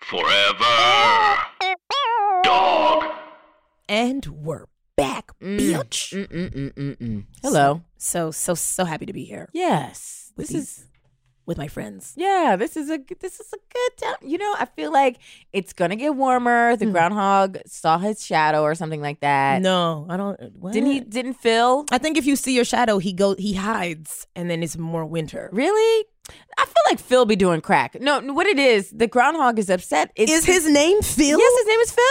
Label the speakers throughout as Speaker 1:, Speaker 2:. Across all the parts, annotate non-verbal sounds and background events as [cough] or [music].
Speaker 1: Forever. Dog.
Speaker 2: And we're back, bitch. Hello.
Speaker 3: Mm, So so so happy to be here
Speaker 2: Yes.
Speaker 3: With
Speaker 2: This
Speaker 3: these-
Speaker 2: is
Speaker 3: with my friends.
Speaker 2: yeah, this is a g- this is a good time. You know, I feel like it's going to get warmer. The groundhog saw his shadow or something like that.
Speaker 3: Hmm. No, I don't. What?
Speaker 2: Didn't he didn't Phil?
Speaker 3: I think if you see your shadow, he go he hides, and then it's more winter.
Speaker 2: Really? I feel like Phil be doing crack. No, what it is, the groundhog is upset. It's
Speaker 3: Is his name Phil?
Speaker 2: Yes, his name is Phil.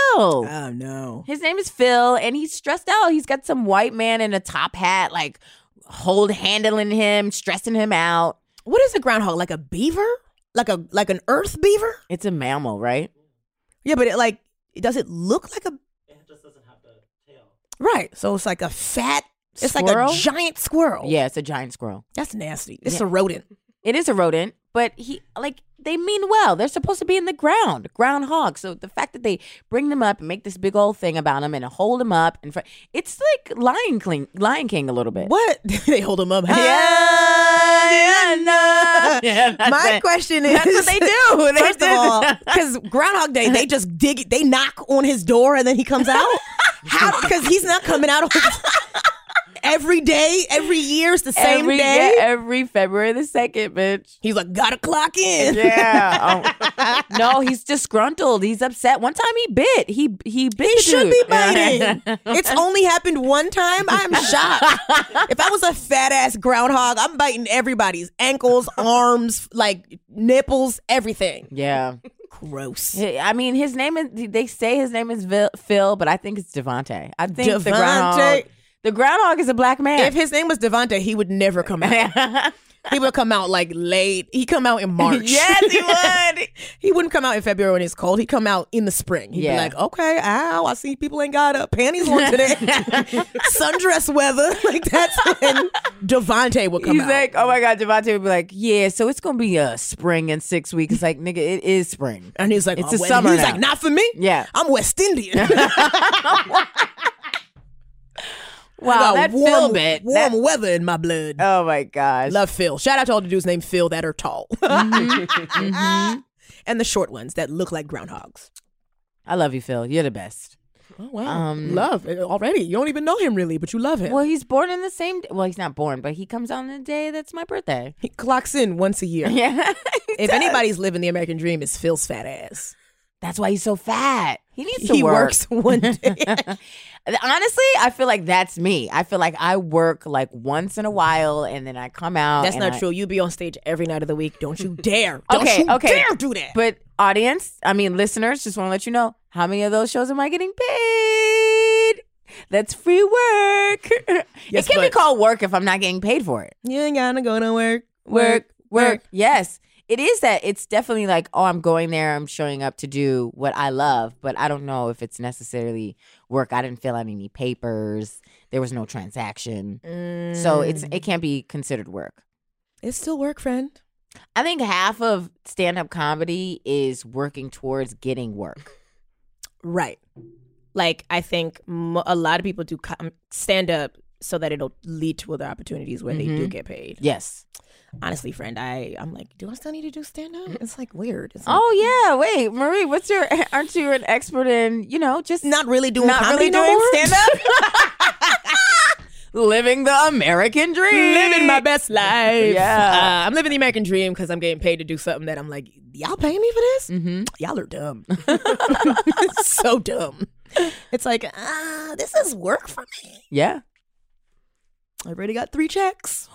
Speaker 3: Oh no.
Speaker 2: His name is Phil, and he's stressed out. He's got some white man in a top hat, like hold handling him, stressing him out.
Speaker 3: What is a groundhog? Like a beaver? Like a like an earth beaver?
Speaker 2: It's a mammal, right?
Speaker 3: Yeah, but it like it does it look like a? It just doesn't have the tail. Right. So it's like a fat. It's
Speaker 2: Squirrel?
Speaker 3: like a giant squirrel.
Speaker 2: Yeah, it's a giant squirrel.
Speaker 3: That's nasty. It's a rodent.
Speaker 2: It is a rodent, but he like they mean well. They're supposed to be in the ground, groundhog. So the fact that they bring them up and make this big old thing about him and hold him up and fr- it's like Lion King, Lion King a little bit. [laughs]
Speaker 3: What? [laughs] they hold him up. [laughs]
Speaker 2: Yeah, [laughs] yeah, that's
Speaker 3: My
Speaker 2: it.
Speaker 3: question is
Speaker 2: That's what they do. [laughs] They
Speaker 3: first
Speaker 2: do-
Speaker 3: of all, because Groundhog Day, they just dig it, they knock on his door and then he comes out. How because he's not coming out on [laughs] every day, every year, it's the same
Speaker 2: every,
Speaker 3: day.
Speaker 2: yeah, every February the second, bitch.
Speaker 3: he's like, gotta clock in.
Speaker 2: Yeah. Oh. [laughs] no, he's disgruntled. He's upset. One time he bit. He he bit.
Speaker 3: He
Speaker 2: the
Speaker 3: should
Speaker 2: dude. [laughs]
Speaker 3: be biting. it's only happened one time. I'm
Speaker 2: [laughs]
Speaker 3: shocked. if I was a fat ass groundhog, I'm biting everybody's ankles, arms, like nipples, everything.
Speaker 2: yeah.
Speaker 3: Gross.
Speaker 2: He- I mean, his name is. They say his name is Vil- Phil, but I think it's Devonte. I think the
Speaker 3: Devontae.
Speaker 2: groundhog. The groundhog is a black man. [laughs]
Speaker 3: If his name was Devonta, he would never come out. he would come out like late. He come
Speaker 2: [laughs]
Speaker 3: out in March.
Speaker 2: yes, he would.
Speaker 3: [laughs] he wouldn't come out in February when it's cold. He'd come out in the spring. He'd
Speaker 2: Yeah.
Speaker 3: be like, "Okay, ow, I see people ain't got uh, panties on
Speaker 2: [laughs]
Speaker 3: today. Sundress weather." [laughs] Like that's when Devonte would come
Speaker 2: He's
Speaker 3: out.
Speaker 2: like, oh my god, Devonte would be like, yeah. So it's gonna be a spring in six weeks. It's like, nigga, it is spring.
Speaker 3: and he's like,
Speaker 2: It's
Speaker 3: "Oh,
Speaker 2: a
Speaker 3: well,"
Speaker 2: summer
Speaker 3: He's
Speaker 2: now.
Speaker 3: like, "Not for me.
Speaker 2: Yeah.
Speaker 3: I'm West
Speaker 2: [laughs]
Speaker 3: Indian.
Speaker 2: [laughs] Wow, that
Speaker 3: warm,
Speaker 2: Phil bit.
Speaker 3: warm
Speaker 2: that-
Speaker 3: weather in my blood."
Speaker 2: oh my gosh.
Speaker 3: Love Phil. Shout out to all the dudes named Phil that are
Speaker 2: [laughs]
Speaker 3: tall.
Speaker 2: Mm-hmm.
Speaker 3: [laughs] And the short ones that look like groundhogs.
Speaker 2: I love you, Phil. You're the best.
Speaker 3: Oh wow!
Speaker 2: Um,
Speaker 3: love uh, already. You don't even know him really, but you love him.
Speaker 2: Well, he's born in the same. Well, he's not born, but he comes on the day that's my birthday.
Speaker 3: He clocks in once a [laughs] year.
Speaker 2: [laughs] Yeah,
Speaker 3: If anybody's living the American dream, it's Phil's fat ass.
Speaker 2: that's why he's so fat. He needs to
Speaker 3: he
Speaker 2: work.
Speaker 3: works
Speaker 2: [laughs]
Speaker 3: one day.
Speaker 2: Honestly, I feel like that's me. I feel like I work like once in a while, and then I come out.
Speaker 3: That's
Speaker 2: and
Speaker 3: not
Speaker 2: I-
Speaker 3: true. You be on stage every night of the week. Don't [laughs] you dare. Don't
Speaker 2: Okay,
Speaker 3: you
Speaker 2: okay.
Speaker 3: dare do that.
Speaker 2: But audience, I mean listeners, just want to let you know how many of those shows am I getting paid? That's free work. [laughs]
Speaker 3: Yes,
Speaker 2: it can be
Speaker 3: but-
Speaker 2: called work if I'm not getting paid for it.
Speaker 3: you ain't gonna go to work.
Speaker 2: work, work.
Speaker 3: work.
Speaker 2: Yes. It is that it's definitely like, oh, I'm going there, I'm showing up to do what I love, but I don't know if it's necessarily work. I didn't fill out any papers. There was no transaction. So it's
Speaker 3: Mm.
Speaker 2: it can't be considered work.
Speaker 3: It's still work, friend.
Speaker 2: I think half of stand up comedy is working towards getting work.
Speaker 3: Right. Like I think mo- a lot of people do com- stand up so that it'll lead to other opportunities where they do get paid.
Speaker 2: Yes.
Speaker 3: Honestly, friend, I I'm like, do I still need to do stand up? It's like weird. It's like,
Speaker 2: Oh yeah, wait, Marie, what's your [laughs] aren't you an expert in, you know, just
Speaker 3: not really doing
Speaker 2: not
Speaker 3: comedy
Speaker 2: really
Speaker 3: no
Speaker 2: doing
Speaker 3: more?
Speaker 2: stand up? [laughs] Living the American dream.
Speaker 3: living my best life.
Speaker 2: Yeah.
Speaker 3: Uh, I'm living the American dream because I'm getting paid to do something that I'm like, y'all pay me for this? Mm-hmm. Y'all are dumb. [laughs] so dumb. It's like, ah, this is work for me.
Speaker 2: Yeah.
Speaker 3: I already got three checks.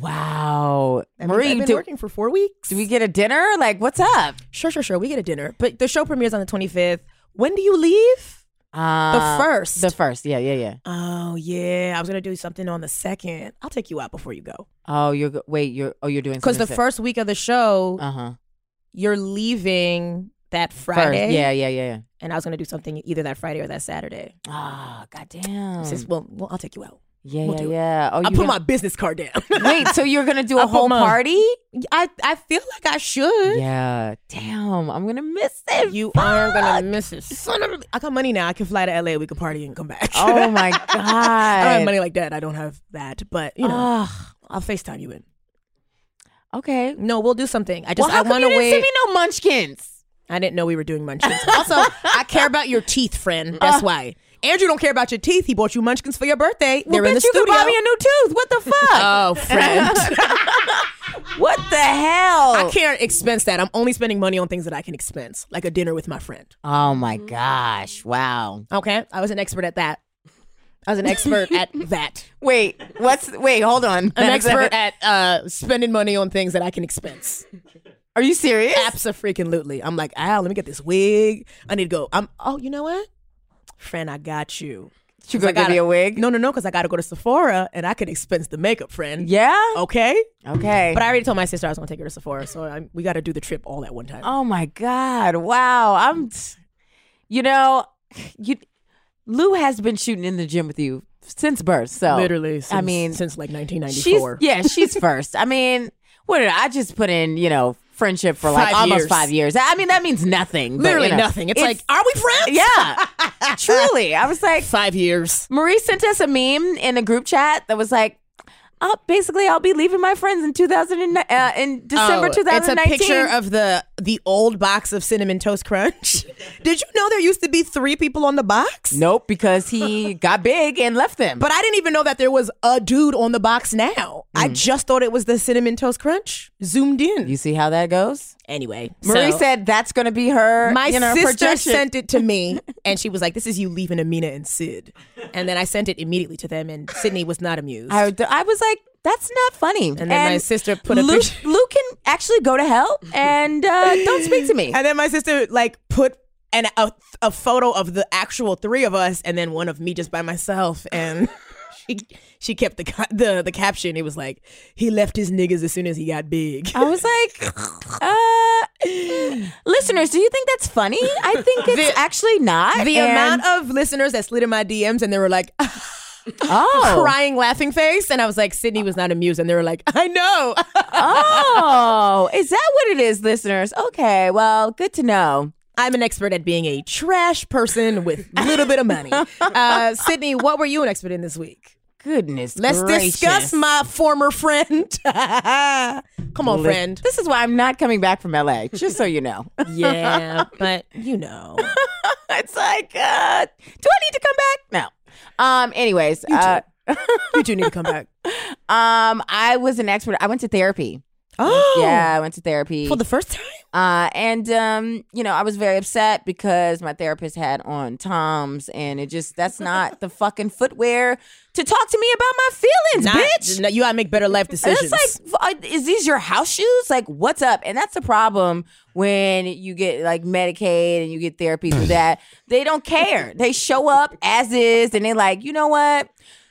Speaker 2: Wow.
Speaker 3: That means I've
Speaker 2: Marie,
Speaker 3: been
Speaker 2: do,
Speaker 3: working for four weeks.
Speaker 2: do we get a dinner? Like, what's up?
Speaker 3: Sure, sure, sure. We get a dinner, but the show premieres on the 25th. When do you leave?
Speaker 2: Uh,
Speaker 3: first.
Speaker 2: The first. Yeah, yeah, yeah.
Speaker 3: Oh yeah, I was gonna do something on the second. I'll take you out before you go
Speaker 2: Oh, you're, go- wait, you're, oh, you're doing Uh-huh.
Speaker 3: because the
Speaker 2: something
Speaker 3: first week of the show
Speaker 2: Uh huh.
Speaker 3: you're leaving. that
Speaker 2: First.
Speaker 3: Friday.
Speaker 2: Yeah, yeah, yeah, yeah.
Speaker 3: And I was gonna do something either that Friday or that Saturday.
Speaker 2: Ah, goddamn.
Speaker 3: Sis, well, well, I'll take you out.
Speaker 2: yeah,
Speaker 3: Mm. we'll
Speaker 2: yeah,
Speaker 3: do it.
Speaker 2: yeah. Oh,
Speaker 3: I
Speaker 2: you
Speaker 3: put
Speaker 2: gonna-
Speaker 3: my business card [laughs] down.
Speaker 2: [laughs] wait. So you're gonna do
Speaker 3: I
Speaker 2: a
Speaker 3: put
Speaker 2: whole
Speaker 3: my-
Speaker 2: party?
Speaker 3: I I feel like I should.
Speaker 2: Yeah. Damn. I'm gonna miss it.
Speaker 3: You
Speaker 2: Fuck.
Speaker 3: are gonna miss it. Son of a- I got money now. I can fly to LA. We can party and come back. [laughs]
Speaker 2: [laughs] Oh my god.
Speaker 3: I don't have money like that. I don't have that. But you know,
Speaker 2: Ugh.
Speaker 3: I'll Facetime you in.
Speaker 2: okay.
Speaker 3: No, we'll do something. I just
Speaker 2: Well, how
Speaker 3: I
Speaker 2: come
Speaker 3: want
Speaker 2: you
Speaker 3: to
Speaker 2: didn't send
Speaker 3: wait.
Speaker 2: me no munchkins?
Speaker 3: I didn't know we were doing [laughs] munchkins. also, I care about your teeth, friend. That's why. Andrew don't care about your teeth. He bought you munchkins for your birthday.
Speaker 2: Well,
Speaker 3: They're in
Speaker 2: bitch,
Speaker 3: the
Speaker 2: you
Speaker 3: studio.
Speaker 2: could buy me a new tooth.
Speaker 3: [laughs]
Speaker 2: What the fuck?
Speaker 3: oh, friend. [laughs]
Speaker 2: what the hell?
Speaker 3: I can't expense that. I'm only spending money on things that I can expense, like a dinner with my friend.
Speaker 2: Oh my
Speaker 3: Mm.
Speaker 2: gosh. Wow.
Speaker 3: Okay, I was an expert at that. I was an expert [laughs] at that.
Speaker 2: Wait, what's wait, hold on.
Speaker 3: An expert at uh, spending money on things that I can expense.
Speaker 2: Are you serious?
Speaker 3: Absolutely. I'm like, Al, let me get this wig. I need to go. I'm. Oh, you know what, friend, I got you.
Speaker 2: You
Speaker 3: 'Cause I
Speaker 2: gonna give
Speaker 3: gotta-
Speaker 2: me a wig?
Speaker 3: No, no, no, because I got to go to Sephora and I can expense the makeup, friend.
Speaker 2: Yeah?
Speaker 3: Okay.
Speaker 2: Okay.
Speaker 3: Oh. But I already told my sister I was gonna take her to Sephora, so I, we got to do the trip all at one time.
Speaker 2: Oh my God. Wow. I'm you know, you Lou has been shooting in the gym with you since birth. So
Speaker 3: Literally. Since,
Speaker 2: I mean
Speaker 3: since like
Speaker 2: she's
Speaker 3: 1994.
Speaker 2: yeah,
Speaker 3: [laughs]
Speaker 2: she's first. I mean, what did I, I just put in, you know, friendship for like
Speaker 3: Five
Speaker 2: almost
Speaker 3: years.
Speaker 2: five years. I mean, that means nothing. but, you
Speaker 3: Literally
Speaker 2: know,
Speaker 3: nothing. It's, like, are we friends? [laughs]
Speaker 2: Yeah. Truly. I was like,
Speaker 3: Five years.
Speaker 2: Marie sent us a meme in a group chat that was like, I'll, basically, I'll be leaving my friends in 2000 and, uh, in December
Speaker 3: Oh,
Speaker 2: 2019.
Speaker 3: It's a picture of the the old box of cinnamon toast crunch. [laughs] Did you know there used to be three people on the box?
Speaker 2: nope, because he [laughs] got big and left them.
Speaker 3: But I didn't even know that there was a dude on the box now. I just thought it was the cinnamon toast crunch zoomed in.
Speaker 2: Mm. you see how that goes?
Speaker 3: anyway,
Speaker 2: Marie
Speaker 3: so-
Speaker 2: said that's going to be her.
Speaker 3: My
Speaker 2: you know,
Speaker 3: sister
Speaker 2: projection.
Speaker 3: sent it to
Speaker 2: [laughs]
Speaker 3: me, and she was like, "This is you leaving Amina and Sid." And then I sent it immediately to them, and Sydney was not amused.
Speaker 2: I, would- I was like, that's not funny. And
Speaker 3: then my sister put a
Speaker 2: Luke, [laughs]
Speaker 3: picture-
Speaker 2: Luke can actually go to hell and uh, don't speak [laughs] to me.
Speaker 3: and then my sister like put an a, a photo of the actual three of us, and then one of me just by myself, [laughs] and. She, she kept the, co- the the caption. It was like he left his niggas as soon as he got big.
Speaker 2: I was like, uh, [laughs] listeners, do you think that's funny? I think it's actually not.
Speaker 3: The
Speaker 2: and-
Speaker 3: amount of listeners that slid in my DMs and they were like [laughs]
Speaker 2: oh,
Speaker 3: crying, laughing face, and I was like Sydney was not amused, and they were like, I [laughs] know.
Speaker 2: oh, is that what it is, listeners? Okay, well, good to know.
Speaker 3: I'm an expert at being a trash person with a little bit of [laughs] money. Uh, Sydney, what were you an expert in this week?
Speaker 2: Goodness,
Speaker 3: Let's
Speaker 2: gracious.
Speaker 3: discuss my former friend. [laughs] Come on, friend.
Speaker 2: This is why I'm not coming back from LA. Just so you know, [laughs]
Speaker 3: [laughs] Yeah, but you know.
Speaker 2: it's like, uh, do I need to come back? No. Um. Anyways, uh,
Speaker 3: [laughs] You do need to come
Speaker 2: [gasps]
Speaker 3: back.
Speaker 2: um, I was an expert. I went to therapy.
Speaker 3: Oh.
Speaker 2: Yeah, I went to therapy.
Speaker 3: For the first time?
Speaker 2: Uh, and um, you know, I was very upset because my therapist had on Toms, and it just that's not the fucking footwear to talk to me about my feelings,
Speaker 3: Not-
Speaker 2: bitch.
Speaker 3: No, you gotta make better life
Speaker 2: And
Speaker 3: decisions.
Speaker 2: It's like, f- uh, is these your house shoes? Like, what's up? And that's the problem when you get like Medicaid and you get therapy through
Speaker 3: Mm.
Speaker 2: that. They don't care. They show up as is, and they're like, you know what?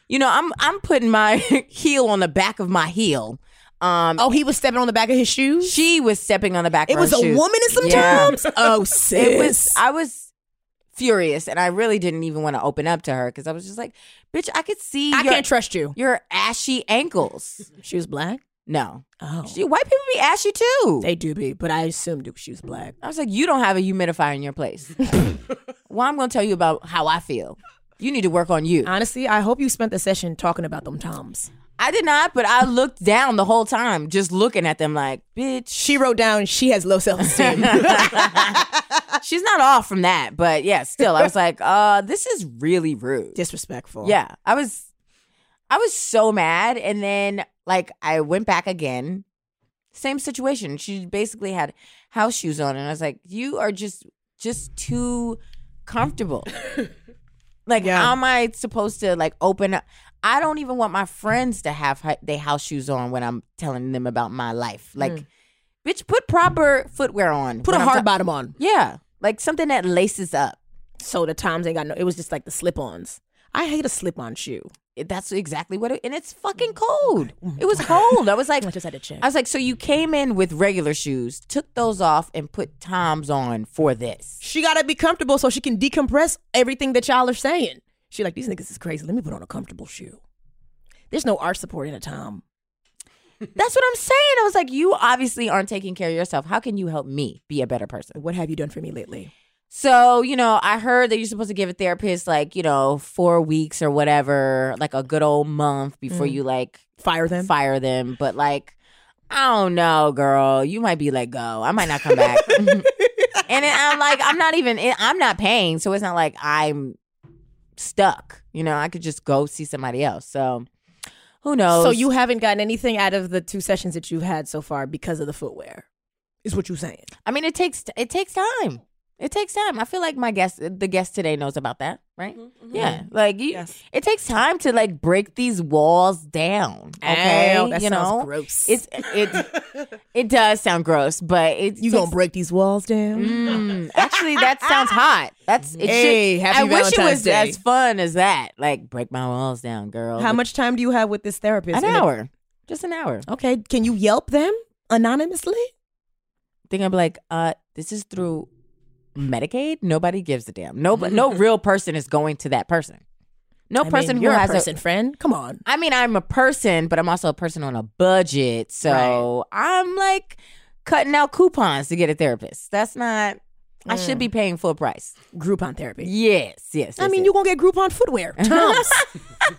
Speaker 2: You know, I'm I'm putting my [laughs] heel on the back of my heel. Um,
Speaker 3: oh, he was stepping on the back of his shoes?
Speaker 2: she was stepping on the back.
Speaker 3: it
Speaker 2: of her
Speaker 3: was a
Speaker 2: shoes.
Speaker 3: woman in some
Speaker 2: Yeah. [laughs]
Speaker 3: times? Oh, sis.
Speaker 2: It was. I was furious, and I really didn't even want to open up to her because I was just like, "Bitch, I could see
Speaker 3: I
Speaker 2: your,
Speaker 3: can't trust you.
Speaker 2: your ashy ankles."
Speaker 3: She was black?
Speaker 2: No,
Speaker 3: Oh.
Speaker 2: she, white people be ashy too.
Speaker 3: they do be, but I assumed she was black.
Speaker 2: I was like, "You don't have a humidifier in your place."
Speaker 3: [laughs]
Speaker 2: well, I'm gonna tell you about how I feel. You need to work on you.
Speaker 3: Honestly, I hope you spent the session talking about them toms.
Speaker 2: I did not, but I looked down the whole time, just looking at them like, "Bitch,
Speaker 3: She [laughs] wrote down she has low self esteem.
Speaker 2: [laughs] she's not off from that." But yeah, still, I was like, "Uh, this is really rude."
Speaker 3: Disrespectful.
Speaker 2: Yeah, I was, I was so mad, and then like I went back again, same situation. She basically had house shoes on, and I was like, "You are just, just too
Speaker 3: [laughs]
Speaker 2: comfortable." like,
Speaker 3: Yeah.
Speaker 2: how am I supposed to like open up? I don't even want my friends to have hi- they house shoes on when I'm telling them about my life. Like, bitch, put proper footwear on.
Speaker 3: Hmm. Put
Speaker 2: when
Speaker 3: a
Speaker 2: I'm
Speaker 3: hard
Speaker 2: ta-
Speaker 3: bottom on.
Speaker 2: yeah, like something that laces up.
Speaker 3: So the toms ain't got no. It was just like the slip ons. I hate a slip-on shoe.
Speaker 2: It- That's exactly what it and it's fucking cold. It was cold. I was like
Speaker 3: I just had to check.
Speaker 2: I was like, so you came in with regular shoes, took those off and put Toms on
Speaker 3: [laughs]
Speaker 2: for this.
Speaker 3: she gotta be comfortable so she can decompress everything that y'all are saying. She like these niggas is crazy. Let me put on a comfortable shoe. There's no art support in a Tom.
Speaker 2: That's what I'm saying. I was like, you obviously aren't taking care of yourself. How can you help me be a better person?
Speaker 3: What have you done for me lately?
Speaker 2: So, you know, I heard that you're supposed to give a therapist like, you know, four weeks or whatever, like a good old month before you like
Speaker 3: Mm. Fire them.
Speaker 2: fire them. But like, I don't know, girl. You might be let go. I might not come back. [laughs] and then I'm like, I'm not even, I'm not paying. So it's not like I'm stuck. You know, I could just go see somebody else. So who knows?
Speaker 3: So you haven't gotten anything out of the two sessions that you've had so far because of the footwear, is what you're saying?
Speaker 2: I mean, it takes it takes time. It takes time. I feel like my guest, the guest today, knows about that, right?
Speaker 3: Mm-hmm,
Speaker 2: Yeah, like you, it takes time to like break these walls down. Okay,
Speaker 3: Ow, that
Speaker 2: you
Speaker 3: sounds
Speaker 2: know,
Speaker 3: gross.
Speaker 2: It's
Speaker 3: [laughs]
Speaker 2: it it does sound gross, but it
Speaker 3: You
Speaker 2: takes-
Speaker 3: gonna break these walls down?
Speaker 2: Mm, actually, that sounds hot. That's it
Speaker 3: Hey,
Speaker 2: should,
Speaker 3: happy
Speaker 2: I wish it
Speaker 3: Valentine's
Speaker 2: was
Speaker 3: Day.
Speaker 2: as fun as that. Like break my walls down, girl.
Speaker 3: How
Speaker 2: With
Speaker 3: much time do you have with this therapist?
Speaker 2: An
Speaker 3: And it-
Speaker 2: hour, just an hour.
Speaker 3: Okay, can you Yelp them anonymously?
Speaker 2: think I'd be like, uh, this is through Medicaid. Nobody gives a damn. No, no
Speaker 3: [laughs]
Speaker 2: real person is going to that person. No
Speaker 3: I mean,
Speaker 2: person who
Speaker 3: you're
Speaker 2: has
Speaker 3: a person friend. Come on.
Speaker 2: I mean, I'm a person, but I'm also a person on a budget. So I'm like cutting out coupons to get a therapist. That's not. I should be paying full price.
Speaker 3: Groupon therapy.
Speaker 2: Yes, yes.
Speaker 3: Mm. I
Speaker 2: yes,
Speaker 3: mean,
Speaker 2: yes. [laughs]
Speaker 3: you're going to get Groupon footwear, Toms. [laughs]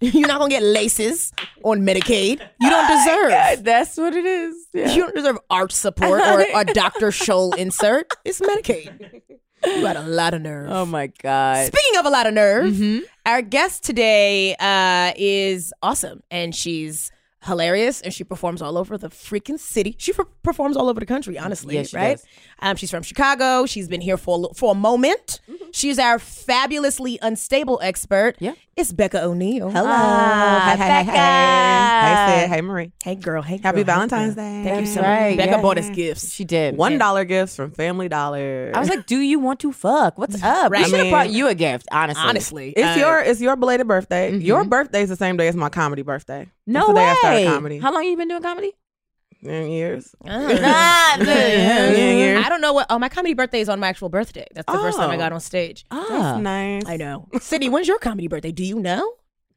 Speaker 3: you're not going to get laces on Medicaid. You don't deserve.
Speaker 2: That's what it is. Yeah.
Speaker 3: You don't deserve art support or a Dr. Scholl insert. It's Medicaid. You got a lot of nerve.
Speaker 2: oh my god.
Speaker 3: Speaking of a lot of nerve,
Speaker 2: Mm-hmm.
Speaker 3: our guest today uh, is awesome, and she's hilarious, and she performs all over the freaking city. She per- performs all over the country, honestly.
Speaker 2: Yes, she
Speaker 3: right?
Speaker 2: does.
Speaker 3: Um, she's from Chicago. She's been here for a, li- for a moment. She's our fabulously unstable expert.
Speaker 2: Mm-hmm. Yeah.
Speaker 3: it's Becca O'Neill.
Speaker 4: Hello.
Speaker 2: Ah,
Speaker 4: hey, hey, hey, hey. Hey,
Speaker 2: Becca.
Speaker 4: Sid. Hey, Marie.
Speaker 3: Hey, girl. Hey, girl.
Speaker 4: Happy
Speaker 3: Hey, girl.
Speaker 4: Valentine's Day.
Speaker 3: Thank you
Speaker 2: That's
Speaker 3: so much.
Speaker 2: right,
Speaker 3: Becca
Speaker 2: yeah.
Speaker 3: bought us gifts.
Speaker 2: She did
Speaker 4: One
Speaker 2: Yeah.
Speaker 4: dollar gifts from Family Dollar.
Speaker 2: I was like, "Do you want to
Speaker 3: [laughs]
Speaker 2: fuck? What's up?"
Speaker 3: Right.
Speaker 2: I should have
Speaker 4: mean-
Speaker 2: brought you a gift, honestly.
Speaker 3: Honestly,
Speaker 4: it's
Speaker 3: uh,
Speaker 4: your it's your belated birthday.
Speaker 2: Mhm.
Speaker 4: Your birthday is the same day as my comedy birthday.
Speaker 2: no
Speaker 4: That's the
Speaker 2: way.
Speaker 4: day I started comedy.
Speaker 2: How long you been
Speaker 3: [laughs]
Speaker 2: doing comedy?
Speaker 4: in years.
Speaker 3: uh-huh.
Speaker 2: [laughs] Nah,
Speaker 4: yeah, yeah.
Speaker 3: I don't know what. Oh, my comedy birthday is on my actual birthday. That's the first time I
Speaker 4: Oh.
Speaker 3: got on stage.
Speaker 2: Ah,
Speaker 4: nice.
Speaker 3: I know. [laughs] Sydney, when's your comedy birthday? Do you know?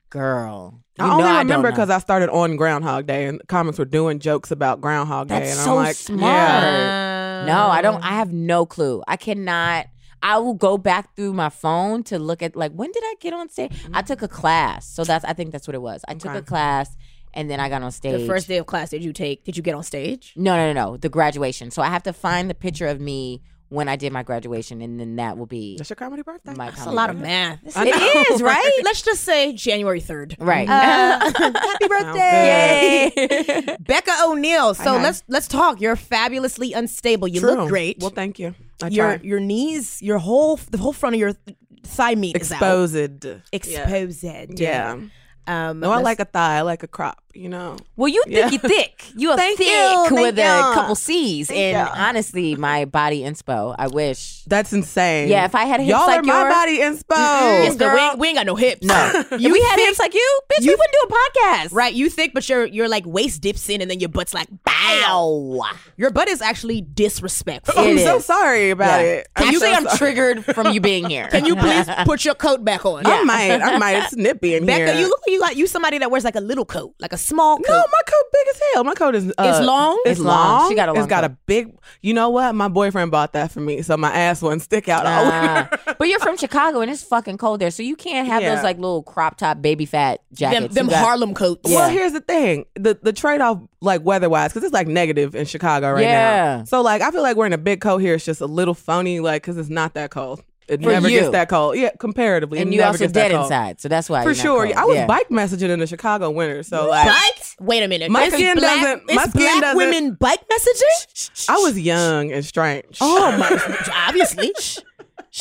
Speaker 2: girl.
Speaker 4: I only remember because I started on Groundhog Day and comments were doing jokes about Groundhog Day,
Speaker 2: That's
Speaker 4: and
Speaker 2: so
Speaker 4: I'm like,
Speaker 2: smart.
Speaker 4: yeah,
Speaker 2: no, I don't. I have no clue. I cannot. I will go back through my phone to look at like when did I get on stage?
Speaker 3: Mm-hmm.
Speaker 2: I took a class, so that's I think that's what it was. I took
Speaker 4: Okay.
Speaker 2: a class and then I got on stage.
Speaker 3: The first day of class, did you take? Did you get on stage?
Speaker 2: No, no, no, no. The graduation. So I have to find the picture of me when I did my graduation, and then that will be
Speaker 4: that's your comedy birthday.
Speaker 2: my.
Speaker 3: That's a lot of math.
Speaker 4: I know.
Speaker 2: It is right.
Speaker 3: [laughs] Let's just say January third.
Speaker 2: Right. [laughs]
Speaker 3: [laughs] Uh, happy birthday,
Speaker 2: Yay.
Speaker 3: Becca O'Neill. So let's let's talk. You're fabulously unstable. You
Speaker 4: True.
Speaker 3: look great.
Speaker 4: Well, thank you. I
Speaker 3: your
Speaker 4: tried.
Speaker 3: your knees, your whole the whole front of your th- thigh meat is out.
Speaker 4: exposed.
Speaker 3: Exposed.
Speaker 4: Yeah.
Speaker 3: Um,
Speaker 4: No, I
Speaker 3: let's-
Speaker 4: like a thigh. I like a crop. You know.
Speaker 2: well, you think
Speaker 4: Yeah.
Speaker 2: you thick. You are
Speaker 4: Thank
Speaker 2: thick
Speaker 4: you, thank
Speaker 2: with a
Speaker 4: you.
Speaker 2: couple C's.
Speaker 4: Thank
Speaker 2: and
Speaker 4: you.
Speaker 2: honestly, my body inspo. I wish.
Speaker 4: That's insane.
Speaker 2: Yeah, if I had hips
Speaker 4: y'all
Speaker 2: like
Speaker 4: are my
Speaker 2: yours-
Speaker 4: body inspo.
Speaker 3: Yes, but we ain't, we ain't got no hips. [laughs] No,
Speaker 2: If we had hips like you, bitch, we wouldn't do a podcast.
Speaker 3: Right, you think, but your your like waist dips in, and then your butt's like bow.
Speaker 2: Ow.
Speaker 3: Your butt is actually disrespectful.
Speaker 4: [laughs] Oh, I'm
Speaker 2: It
Speaker 4: so
Speaker 2: is.
Speaker 4: sorry about
Speaker 2: Yeah.
Speaker 4: it.
Speaker 2: Actually,
Speaker 4: so
Speaker 2: I'm
Speaker 4: sorry.
Speaker 2: triggered from you being here.
Speaker 3: Can you please put your coat back on?
Speaker 4: I might. I might.
Speaker 2: [laughs]
Speaker 4: It's nippy in
Speaker 3: Becca,
Speaker 4: here.
Speaker 3: you look like you like you somebody that wears like a little coat, like a small coat.
Speaker 4: No, my coat big as hell. My coat is. Uh,
Speaker 3: It's long?
Speaker 4: It's,
Speaker 2: It's long.
Speaker 4: long.
Speaker 2: She got a long
Speaker 4: It's got
Speaker 2: coat.
Speaker 4: a big. You know what? My boyfriend bought that for me, so my ass wouldn't stick out. all
Speaker 2: Ah. [laughs] [laughs] but you're from Chicago and it's fucking cold there, so you can't have
Speaker 4: Yeah.
Speaker 2: those like little crop top baby fat
Speaker 3: them
Speaker 2: jackets.
Speaker 3: them
Speaker 2: You got-
Speaker 3: Harlem coats.
Speaker 4: Well, here's the thing: the the trade off, like weather wise, because it's like negative in Chicago right
Speaker 2: Yeah.
Speaker 4: now. So like, I feel like wearing a big coat here is just a little phony, like because it's not that cold. It
Speaker 2: For
Speaker 4: never
Speaker 2: you.
Speaker 4: gets that cold. Yeah, comparatively,
Speaker 2: and
Speaker 4: it
Speaker 2: you
Speaker 4: never
Speaker 2: also
Speaker 4: gets that
Speaker 2: dead
Speaker 4: cold.
Speaker 2: inside, so that's why
Speaker 4: For
Speaker 2: you're not
Speaker 4: sure,
Speaker 2: cold.
Speaker 4: I was
Speaker 2: Yeah.
Speaker 4: bike messaging in the Chicago winter, so like
Speaker 3: What? Wait a minute.
Speaker 4: My
Speaker 3: It's
Speaker 4: skin
Speaker 3: black,
Speaker 4: doesn't-
Speaker 3: it's
Speaker 4: my skin
Speaker 3: black
Speaker 4: doesn't-
Speaker 3: women bike messaging.
Speaker 4: I was young and strange.
Speaker 3: Oh my! Obviously, [laughs]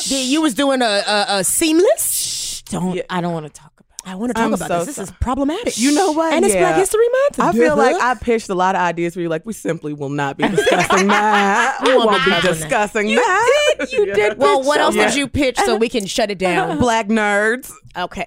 Speaker 3: Then you was doing a a, a seamless.
Speaker 2: Don't I don't want to talk about.
Speaker 3: I want to talk
Speaker 4: I'm
Speaker 3: about
Speaker 4: so
Speaker 3: this. This is
Speaker 4: sorry.
Speaker 3: problematic.
Speaker 4: You know what?
Speaker 3: And it's
Speaker 4: Yeah.
Speaker 3: Black History Month.
Speaker 4: I feel like
Speaker 3: Duh.
Speaker 4: I
Speaker 2: [laughs]
Speaker 4: pitched a lot of ideas where you're like, we simply will not be discussing that. we won't
Speaker 3: be
Speaker 4: be
Speaker 3: covering that.
Speaker 4: discussing that. [laughs]
Speaker 2: you did.
Speaker 3: Well, what else
Speaker 4: Yeah.
Speaker 3: did you pitch so we can shut it [laughs] down?
Speaker 4: Black nerds.
Speaker 3: okay,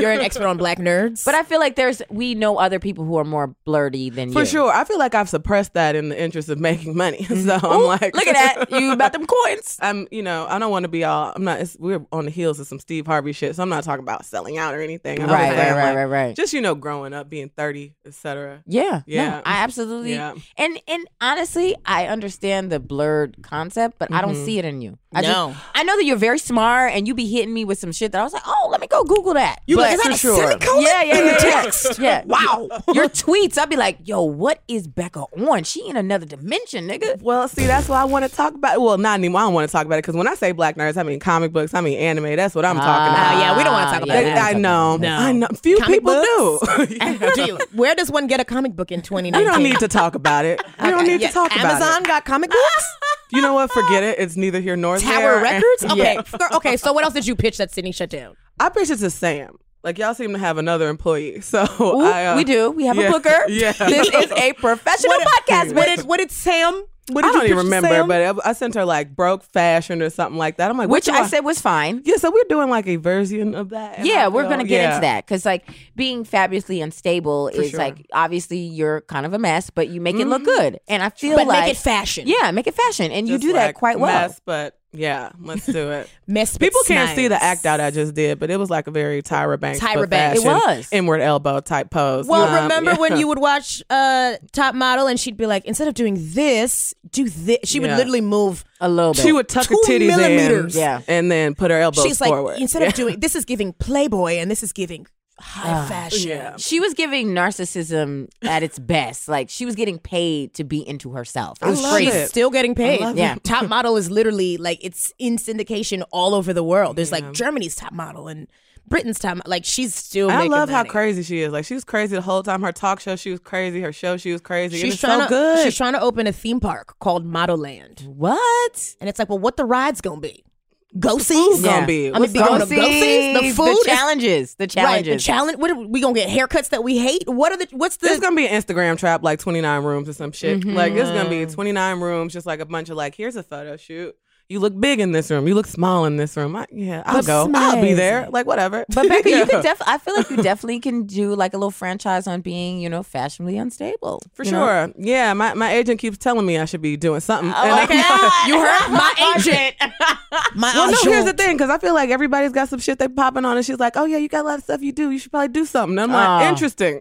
Speaker 3: you're an expert on black nerds,
Speaker 2: But I feel like there's we know other people who are more blurty than
Speaker 4: For
Speaker 2: you.
Speaker 4: sure. I feel like I've suppressed that in the interest of making money. [laughs] So I'm like
Speaker 2: Look
Speaker 4: [laughs]
Speaker 2: at that. [laughs] You about them coins.
Speaker 4: I'm, you know, I don't want to be all. I'm not. It's, we're on the heels of some Steve Harvey shit, so I'm not talking about selling out or anything. I'm just
Speaker 2: Right,
Speaker 4: saying,
Speaker 2: right, right,
Speaker 4: like,
Speaker 2: right, right.
Speaker 4: Just you know, growing up, being 30, etc.
Speaker 2: Yeah.
Speaker 4: Yeah.
Speaker 2: No, I absolutely
Speaker 4: Yeah.
Speaker 2: and and honestly, I understand the blurred concept, but I don't
Speaker 4: Mm-hmm.
Speaker 2: see it in you. I
Speaker 3: No.
Speaker 2: just, I know that you're very smart and you be hitting me with some shit that I was like, oh, let me go Google that.
Speaker 3: you
Speaker 2: But-
Speaker 3: like is that a silicone?
Speaker 2: yeah, yeah, yeah, yeah. [laughs]
Speaker 3: text?
Speaker 2: Yeah.
Speaker 3: Wow.
Speaker 2: Your tweets, I'd be like, yo, what is Becca on? She in another dimension, nigga.
Speaker 4: Well, see, that's what I want to talk about. Well, not anymore. I don't want to talk about it because when I say black nerds, I mean comic books, I mean anime. That's what I'm talking
Speaker 3: Ah,
Speaker 4: about.
Speaker 3: yeah, we don't wanna talk about
Speaker 4: I-
Speaker 3: yeah. [laughs]
Speaker 4: I, know.
Speaker 3: No.
Speaker 4: I know. Few
Speaker 3: Comic
Speaker 4: people [laughs]
Speaker 3: books?
Speaker 4: do.
Speaker 3: Do you- Where does one get a comic book in 2019?
Speaker 4: We don't need to talk about it. We don't need
Speaker 3: Yeah,
Speaker 4: to talk
Speaker 3: Amazon
Speaker 4: about it.
Speaker 3: got comic books?
Speaker 4: You know what? Forget it. It's neither here nor
Speaker 3: Tower [laughs]
Speaker 4: there.
Speaker 3: Records?
Speaker 4: Yeah.
Speaker 3: Okay. f- Okay, so what else did you pitch that Sydney shut down?
Speaker 4: I pitched it to Sam. Like y'all seem to have another employee, [laughs] so
Speaker 2: Ooh,
Speaker 4: I, uh,
Speaker 2: we do. We have
Speaker 4: yeah,
Speaker 2: a booker.
Speaker 4: [laughs] yeah.
Speaker 2: This is a professional podcast.
Speaker 3: What
Speaker 2: What
Speaker 3: did, what did Sam? What did
Speaker 4: I
Speaker 3: you
Speaker 4: don't even
Speaker 3: pitch to
Speaker 4: remember,
Speaker 3: Sam?
Speaker 4: but I, I sent her like broke fashion or something like that. I'm like,
Speaker 2: which
Speaker 4: [laughs] what do
Speaker 2: I said was fine.
Speaker 4: yeah. So we're doing like a version of that. and
Speaker 2: Yeah,
Speaker 4: I
Speaker 2: we're
Speaker 4: feel-
Speaker 2: gonna get
Speaker 4: yeah.
Speaker 2: into that because like being fabulously unstable is
Speaker 4: sure. Mm-hmm.
Speaker 2: like obviously you're kind of a mess, but you make it look good, and I feel
Speaker 3: but
Speaker 2: like
Speaker 3: make it fashion.
Speaker 2: yeah, make it fashion, and
Speaker 4: Just,
Speaker 2: you do that
Speaker 4: like,
Speaker 2: quite well.
Speaker 4: mess, but yeah, let's do it.
Speaker 3: Mess
Speaker 4: People
Speaker 3: with
Speaker 4: can't see the
Speaker 3: snives.
Speaker 4: act out I just did, but it was like a very Tyra Banks,
Speaker 3: Tyra
Speaker 4: but
Speaker 3: Banks. It
Speaker 4: fashion,
Speaker 2: was.
Speaker 4: inward elbow type pose.
Speaker 3: Well,
Speaker 4: Um,
Speaker 3: remember
Speaker 4: yeah.
Speaker 3: when you would watch uh, Top Model and she'd be like, instead of doing this, do this. She would
Speaker 4: Yeah.
Speaker 3: literally move.
Speaker 2: A little bit.
Speaker 4: [laughs] she would tuck her
Speaker 3: Two
Speaker 4: titties in,
Speaker 3: millimeters.
Speaker 2: Yeah.
Speaker 4: and then put her elbows
Speaker 3: She's like,
Speaker 4: forward.
Speaker 3: instead of doing this is giving Playboy and this is giving high fashion.
Speaker 4: Ah, yeah.
Speaker 2: she was giving narcissism at its best. Like she was getting paid to be into herself. It
Speaker 4: I
Speaker 2: was
Speaker 4: love
Speaker 2: crazy.
Speaker 4: it.
Speaker 3: Still getting paid.
Speaker 4: love
Speaker 2: Yeah.
Speaker 3: [laughs]
Speaker 2: it.
Speaker 3: Top Model is literally like it's in syndication all over the world. There's like Germany's Top Model and Britain's Top. Mo- Like she's still.
Speaker 4: [laughs] I
Speaker 3: making
Speaker 4: love how
Speaker 3: money.
Speaker 4: crazy she is. Like she was crazy the whole time. Her talk show, she was crazy. Her show, she was crazy. and
Speaker 3: She's
Speaker 4: it's
Speaker 3: trying
Speaker 4: so
Speaker 3: to.
Speaker 4: good.
Speaker 3: She's trying to open a theme park called Model Land,
Speaker 2: What?
Speaker 3: and it's like, well, what the ride's gonna be? Go sees
Speaker 4: gonna be?
Speaker 3: I mean,
Speaker 4: What's
Speaker 3: be going to go sees the
Speaker 2: Sees
Speaker 3: food.
Speaker 2: the
Speaker 3: is-
Speaker 2: challenges, the
Speaker 3: Right,
Speaker 2: challenges.
Speaker 3: the challenge. What are we gonna get? Haircuts that we hate. What are the? What's the?
Speaker 4: There's gonna be an Instagram trap like 29 rooms or some shit. Like it's gonna
Speaker 3: Mm-hmm.
Speaker 4: be 29 rooms, just like a bunch of like, here's a photo shoot. You look big in this room. You look small in this room. I, yeah, I'll
Speaker 3: But
Speaker 4: go. I'll be
Speaker 3: smiles.
Speaker 4: there. Like whatever.
Speaker 2: But Becca,
Speaker 4: Yeah. [laughs]
Speaker 2: you could def I feel like you definitely can do like a little franchise on being, you know, fashionably unstable.
Speaker 4: for
Speaker 2: you know? Oh,
Speaker 4: sure. Yeah, my, my agent keeps telling me I should be doing something. And I
Speaker 3: [laughs]
Speaker 2: Okay. [laughs]
Speaker 4: keep-
Speaker 2: you heard
Speaker 3: my
Speaker 4: [laughs]
Speaker 3: agent. my
Speaker 4: Well, no,
Speaker 3: agent.
Speaker 4: here's the thing, because I feel like everybody's got some shit they popping on, and she's like, "Oh yeah, you got a lot of stuff you do. You should probably do something." And I'm like,
Speaker 2: Oh.
Speaker 4: "Interesting.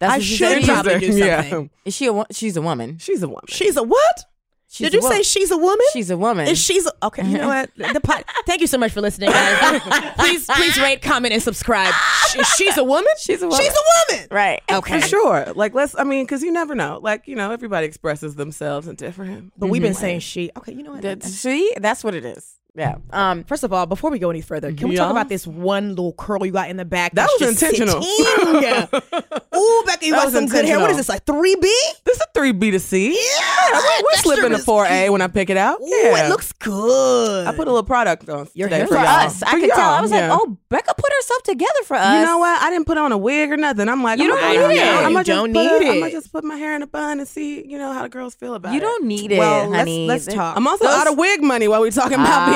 Speaker 2: That's
Speaker 4: I
Speaker 2: what she
Speaker 4: should
Speaker 2: said.
Speaker 3: probably do
Speaker 4: [laughs] Yeah,
Speaker 3: something.
Speaker 2: Is she a wo- she's a woman.
Speaker 4: she's a woman.
Speaker 3: She's a what?
Speaker 2: She's
Speaker 3: Did you
Speaker 2: a wo-
Speaker 3: say she's a woman?
Speaker 2: she's a woman?
Speaker 3: Is she's a, okay? You know what? The pod, thank you so much for listening,
Speaker 4: [laughs]
Speaker 3: guys. please, please rate, comment, and subscribe. She, she's a woman. She's
Speaker 2: a woman.
Speaker 3: She's a woman.
Speaker 2: right.
Speaker 3: Okay.
Speaker 4: For sure. Like, let's, I mean, because you never know. Like, you know, everybody expresses themselves in different.
Speaker 3: But we've been
Speaker 2: Mm-hmm.
Speaker 3: saying she. Okay, you know what?
Speaker 2: [laughs] That- she that's what it is. Yeah.
Speaker 3: Um, first of all, before we go any further, can we talk
Speaker 4: Yeah.
Speaker 3: about this one little curl you got in the back?
Speaker 4: That
Speaker 3: that's
Speaker 4: was
Speaker 3: just
Speaker 4: intentional.
Speaker 3: [laughs] sitting? Yeah. Ooh, Becca, you
Speaker 4: That
Speaker 3: got
Speaker 4: was
Speaker 3: some good hair. What is
Speaker 4: intentional.
Speaker 3: this like three B?
Speaker 4: This is a 3B to C. Yeah. We, we
Speaker 3: that
Speaker 4: slip
Speaker 3: sure
Speaker 4: in a
Speaker 3: is
Speaker 4: 4A when I pick it out.
Speaker 3: Ooh,
Speaker 4: yeah.
Speaker 3: it looks good.
Speaker 4: I put a little product on.
Speaker 3: Your
Speaker 4: today
Speaker 3: hair
Speaker 4: for
Speaker 2: for
Speaker 4: y'all.
Speaker 2: us. I
Speaker 4: For
Speaker 2: could tell.
Speaker 4: y'all,
Speaker 2: I was
Speaker 4: yeah.
Speaker 2: like, oh, Becca put herself together for us.
Speaker 4: You know what? I didn't put on a wig or nothing. I'm like,
Speaker 2: You
Speaker 4: I'm
Speaker 2: don't
Speaker 4: gonna-
Speaker 2: need
Speaker 4: I'm
Speaker 2: it.
Speaker 4: gonna- I'm
Speaker 3: You
Speaker 4: gonna just
Speaker 3: don't
Speaker 4: put a-
Speaker 3: need
Speaker 4: I'm
Speaker 3: it.
Speaker 4: gonna just put my hair in a bun and see, you know, how the girls feel about it.
Speaker 2: You don't need it,
Speaker 4: well, let's-
Speaker 2: honey.
Speaker 4: Let's,
Speaker 2: Th-
Speaker 4: talk. I'm also
Speaker 2: those- Ah,
Speaker 4: out of wig money while we're talking about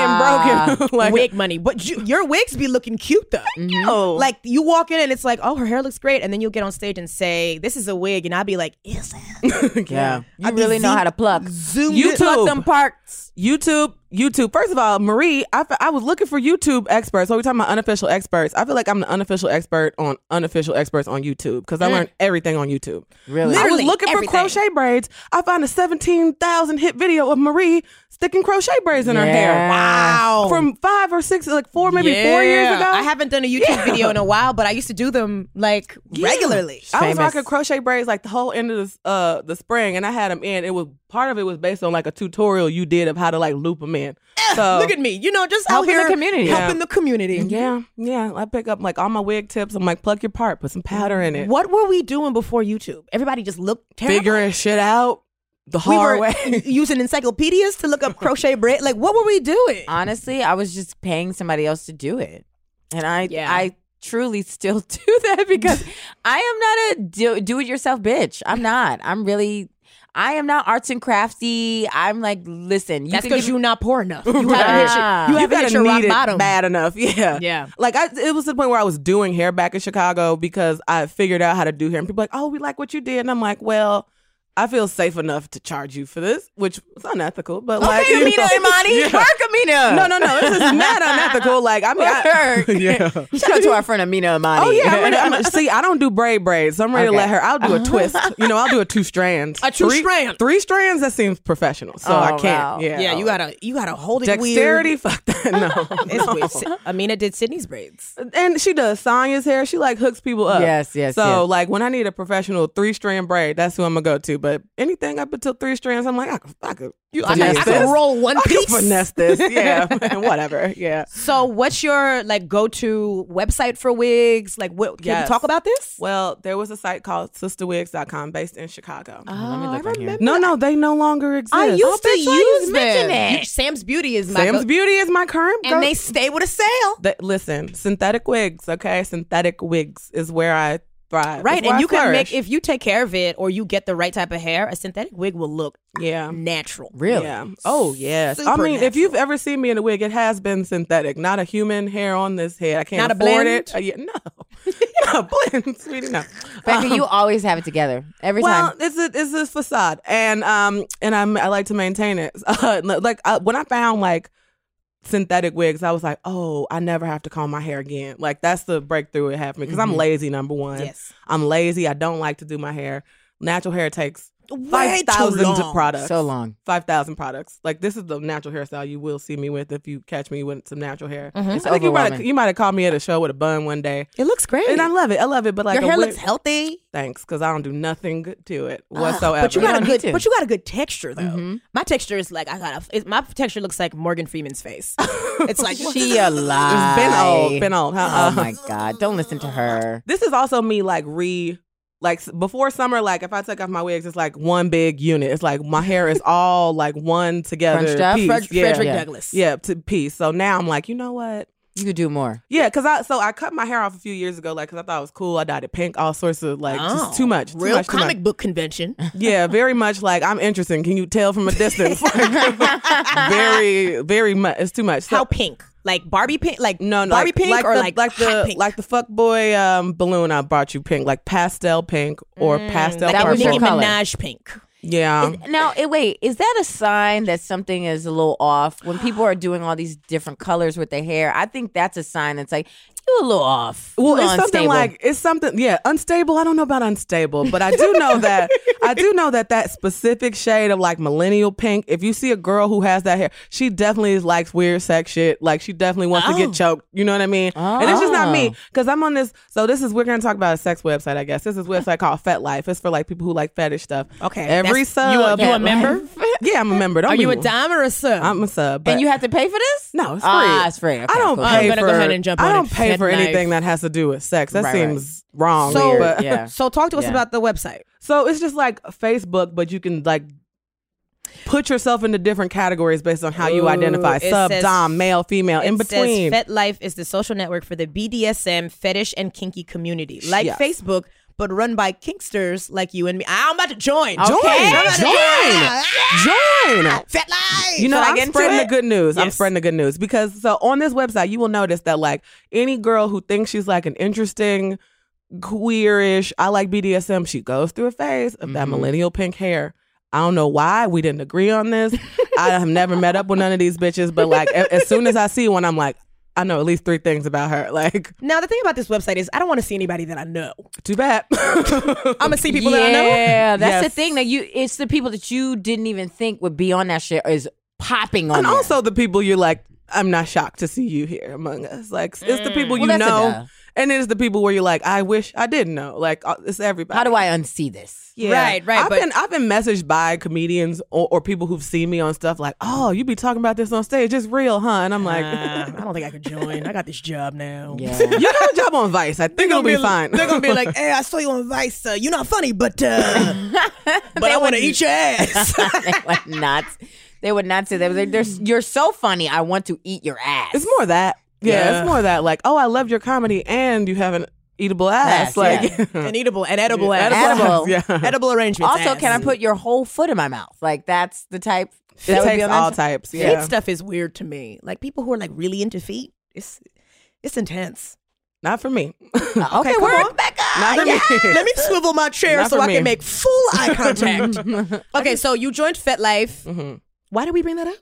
Speaker 4: being broken. [laughs] like,
Speaker 3: wig money, but you, your wigs be looking cute though. Mm-hmm.
Speaker 4: oh,
Speaker 3: Like you walk in and it's like, oh, her hair looks great, and then you'll get on stage and say, "This is a wig," and I'll be like, "Is it?"
Speaker 2: Yeah. You
Speaker 3: I be
Speaker 2: really know
Speaker 3: zoom-
Speaker 2: how to pluck.
Speaker 3: zoomed
Speaker 2: you
Speaker 4: in.
Speaker 2: pluck them parts.
Speaker 4: YouTube, YouTube. First of all, Marie, I, f- I was looking for YouTube experts. So we're talking about unofficial experts. I feel like I'm the unofficial expert on unofficial experts on YouTube because I learned everything on YouTube.
Speaker 2: Really?
Speaker 4: I
Speaker 3: Literally
Speaker 4: was looking
Speaker 3: everything.
Speaker 4: for crochet braids. I found a 17,000 hit video of Marie sticking crochet braids in her hair.
Speaker 2: Yeah.
Speaker 3: Wow.
Speaker 4: From five or six, like four, maybe four years
Speaker 3: Yeah.
Speaker 4: ago.
Speaker 3: I haven't done a YouTube video in a while, but I used to do them like regularly.
Speaker 4: I was
Speaker 2: Famous.
Speaker 4: rocking crochet braids like the whole end of this, uh, the spring, and I had them in. It was part of it was based on like a tutorial you did of how to like loop them in. So
Speaker 3: [laughs] Look at me, you know, just
Speaker 2: Helping
Speaker 3: out
Speaker 2: the
Speaker 3: here
Speaker 2: community.
Speaker 3: helping the community.
Speaker 4: Yeah, yeah. I pick up like all my wig tips. I'm like, pluck your part, put some powder in it.
Speaker 3: What were we doing before YouTube? Everybody just looked terrible.
Speaker 4: Figuring shit out the
Speaker 3: we
Speaker 4: hard
Speaker 3: were [laughs]
Speaker 4: way. [laughs]
Speaker 3: using encyclopedias to look up crochet braid. Like, what were we doing?
Speaker 4: Uh,
Speaker 2: Honestly, I was just paying somebody else to do it. And I
Speaker 3: Yeah.
Speaker 2: I truly still [laughs] do that because I am not a do, do it yourself bitch. I'm not. I'm really I am not arts and crafty. I'm like, listen, you
Speaker 3: That's
Speaker 2: can
Speaker 3: because
Speaker 2: give-
Speaker 3: you're not poor
Speaker 4: [laughs]
Speaker 3: enough. You
Speaker 2: Right.
Speaker 3: haven't hit your,
Speaker 2: Ah.
Speaker 3: you
Speaker 4: you
Speaker 3: haven't
Speaker 4: gotta
Speaker 3: hit your rock
Speaker 4: need it
Speaker 3: bottom.
Speaker 4: bad enough. [laughs] Yeah,
Speaker 3: Yeah.
Speaker 4: Like I, it was to the point where I was doing hair back in Chicago because I figured out how to do hair, and people like, oh, we like what you did, and I'm like, well. I feel safe enough to charge you for this, which is unethical, but like, you know. [laughs] Yeah.
Speaker 2: Amina.
Speaker 4: No, no, no, this is not unethical. Like, I mean, I, [laughs] yeah.
Speaker 2: Shout out to our friend Amina Amani.
Speaker 4: Oh yeah,
Speaker 3: [laughs]
Speaker 2: [laughs]
Speaker 4: I'm ready, I'm, see, I don't do braid braids. So I'm ready
Speaker 2: Okay.
Speaker 4: to let her. I'll do a twist. You know, I'll do a two strands.
Speaker 3: A two
Speaker 4: three,
Speaker 3: strand.
Speaker 4: Three strands. That seems professional. So
Speaker 2: Oh,
Speaker 4: I can't.
Speaker 2: wow.
Speaker 4: Yeah.
Speaker 3: Yeah, you gotta you gotta hold it
Speaker 4: dexterity. [laughs]
Speaker 3: weird.
Speaker 4: Fuck that. No.
Speaker 3: [laughs] It's weird. Si- Amina did Sydney's braids.
Speaker 4: And she does Sonya's hair. She like hooks people up.
Speaker 2: Yes, yes,
Speaker 4: So
Speaker 2: yes.
Speaker 4: like when I need a professional three strand braid, that's who I'm gonna go to. But anything up until three strands, I'm like, I could, I could, you,
Speaker 3: I, can- I can roll one
Speaker 4: I could
Speaker 3: piece.
Speaker 4: finesse this.
Speaker 3: [laughs]
Speaker 4: Yeah. [laughs] and whatever. Yeah.
Speaker 3: So, what's your like go-to website for wigs? Like, what can we
Speaker 4: Yes.
Speaker 3: talk about this?
Speaker 4: Well, there was a site called sisterwigs.com based in Chicago.
Speaker 2: Let me look
Speaker 3: Oh, I
Speaker 2: right here.
Speaker 4: No, no, they no longer exist.
Speaker 3: Oh, I used to
Speaker 2: bitch, why you
Speaker 3: use
Speaker 2: mention
Speaker 3: them.
Speaker 2: it?
Speaker 3: You- Sam's Beauty is my
Speaker 4: Sam's
Speaker 3: go-
Speaker 4: Beauty is my current
Speaker 3: and they stay with a sale,
Speaker 4: Th- listen, synthetic wigs, okay? Synthetic wigs is where I thrive.
Speaker 3: right?
Speaker 4: It's where
Speaker 3: And
Speaker 4: I
Speaker 3: you can make
Speaker 4: flourish.
Speaker 3: if you take care of it or you get the right type of hair, a synthetic wig will look
Speaker 4: Yeah.
Speaker 3: natural.
Speaker 2: Really?
Speaker 4: Yeah. Oh yes. I
Speaker 3: Super
Speaker 4: mean, if
Speaker 3: natural.
Speaker 4: you've ever seen me in a wig, it has been synthetic, not a human hair on this head. I can't
Speaker 3: Not a
Speaker 4: afford
Speaker 3: blend?
Speaker 4: it. Uh, yeah, no, [laughs] no blend, sweetie, no.
Speaker 2: Becca, [laughs] you always have it together every
Speaker 4: well,
Speaker 2: time.
Speaker 4: it's a it's a facade, and um, and I'm I like to maintain it. [laughs] Uh, like uh, when I found like synthetic wigs, I was like, oh, I never have to comb my hair again. Like that's the breakthrough it had for me because I'm lazy. Number one,
Speaker 3: Mm-hmm. Yes.
Speaker 4: I'm lazy. I don't like to do my hair. Natural hair takes
Speaker 3: Way
Speaker 4: five
Speaker 3: too
Speaker 4: thousand
Speaker 3: long.
Speaker 4: products.
Speaker 2: So long.
Speaker 4: Five thousand products. Like this is the natural hairstyle you will see me with if you catch me with some natural hair.
Speaker 3: Mm-hmm.
Speaker 2: It's
Speaker 4: I think you might have-
Speaker 2: overwhelming.
Speaker 4: you might have caught me at a show with a bun one day,
Speaker 3: It looks great.
Speaker 4: and I love it. I love it. But like
Speaker 3: Your
Speaker 4: a
Speaker 3: hair
Speaker 4: wig-
Speaker 3: looks healthy.
Speaker 4: thanks because I don't do nothing good to it whatsoever.
Speaker 3: But you
Speaker 2: You
Speaker 3: got a
Speaker 2: don't
Speaker 3: good,
Speaker 2: need to.
Speaker 3: but you got a good texture though.
Speaker 4: Mm-hmm.
Speaker 3: My texture is like I got a, it, my texture looks like Morgan Freeman's
Speaker 4: [laughs]
Speaker 3: face. It's like uh,
Speaker 2: she alive.
Speaker 4: It's been old, been old. Huh?
Speaker 2: Oh my God. Don't listen to her.
Speaker 4: [laughs] This is also me like re like s- before summer. Like if I take off my wigs, it's like one big unit. It's like my hair is all like one together
Speaker 2: Crunched up?
Speaker 4: piece.
Speaker 3: Fred-
Speaker 4: yeah.
Speaker 3: Frederick
Speaker 4: yeah.
Speaker 3: Douglass.
Speaker 4: Yeah, to piece. So now I'm like, you know what?
Speaker 2: You could do more.
Speaker 4: Yeah, cause I so I cut my hair off a few years ago, like cause I thought it was cool. I dyed it pink, all sorts of like just too much, too
Speaker 3: Oh, Real
Speaker 4: much, too
Speaker 3: comic
Speaker 4: much.
Speaker 3: book
Speaker 4: [laughs]
Speaker 3: convention.
Speaker 4: Yeah, very much like I'm interesting. Can you tell from
Speaker 3: [laughs]
Speaker 4: a distance? [laughs] Like, very, very much. It's too much. So,
Speaker 3: How pink? Like Barbie pink? Like
Speaker 4: No, no,
Speaker 3: Barbie
Speaker 4: like,
Speaker 3: pink
Speaker 4: like
Speaker 3: or
Speaker 4: the,
Speaker 3: like
Speaker 4: like the
Speaker 3: hot pink?
Speaker 4: like the fuck boy um, balloon I bought you pink, like pastel pink or
Speaker 3: Mm,
Speaker 4: pastel
Speaker 3: Like
Speaker 2: that was
Speaker 4: purple.
Speaker 2: your
Speaker 3: Nicki
Speaker 2: color.
Speaker 3: Minaj pink.
Speaker 4: yeah,
Speaker 2: Now, it, wait, is that a sign that something is a little off? When people are doing all these different colors with their hair, I think that's a sign that's like, you a little off. You
Speaker 4: Well,
Speaker 2: a
Speaker 4: it's
Speaker 2: little
Speaker 4: something
Speaker 2: unstable.
Speaker 4: like it's something. Yeah, unstable. I don't know about unstable, but I do
Speaker 3: [laughs]
Speaker 4: know that I do know that that specific shade of like millennial pink. If you see a girl who has that hair, she definitely is likes weird sex shit. Like she definitely wants to
Speaker 3: Oh.
Speaker 4: get choked. You know what I mean? And it's just not me because I'm on this. So this is we're gonna talk about a sex website. I guess this is a website called Fet Life. It's for like people who like fetish stuff.
Speaker 3: Okay,
Speaker 4: Every
Speaker 3: that's- you a-
Speaker 4: sub.
Speaker 3: you a
Speaker 4: Fet
Speaker 3: member?
Speaker 4: Life. Yeah, I'm a member. Don't
Speaker 3: Are
Speaker 4: be
Speaker 3: you a
Speaker 4: one.
Speaker 3: dime or a sub?
Speaker 4: I'm a sub.
Speaker 2: and
Speaker 4: but-
Speaker 2: you have to pay for this?
Speaker 4: no, it's free.
Speaker 2: Ah, it's free. Okay,
Speaker 4: I don't
Speaker 2: cool.
Speaker 4: pay
Speaker 3: I'm gonna
Speaker 4: for.
Speaker 3: go ahead and jump
Speaker 4: I
Speaker 3: on
Speaker 4: don't
Speaker 3: it.
Speaker 4: pay
Speaker 3: Fet
Speaker 4: for
Speaker 3: Life.
Speaker 4: anything that has to do with sex. That
Speaker 2: Right, right.
Speaker 4: seems wrong.
Speaker 3: So-
Speaker 4: So,
Speaker 2: Weird, [laughs] yeah.
Speaker 3: so talk to us
Speaker 2: Yeah.
Speaker 3: about the website.
Speaker 4: so it's just like Facebook, but you can like put yourself into different categories based on how you
Speaker 3: Ooh,
Speaker 4: identify:
Speaker 3: it
Speaker 4: sub,
Speaker 3: says-
Speaker 4: dom, male, female, in
Speaker 3: It says
Speaker 4: between.
Speaker 3: Fet Life is the social network for the BDSM fetish and kinky community, like
Speaker 4: Yes.
Speaker 3: Facebook, but run by kinksters like you and me. I'm about to join.
Speaker 4: Join,
Speaker 3: I'm about to
Speaker 4: join, join.
Speaker 3: Fet Life.
Speaker 4: You know,
Speaker 3: Shall
Speaker 4: I'm
Speaker 3: get into
Speaker 4: spreading the
Speaker 3: it?
Speaker 4: good news. I'm
Speaker 3: Yes.
Speaker 4: spreading the good news because so on this website, you will notice that like any girl who thinks she's like an interesting, queerish, I like BDSM, she goes through a phase of
Speaker 3: Mm-hmm.
Speaker 4: that millennial pink hair. I don't know why we didn't agree on this. I have never met up with none of these bitches, but like a- as soon as I see one, I'm like, I know at least three things about her. Like,
Speaker 3: Now the thing about this website is I don't want to see anybody that I know.
Speaker 4: too bad. [laughs]
Speaker 3: I'm gonna see people
Speaker 2: yeah,
Speaker 3: that I know.
Speaker 2: that's the
Speaker 4: Yes.
Speaker 2: thing that you. It's the people that you didn't even think would be on that shit is popping on.
Speaker 4: and
Speaker 2: there.
Speaker 4: also the people you're like, I'm not shocked to see you here among us. Like, it's the people you
Speaker 2: Well, that's
Speaker 4: know,
Speaker 2: enough.
Speaker 4: and it's the people where you're like, I wish I didn't know. Like, uh, it's everybody.
Speaker 2: how do I unsee this?
Speaker 4: Yeah.
Speaker 3: Right, right,
Speaker 4: I've
Speaker 3: but- [laughs]
Speaker 4: been I've been messaged by comedians or, or people who've seen me on stuff like, "Oh, you be talking about this on stage? It's real, huh?" And I'm like,
Speaker 3: Uh, I don't think I could join. I got this job now.
Speaker 4: [laughs] "You got a job on Vice. I think it'll be, fine."
Speaker 3: They're gonna be [laughs] like, "Hey, I saw you on Vice. Uh, you're not funny, but [laughs] uh, but I want to eat your [laughs] ass."
Speaker 2: [laughs] they would not. They would not say that. They're, they're, you're so funny. I want to eat your ass.
Speaker 4: [laughs] it's more that. Yeah,
Speaker 3: Yeah.
Speaker 4: it's more that like, "Oh, I loved your comedy, and you have an eatable
Speaker 2: Ass,
Speaker 4: ass, [laughs] like
Speaker 3: An eatable, an edible
Speaker 4: Yeah,
Speaker 3: ass. [laughs]
Speaker 2: edible.
Speaker 4: Yeah.
Speaker 3: Edible arrangements.
Speaker 2: Also,
Speaker 3: ass.
Speaker 2: can I put your whole foot in my mouth? Like that's the type.
Speaker 4: It
Speaker 2: that would be
Speaker 4: takes
Speaker 2: on
Speaker 4: all
Speaker 2: that-
Speaker 4: types.
Speaker 3: feet
Speaker 4: Yeah,
Speaker 3: stuff is weird to me. Like people who are like really into feet, it's it's intense.
Speaker 4: not for me.
Speaker 2: Uh, okay,
Speaker 3: come
Speaker 2: we're
Speaker 3: on.
Speaker 2: back up.
Speaker 4: Not for
Speaker 3: [laughs]
Speaker 4: me.
Speaker 3: Let me swivel my chair
Speaker 4: Not
Speaker 3: so
Speaker 4: for
Speaker 3: I
Speaker 4: me.
Speaker 3: can make full
Speaker 4: [laughs]
Speaker 3: eye contact. [laughs] okay, so you joined FetLife.
Speaker 2: Mm-hmm.
Speaker 4: Mhm.
Speaker 3: Why did we bring that up?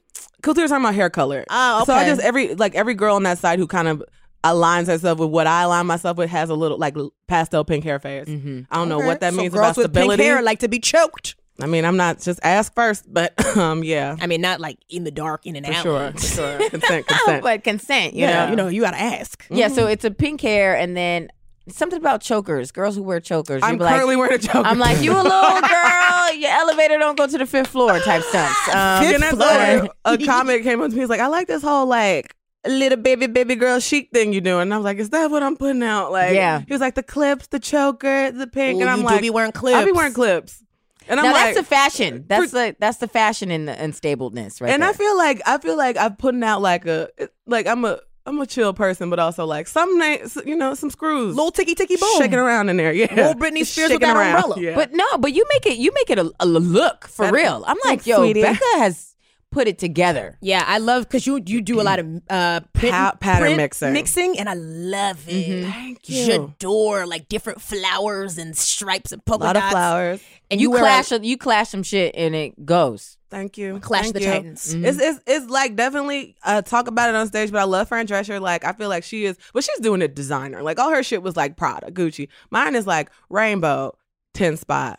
Speaker 4: Cause we were talking about hair color.
Speaker 3: Oh,
Speaker 4: So I
Speaker 3: okay.
Speaker 4: just every like every girl on that side who kind of aligns herself with what I align myself with has a little like l- pastel pink hair phase. I don't know what that
Speaker 3: So
Speaker 4: means
Speaker 3: girls
Speaker 4: about
Speaker 3: with
Speaker 4: stability.
Speaker 3: pink hair like to be choked.
Speaker 4: I mean, I'm not just ask first, but [laughs] um, yeah,
Speaker 3: I mean, not like in the dark, in an
Speaker 4: for
Speaker 3: alley. [laughs]
Speaker 4: sure, for sure. consent, consent.
Speaker 2: but consent, you
Speaker 3: Yeah,
Speaker 2: know.
Speaker 3: you know, you gotta ask.
Speaker 2: Yeah, so
Speaker 4: Mm-hmm.
Speaker 2: it's a pink hair and then something about chokers. Girls who wear chokers.
Speaker 4: I'm
Speaker 2: You'd be like-
Speaker 4: currently wearing a choker.
Speaker 2: I'm like,
Speaker 4: [laughs]
Speaker 2: you a little girl, your elevator don't go to the fifth floor type stunts.
Speaker 4: [laughs]
Speaker 2: Um,
Speaker 4: And that's
Speaker 3: floor.
Speaker 4: why a comic came up to me. He's like, I like this whole like little baby baby girl chic thing you doing. And I was like, is that what I'm putting out? Like,
Speaker 2: Yeah.
Speaker 4: He was like, the clips, the choker, the pink,
Speaker 3: Ooh,
Speaker 4: and I'm
Speaker 3: you
Speaker 4: like,
Speaker 3: do be wearing clips.
Speaker 4: I be wearing clips, and I'm
Speaker 2: now
Speaker 4: like,
Speaker 2: that's the fashion. That's the that's the fashion in the unstableness, right?
Speaker 4: and
Speaker 2: there.
Speaker 4: I feel like I feel like I'm putting out like a like I'm a I'm a chill person, but also like some na- you know some screws.
Speaker 3: Little ticky ticky boom.
Speaker 4: Shaking around in there, yeah.
Speaker 3: Little Britney Spears with
Speaker 4: Shaking
Speaker 3: that
Speaker 4: around.
Speaker 3: umbrella.
Speaker 4: Yeah.
Speaker 2: But no, but you make it you make it a, a look for
Speaker 4: That-
Speaker 2: real. I'm like,
Speaker 4: Thanks,
Speaker 2: yo,
Speaker 4: sweetie.
Speaker 2: Becca has put it together.
Speaker 3: Yeah, I love because you you do a lot of uh print,
Speaker 4: Pa- pattern
Speaker 3: print
Speaker 4: mixing.
Speaker 3: mixing, and I love it.
Speaker 4: Thank you.
Speaker 3: J'adore like different flowers and stripes and
Speaker 4: A
Speaker 3: polka
Speaker 4: lot of
Speaker 3: dots.
Speaker 4: flowers.
Speaker 3: And
Speaker 2: you
Speaker 3: wear a-
Speaker 2: clash you clash some shit and it goes.
Speaker 4: Thank you.
Speaker 3: Clash
Speaker 4: Thank
Speaker 3: of the
Speaker 4: you.
Speaker 3: Titans. Mm-hmm.
Speaker 4: It's, it's it's like definitely uh, talk about it on stage, but I love Fran Drescher. Like I feel like she is, but she's doing it designer. Like all her shit was like Prada, Gucci. Mine is like rainbow, ten spot.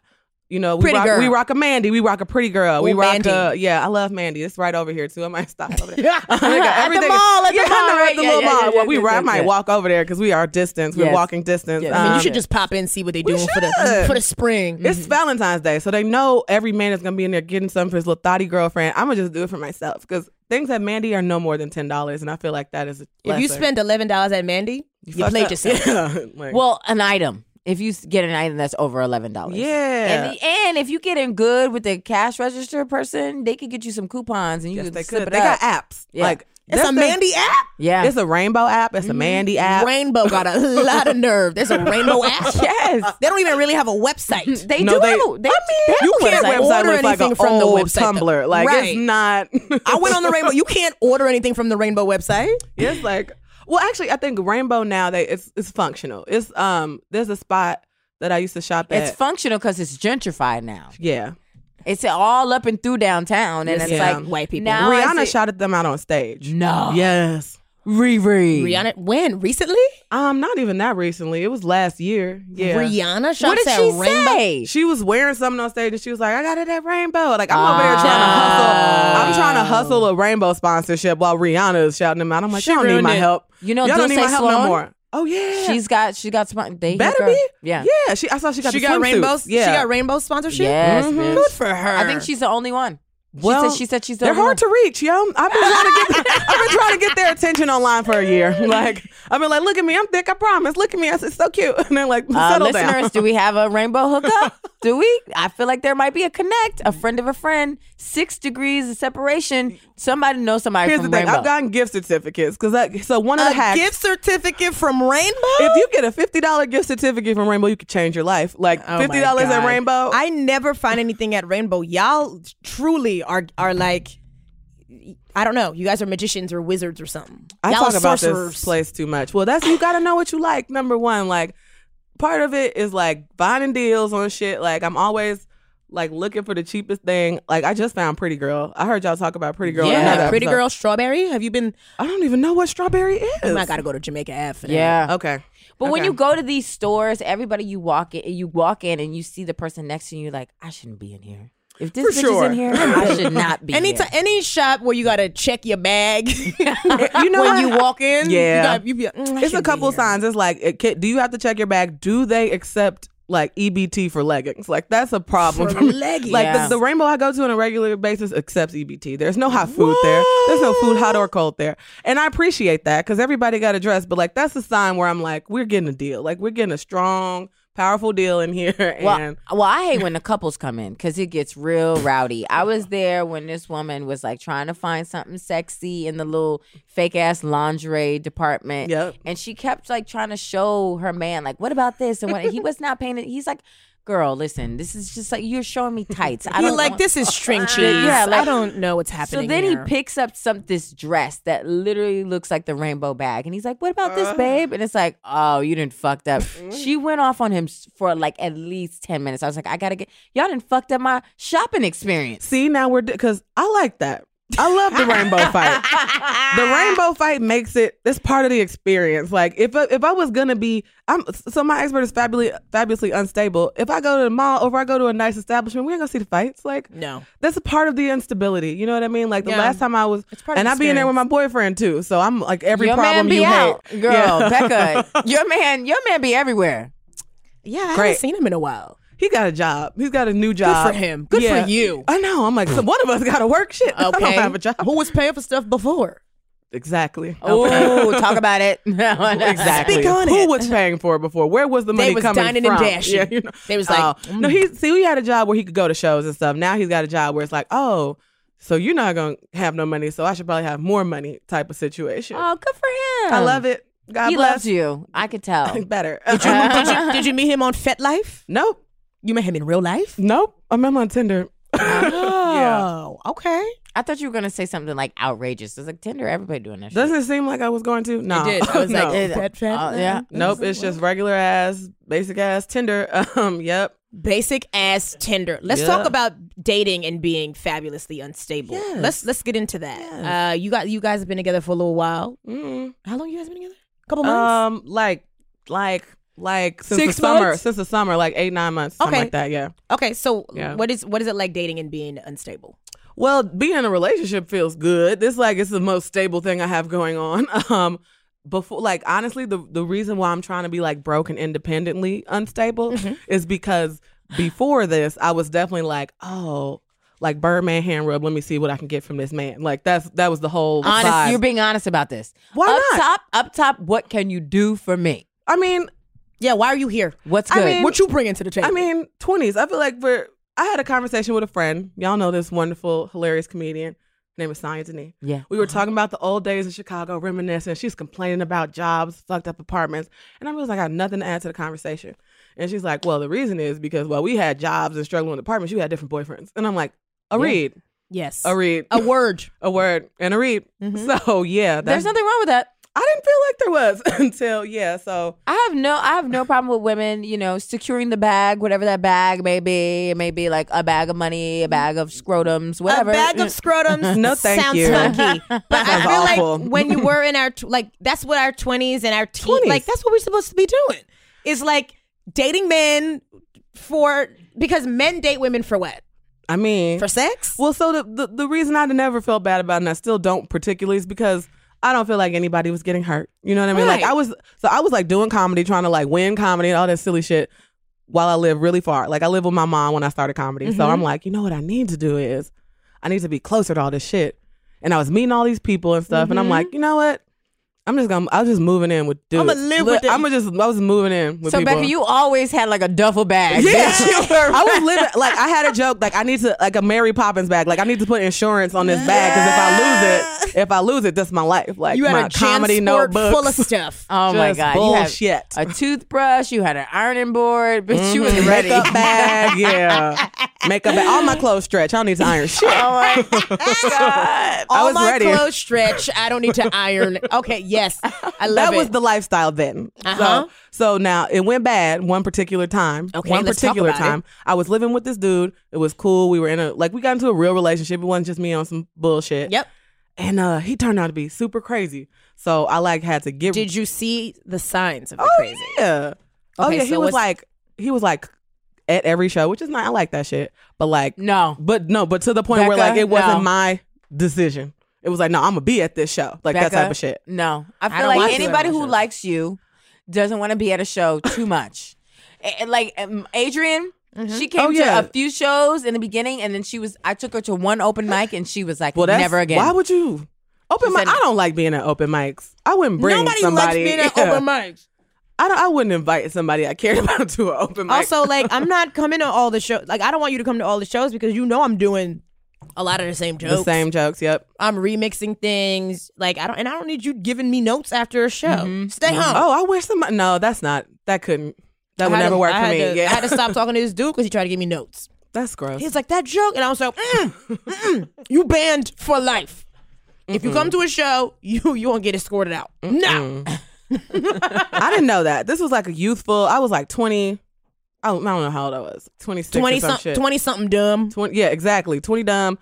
Speaker 4: You know, we
Speaker 3: Pretty
Speaker 4: rock
Speaker 3: girl.
Speaker 4: we rock a Mandy, we rock a pretty girl, we
Speaker 3: Ooh,
Speaker 4: rock
Speaker 3: Mandy.
Speaker 4: a yeah. I love Mandy. It's right over here too. I might stop
Speaker 3: [laughs]
Speaker 4: over there.
Speaker 3: [laughs] At the
Speaker 4: [laughs] at
Speaker 2: mall, at the
Speaker 4: yeah,
Speaker 2: mall,
Speaker 4: I know,
Speaker 2: right?
Speaker 4: At the
Speaker 2: Yeah,
Speaker 4: little
Speaker 2: yeah,
Speaker 4: mall.
Speaker 2: yeah,
Speaker 4: Well,
Speaker 2: yeah,
Speaker 4: we
Speaker 2: yeah,
Speaker 4: I
Speaker 2: yeah.
Speaker 4: might walk over there because we are distance. We're
Speaker 2: Yes.
Speaker 4: walking distance.
Speaker 2: Yes.
Speaker 3: I mean, you
Speaker 4: Um,
Speaker 3: should Mm-hmm. just pop in and see what they
Speaker 4: We
Speaker 3: doing for the
Speaker 4: should.
Speaker 3: for the spring.
Speaker 4: it's Valentine's Day, so they know every man is gonna be in there getting something for his little thotty girlfriend. I'm gonna just do it for myself because things at Mandy are no more than ten dollars, and I feel like that is a
Speaker 3: Mm-hmm. if you
Speaker 4: blessing.
Speaker 3: spend eleven dollars at Mandy, you,
Speaker 4: Fucked
Speaker 3: played
Speaker 4: up.
Speaker 3: yourself.
Speaker 4: Yeah, [laughs] like-
Speaker 2: Well, an item. If you s- get an item that's over eleven dollars,
Speaker 4: Yeah.
Speaker 2: and, and if you get in good with the cash register person, they could get you some coupons and you
Speaker 4: Yes,
Speaker 2: could
Speaker 4: they
Speaker 2: slip
Speaker 4: could.
Speaker 2: it
Speaker 4: They
Speaker 2: up.
Speaker 4: got apps.
Speaker 2: Yeah.
Speaker 4: Like
Speaker 3: It's
Speaker 4: [laughs] that's
Speaker 3: a
Speaker 4: the-
Speaker 3: Mandy app. Mm-hmm.
Speaker 2: yeah,
Speaker 4: It's a rainbow app. It's a Mandy app.
Speaker 3: Rainbow got
Speaker 4: [laughs]
Speaker 3: a lot of nerve. There's a rainbow app.
Speaker 2: yes,
Speaker 3: They don't even really have a website.
Speaker 2: they
Speaker 4: No,
Speaker 2: do.
Speaker 4: [laughs] they-
Speaker 2: have a- they, they have
Speaker 4: You
Speaker 2: a
Speaker 4: can't
Speaker 2: website.
Speaker 4: website
Speaker 3: Order
Speaker 4: with like
Speaker 3: anything
Speaker 4: an
Speaker 3: from the
Speaker 4: old
Speaker 3: website, though.
Speaker 4: Tumblr. Like
Speaker 3: Right.
Speaker 4: it's not.
Speaker 3: I went on
Speaker 4: [laughs]
Speaker 3: the rainbow. You can't order anything from the rainbow website.
Speaker 4: it's like well actually i think rainbow now they it's it's functional it's um there's a spot that i used to shop at
Speaker 2: It's functional because it's gentrified now.
Speaker 4: yeah
Speaker 2: It's all up and through downtown, and it's
Speaker 4: Yeah.
Speaker 2: like
Speaker 3: White people.
Speaker 2: Now I
Speaker 4: rihanna
Speaker 2: see-
Speaker 4: shouted them out on stage
Speaker 2: No.
Speaker 4: yes
Speaker 2: Riri.
Speaker 3: Rihanna, when recently?
Speaker 4: um not even that recently it was last year yeah
Speaker 3: Rihanna
Speaker 2: What
Speaker 3: shops
Speaker 2: did
Speaker 3: at
Speaker 2: she
Speaker 3: Rainbow.
Speaker 2: say?
Speaker 4: she was wearing something on stage and she was like, I got it at Rainbow. Like, I'm over there trying to
Speaker 2: Ah.
Speaker 4: hustle. I'm trying to hustle a Rainbow sponsorship while Rihanna is shouting them out. I'm like,
Speaker 3: She
Speaker 4: y'all need
Speaker 3: ruined
Speaker 4: my
Speaker 3: it.
Speaker 4: help.
Speaker 2: You know
Speaker 4: y'all don't need my
Speaker 2: Dulce
Speaker 4: help
Speaker 2: Sloan?
Speaker 4: no more. Oh, yeah.
Speaker 2: She's got. She got. Smart, they hit
Speaker 4: better
Speaker 2: her.
Speaker 4: be.
Speaker 2: Yeah.
Speaker 4: Yeah. She, I saw she got
Speaker 3: She
Speaker 4: the
Speaker 3: got
Speaker 4: swimsuits.
Speaker 3: rainbow.
Speaker 4: Yeah.
Speaker 3: She got rainbow sponsorship. Mm-hmm.
Speaker 2: Yes, bitch.
Speaker 3: Good for her.
Speaker 2: I think she's the only one.
Speaker 4: Well,
Speaker 2: she said. She said she's the
Speaker 4: They're
Speaker 2: only one.
Speaker 4: hard to reach, yo. I've been trying to get I've been trying to get their attention online for a year. Like I've been like, look at me, I'm thick, I promise. Look at me, it's so cute. [laughs] And they're like,
Speaker 2: Uh,
Speaker 4: settle
Speaker 2: listeners,
Speaker 4: down.
Speaker 2: do we have a rainbow
Speaker 4: [laughs]
Speaker 2: hookup? do we? I feel like there might be a connect, a friend of a friend, six degrees of separation. Somebody knows somebody
Speaker 4: Here's the
Speaker 2: from
Speaker 4: thing:
Speaker 2: rainbow.
Speaker 4: I've gotten gift certificates because so one of
Speaker 3: a
Speaker 4: the hacks.
Speaker 3: gift certificate from Rainbow.
Speaker 4: if you get a fifty dollar gift certificate from Rainbow, you could change your life. Like
Speaker 3: Oh my
Speaker 4: fifty dollars at
Speaker 3: God.
Speaker 4: Rainbow.
Speaker 3: I never find anything at Rainbow. Y'all truly are are like, I don't know. You guys are magicians or wizards or something.
Speaker 4: I
Speaker 3: Y'all
Speaker 4: talk
Speaker 3: are
Speaker 4: about
Speaker 3: sorcerers.
Speaker 4: this place too much. Well, that's you gotta know what you like. Number one, like part of it is like finding deals on shit. Like I'm always like looking for the cheapest thing. Like I just found Pretty Girl. I heard y'all talk about Pretty Girl. in another
Speaker 3: Yeah, pretty
Speaker 4: episode.
Speaker 3: girl, strawberry. Have you been? Oh
Speaker 4: I don't even know what strawberry is.
Speaker 3: I might gotta go to Jamaica F. for that.
Speaker 2: yeah.
Speaker 3: [laughs]
Speaker 4: Okay.
Speaker 2: But when
Speaker 4: Okay.
Speaker 2: you go to these stores, everybody you walk in, you walk in and you see the person next to you, you're like, I shouldn't be in here. If this
Speaker 4: For
Speaker 2: bitch
Speaker 4: sure.
Speaker 2: is in here, I should not
Speaker 4: [laughs]
Speaker 2: be.
Speaker 3: Any
Speaker 2: here.
Speaker 3: ti- any shop where you gotta check your bag, [laughs]
Speaker 4: You know
Speaker 3: when
Speaker 4: what?
Speaker 3: you walk in,
Speaker 4: Yeah.
Speaker 3: you gotta, you be, like, "Mm, I
Speaker 4: It's a
Speaker 3: shouldn't be
Speaker 4: couple
Speaker 3: here."
Speaker 4: signs. It's like, it, ca- do you have to check your bag? Do they accept like EBT for leggings? Like that's a problem.
Speaker 3: For
Speaker 4: me.
Speaker 3: leggings.
Speaker 4: Like
Speaker 2: Yeah.
Speaker 4: the, the rainbow I go to on a regular basis accepts EBT. There's no hot food there. There's no food hot or cold there, and I appreciate that because everybody got a dress. But like that's a sign where I'm like, we're getting a deal. Like we're getting a strong powerful deal in here. [laughs]
Speaker 2: Well,
Speaker 4: And
Speaker 2: well, I hate when the couples come in because it gets real rowdy. I was there when this woman was like trying to find something sexy in the little fake ass lingerie department.
Speaker 4: Yep.
Speaker 2: And she kept like trying to show her man, like, what about this? And what he was not paying it. He's like, girl, listen, this is just like you're showing me tights. I
Speaker 3: He
Speaker 2: don't
Speaker 3: like
Speaker 2: want-
Speaker 3: this is string cheese.
Speaker 2: Yeah, like-
Speaker 3: I don't know what's happening.
Speaker 2: So then
Speaker 3: here.
Speaker 2: he picks up some this dress that literally looks like the rainbow bag, and he's like, "What about this, babe?" And it's like, "Oh, you didn't fucked up." she went off on him s- for like at least ten minutes. I was like, "I gotta get y'all didn't fucked up my shopping experience."
Speaker 4: see, now we're because I like that. I love the rainbow fight. The
Speaker 2: [laughs]
Speaker 4: rainbow fight makes it. It's part of the experience. Like if I, if I was gonna be, I'm so my expert is fabulously fabulously unstable. If I go to the mall or if I go to a nice establishment, we ain't gonna see the fights. Like
Speaker 3: no.
Speaker 4: that's a part of the instability. You know what I mean? Like the
Speaker 3: Yeah.
Speaker 4: last time I was,
Speaker 3: It's part of
Speaker 4: and
Speaker 3: the
Speaker 4: I be in there with my boyfriend too. So I'm like every
Speaker 2: your
Speaker 4: problem
Speaker 2: man be
Speaker 4: you
Speaker 2: out,
Speaker 4: hate,
Speaker 2: girl,
Speaker 4: Yeah.
Speaker 2: Becca.
Speaker 4: [laughs]
Speaker 2: Your man, your man be everywhere.
Speaker 3: Yeah, I
Speaker 4: Great.
Speaker 3: haven't seen him in a while.
Speaker 4: He got a job. He's got a new
Speaker 3: Good
Speaker 4: job.
Speaker 3: for him. Good
Speaker 4: Yeah.
Speaker 3: for you.
Speaker 4: I know. I'm like, so one of us got to work. Shit. [laughs] [laughs] I don't
Speaker 3: Okay.
Speaker 4: have a job.
Speaker 3: Who was paying for stuff before?
Speaker 4: Exactly.
Speaker 2: [laughs] Oh, talk about it.
Speaker 4: Exactly.
Speaker 3: Speak on
Speaker 4: Who
Speaker 3: it.
Speaker 4: was paying for it before? Where was the money
Speaker 3: was
Speaker 4: coming
Speaker 3: dining
Speaker 4: from?
Speaker 3: and dashing.
Speaker 4: Yeah, you know.
Speaker 3: They was like,
Speaker 4: Oh. no. He see, we had a job where he could go to shows and stuff. Now he's got a job where it's like, oh, so you're not gonna have no money, so I should probably have more money type of situation.
Speaker 2: Oh, good for him.
Speaker 4: I love it. God
Speaker 2: he
Speaker 4: bless
Speaker 2: loves you. I could tell.
Speaker 3: [laughs]
Speaker 4: [laughs] Better.
Speaker 3: did, you, did you meet him on FetLife?
Speaker 4: nope.
Speaker 3: You met him in real life?
Speaker 4: Nope. I'm I'm on Tinder.
Speaker 3: Oh, okay.
Speaker 2: I thought you were gonna say something like outrageous. It's like Tinder. Everybody doing that. shit.
Speaker 4: [laughs] Doesn't it seem like I was going to? No. [laughs]
Speaker 3: did. I was
Speaker 4: Uh, no. Uh,
Speaker 3: like, eh, Fat, fat,
Speaker 2: Oh, yeah.
Speaker 4: nope. It's just regular ass, basic ass Tinder. [laughs] Um, yep.
Speaker 3: Basic ass Tinder. Let's
Speaker 4: Yeah.
Speaker 3: talk about dating and being fabulously unstable.
Speaker 4: Yes.
Speaker 3: Let's let's get into that. Uh, you got you guys have been together for a little while.
Speaker 4: Mm.
Speaker 3: How long you guys been together? A couple months.
Speaker 4: Um, like, like, like since
Speaker 3: Six
Speaker 4: the summer,
Speaker 3: months?
Speaker 4: since the summer, like eight, nine months, something
Speaker 3: Okay.
Speaker 4: like that. Yeah.
Speaker 3: okay, so
Speaker 4: yeah.
Speaker 3: what is what is it like dating and being unstable?
Speaker 4: Well, being in a relationship feels good. This like it's the most stable thing I have going on. [laughs] Um before like honestly the the reason why I'm trying to be like broke and independently unstable
Speaker 2: Mm-hmm.
Speaker 4: is because before this I was definitely like, oh, like Birdman hand rub, let me see what I can get from this man. Like that's that was the whole
Speaker 2: honest.
Speaker 4: vibe.
Speaker 2: You're being honest about this.
Speaker 4: Why
Speaker 2: up
Speaker 4: not?
Speaker 2: top, up top, what can you do for me?
Speaker 4: I mean,
Speaker 3: Yeah, why are you here?
Speaker 2: What's
Speaker 4: I
Speaker 2: good?
Speaker 4: mean-
Speaker 3: What you bringing to the table?
Speaker 4: I mean, twenties. I feel like for I had a conversation with a friend. Y'all know this wonderful, hilarious comedian. Her name is Sonya Denise.
Speaker 2: Yeah.
Speaker 4: We were talking about the old days in Chicago, reminiscing. She's complaining about jobs, fucked up apartments, and I'm just like, I got nothing to add to the conversation. And she's like, Well, the reason is because while we had jobs and struggling with apartments, you had different boyfriends. And I'm like, A read,
Speaker 3: yes.
Speaker 4: a read,
Speaker 3: a word.
Speaker 4: a word, and a read. So yeah,
Speaker 2: There's
Speaker 4: that's,
Speaker 2: nothing wrong with that.
Speaker 4: I didn't feel like there was [laughs] until yeah. So
Speaker 2: I have no, I have no problem with women, you know, securing the bag, whatever that bag may be. It may be like a bag of money, a bag of scrotums, whatever. Mm.
Speaker 3: A
Speaker 4: [laughs]
Speaker 3: bag of scrotums.
Speaker 4: No, thank
Speaker 3: sounds
Speaker 4: you. [laughs]
Speaker 3: funky. But I
Speaker 4: sounds
Speaker 3: feel
Speaker 4: awful.
Speaker 3: like when you were in our tw- like that's what our twenties and our teens
Speaker 4: 20s.
Speaker 3: like that's what we're supposed to be doing. Is like dating men for because men date women for what?
Speaker 4: I mean,
Speaker 3: For sex?
Speaker 4: Well, so the, the the reason I never felt bad about it, and I still don't particularly, is because I don't feel like anybody was getting hurt. You know what I mean? Like
Speaker 3: Right.
Speaker 4: I was, so I was like doing comedy, trying to like win comedy and all that silly shit. While I live really far, like I live with my mom when I started comedy, so
Speaker 3: Mm-hmm.
Speaker 4: I'm like, you know what I need to do is, I need to be closer to all this shit. And I was meeting all these people and stuff, and I'm like, you know what? I'm just gonna, I was just moving in with dudes.
Speaker 3: Mm-hmm. I'ma live with them.
Speaker 4: I'm gonna just, I was moving in with
Speaker 2: so
Speaker 4: people.
Speaker 2: Becca, you always had like a duffel bag.
Speaker 4: [laughs] Yeah,
Speaker 2: bitch.
Speaker 4: I was living like I had a joke like I need to like a Mary Poppins bag like I need to put insurance on this bag because if I lose it, if I lose it, that's my life. Like
Speaker 3: you had
Speaker 4: my
Speaker 3: a
Speaker 4: comedy
Speaker 3: Jansport
Speaker 4: notebook.
Speaker 3: full of
Speaker 4: [laughs]
Speaker 3: stuff.
Speaker 2: Oh my
Speaker 4: Just
Speaker 2: god, you
Speaker 4: bullshit.
Speaker 2: had a toothbrush, you had an ironing board, bitch, you was ready.
Speaker 4: Makeup bag, yeah. Makeup bag. All my clothes stretch. I don't need to iron shit. [laughs]
Speaker 3: All
Speaker 4: was
Speaker 3: my
Speaker 4: ready.
Speaker 3: clothes stretch. I don't
Speaker 4: [laughs]
Speaker 3: need to iron. Okay, yes. I love
Speaker 4: that
Speaker 3: it.
Speaker 4: was the lifestyle then.
Speaker 3: Uh-huh.
Speaker 4: So, so now it went bad one particular time.
Speaker 3: Okay,
Speaker 4: one
Speaker 3: let's talk
Speaker 4: particular
Speaker 3: about it.
Speaker 4: time. I was living with this dude. It was cool. We were in a like we got into a real relationship. It wasn't just me on some bullshit.
Speaker 3: Yep.
Speaker 4: And uh he turned out to be super crazy. So I like had to get
Speaker 3: Did you see the signs of the
Speaker 4: Oh,
Speaker 3: crazy?
Speaker 4: Yeah. oh
Speaker 3: Okay,
Speaker 4: yeah. He
Speaker 3: so
Speaker 4: was
Speaker 3: what's-
Speaker 4: like he was like at every show, which is not I like that shit. But like
Speaker 2: No.
Speaker 4: But no, but to the point where
Speaker 2: Becca,
Speaker 4: like it wasn't
Speaker 2: no.
Speaker 4: my decision. It was like, no, I'm gonna be at this show. Like that
Speaker 2: Becca,
Speaker 4: type of shit.
Speaker 2: No, I feel
Speaker 3: don't
Speaker 2: like
Speaker 3: want to.
Speaker 2: anybody who likes you doesn't want to be at a show too
Speaker 4: [laughs]
Speaker 2: much. A- and like um, Adrian, she came
Speaker 4: Oh, yeah.
Speaker 2: to a few shows in the beginning, and then she was. I took her to one open mic, and she was like,
Speaker 4: Well, that's
Speaker 2: "Never again."
Speaker 4: Why would you open mic?
Speaker 2: said-
Speaker 4: I don't like being at open mics. I wouldn't bring
Speaker 3: Nobody
Speaker 4: somebody. [laughs]
Speaker 3: likes being at
Speaker 4: Yeah.
Speaker 3: open mics.
Speaker 4: I don't, I wouldn't invite somebody I cared [laughs] about to an open mic.
Speaker 3: [laughs] Also, like, I'm not coming to all the shows. Like, I don't want you to come to all the shows because you know I'm doing a lot of the same jokes.
Speaker 4: the same jokes. Yep.
Speaker 3: I'm remixing things. Like, I don't, and I don't need you giving me notes after a show. Stay home.
Speaker 4: Oh, I wish somebody. No, that's not. That couldn't. Oh, That
Speaker 3: I
Speaker 4: would
Speaker 3: had
Speaker 4: never
Speaker 3: to- I
Speaker 4: work for
Speaker 3: had
Speaker 4: me.
Speaker 3: to-
Speaker 4: yeah.
Speaker 3: I had to stop talking to this dude because he tried to give me notes.
Speaker 4: [laughs] that's gross.
Speaker 3: He's like that joke, and I was like, mm, mm-mm, "You banned for life. If you come to a show, [laughs] you you won't get escorted out. No,
Speaker 4: I didn't know that. This was like a youthful. I was like 20. I don't, I don't know how old I was. 26
Speaker 3: twenty
Speaker 4: or some
Speaker 3: something,
Speaker 4: shit.
Speaker 3: twenty something dumb.
Speaker 4: 20 yeah, exactly. 20 dumb.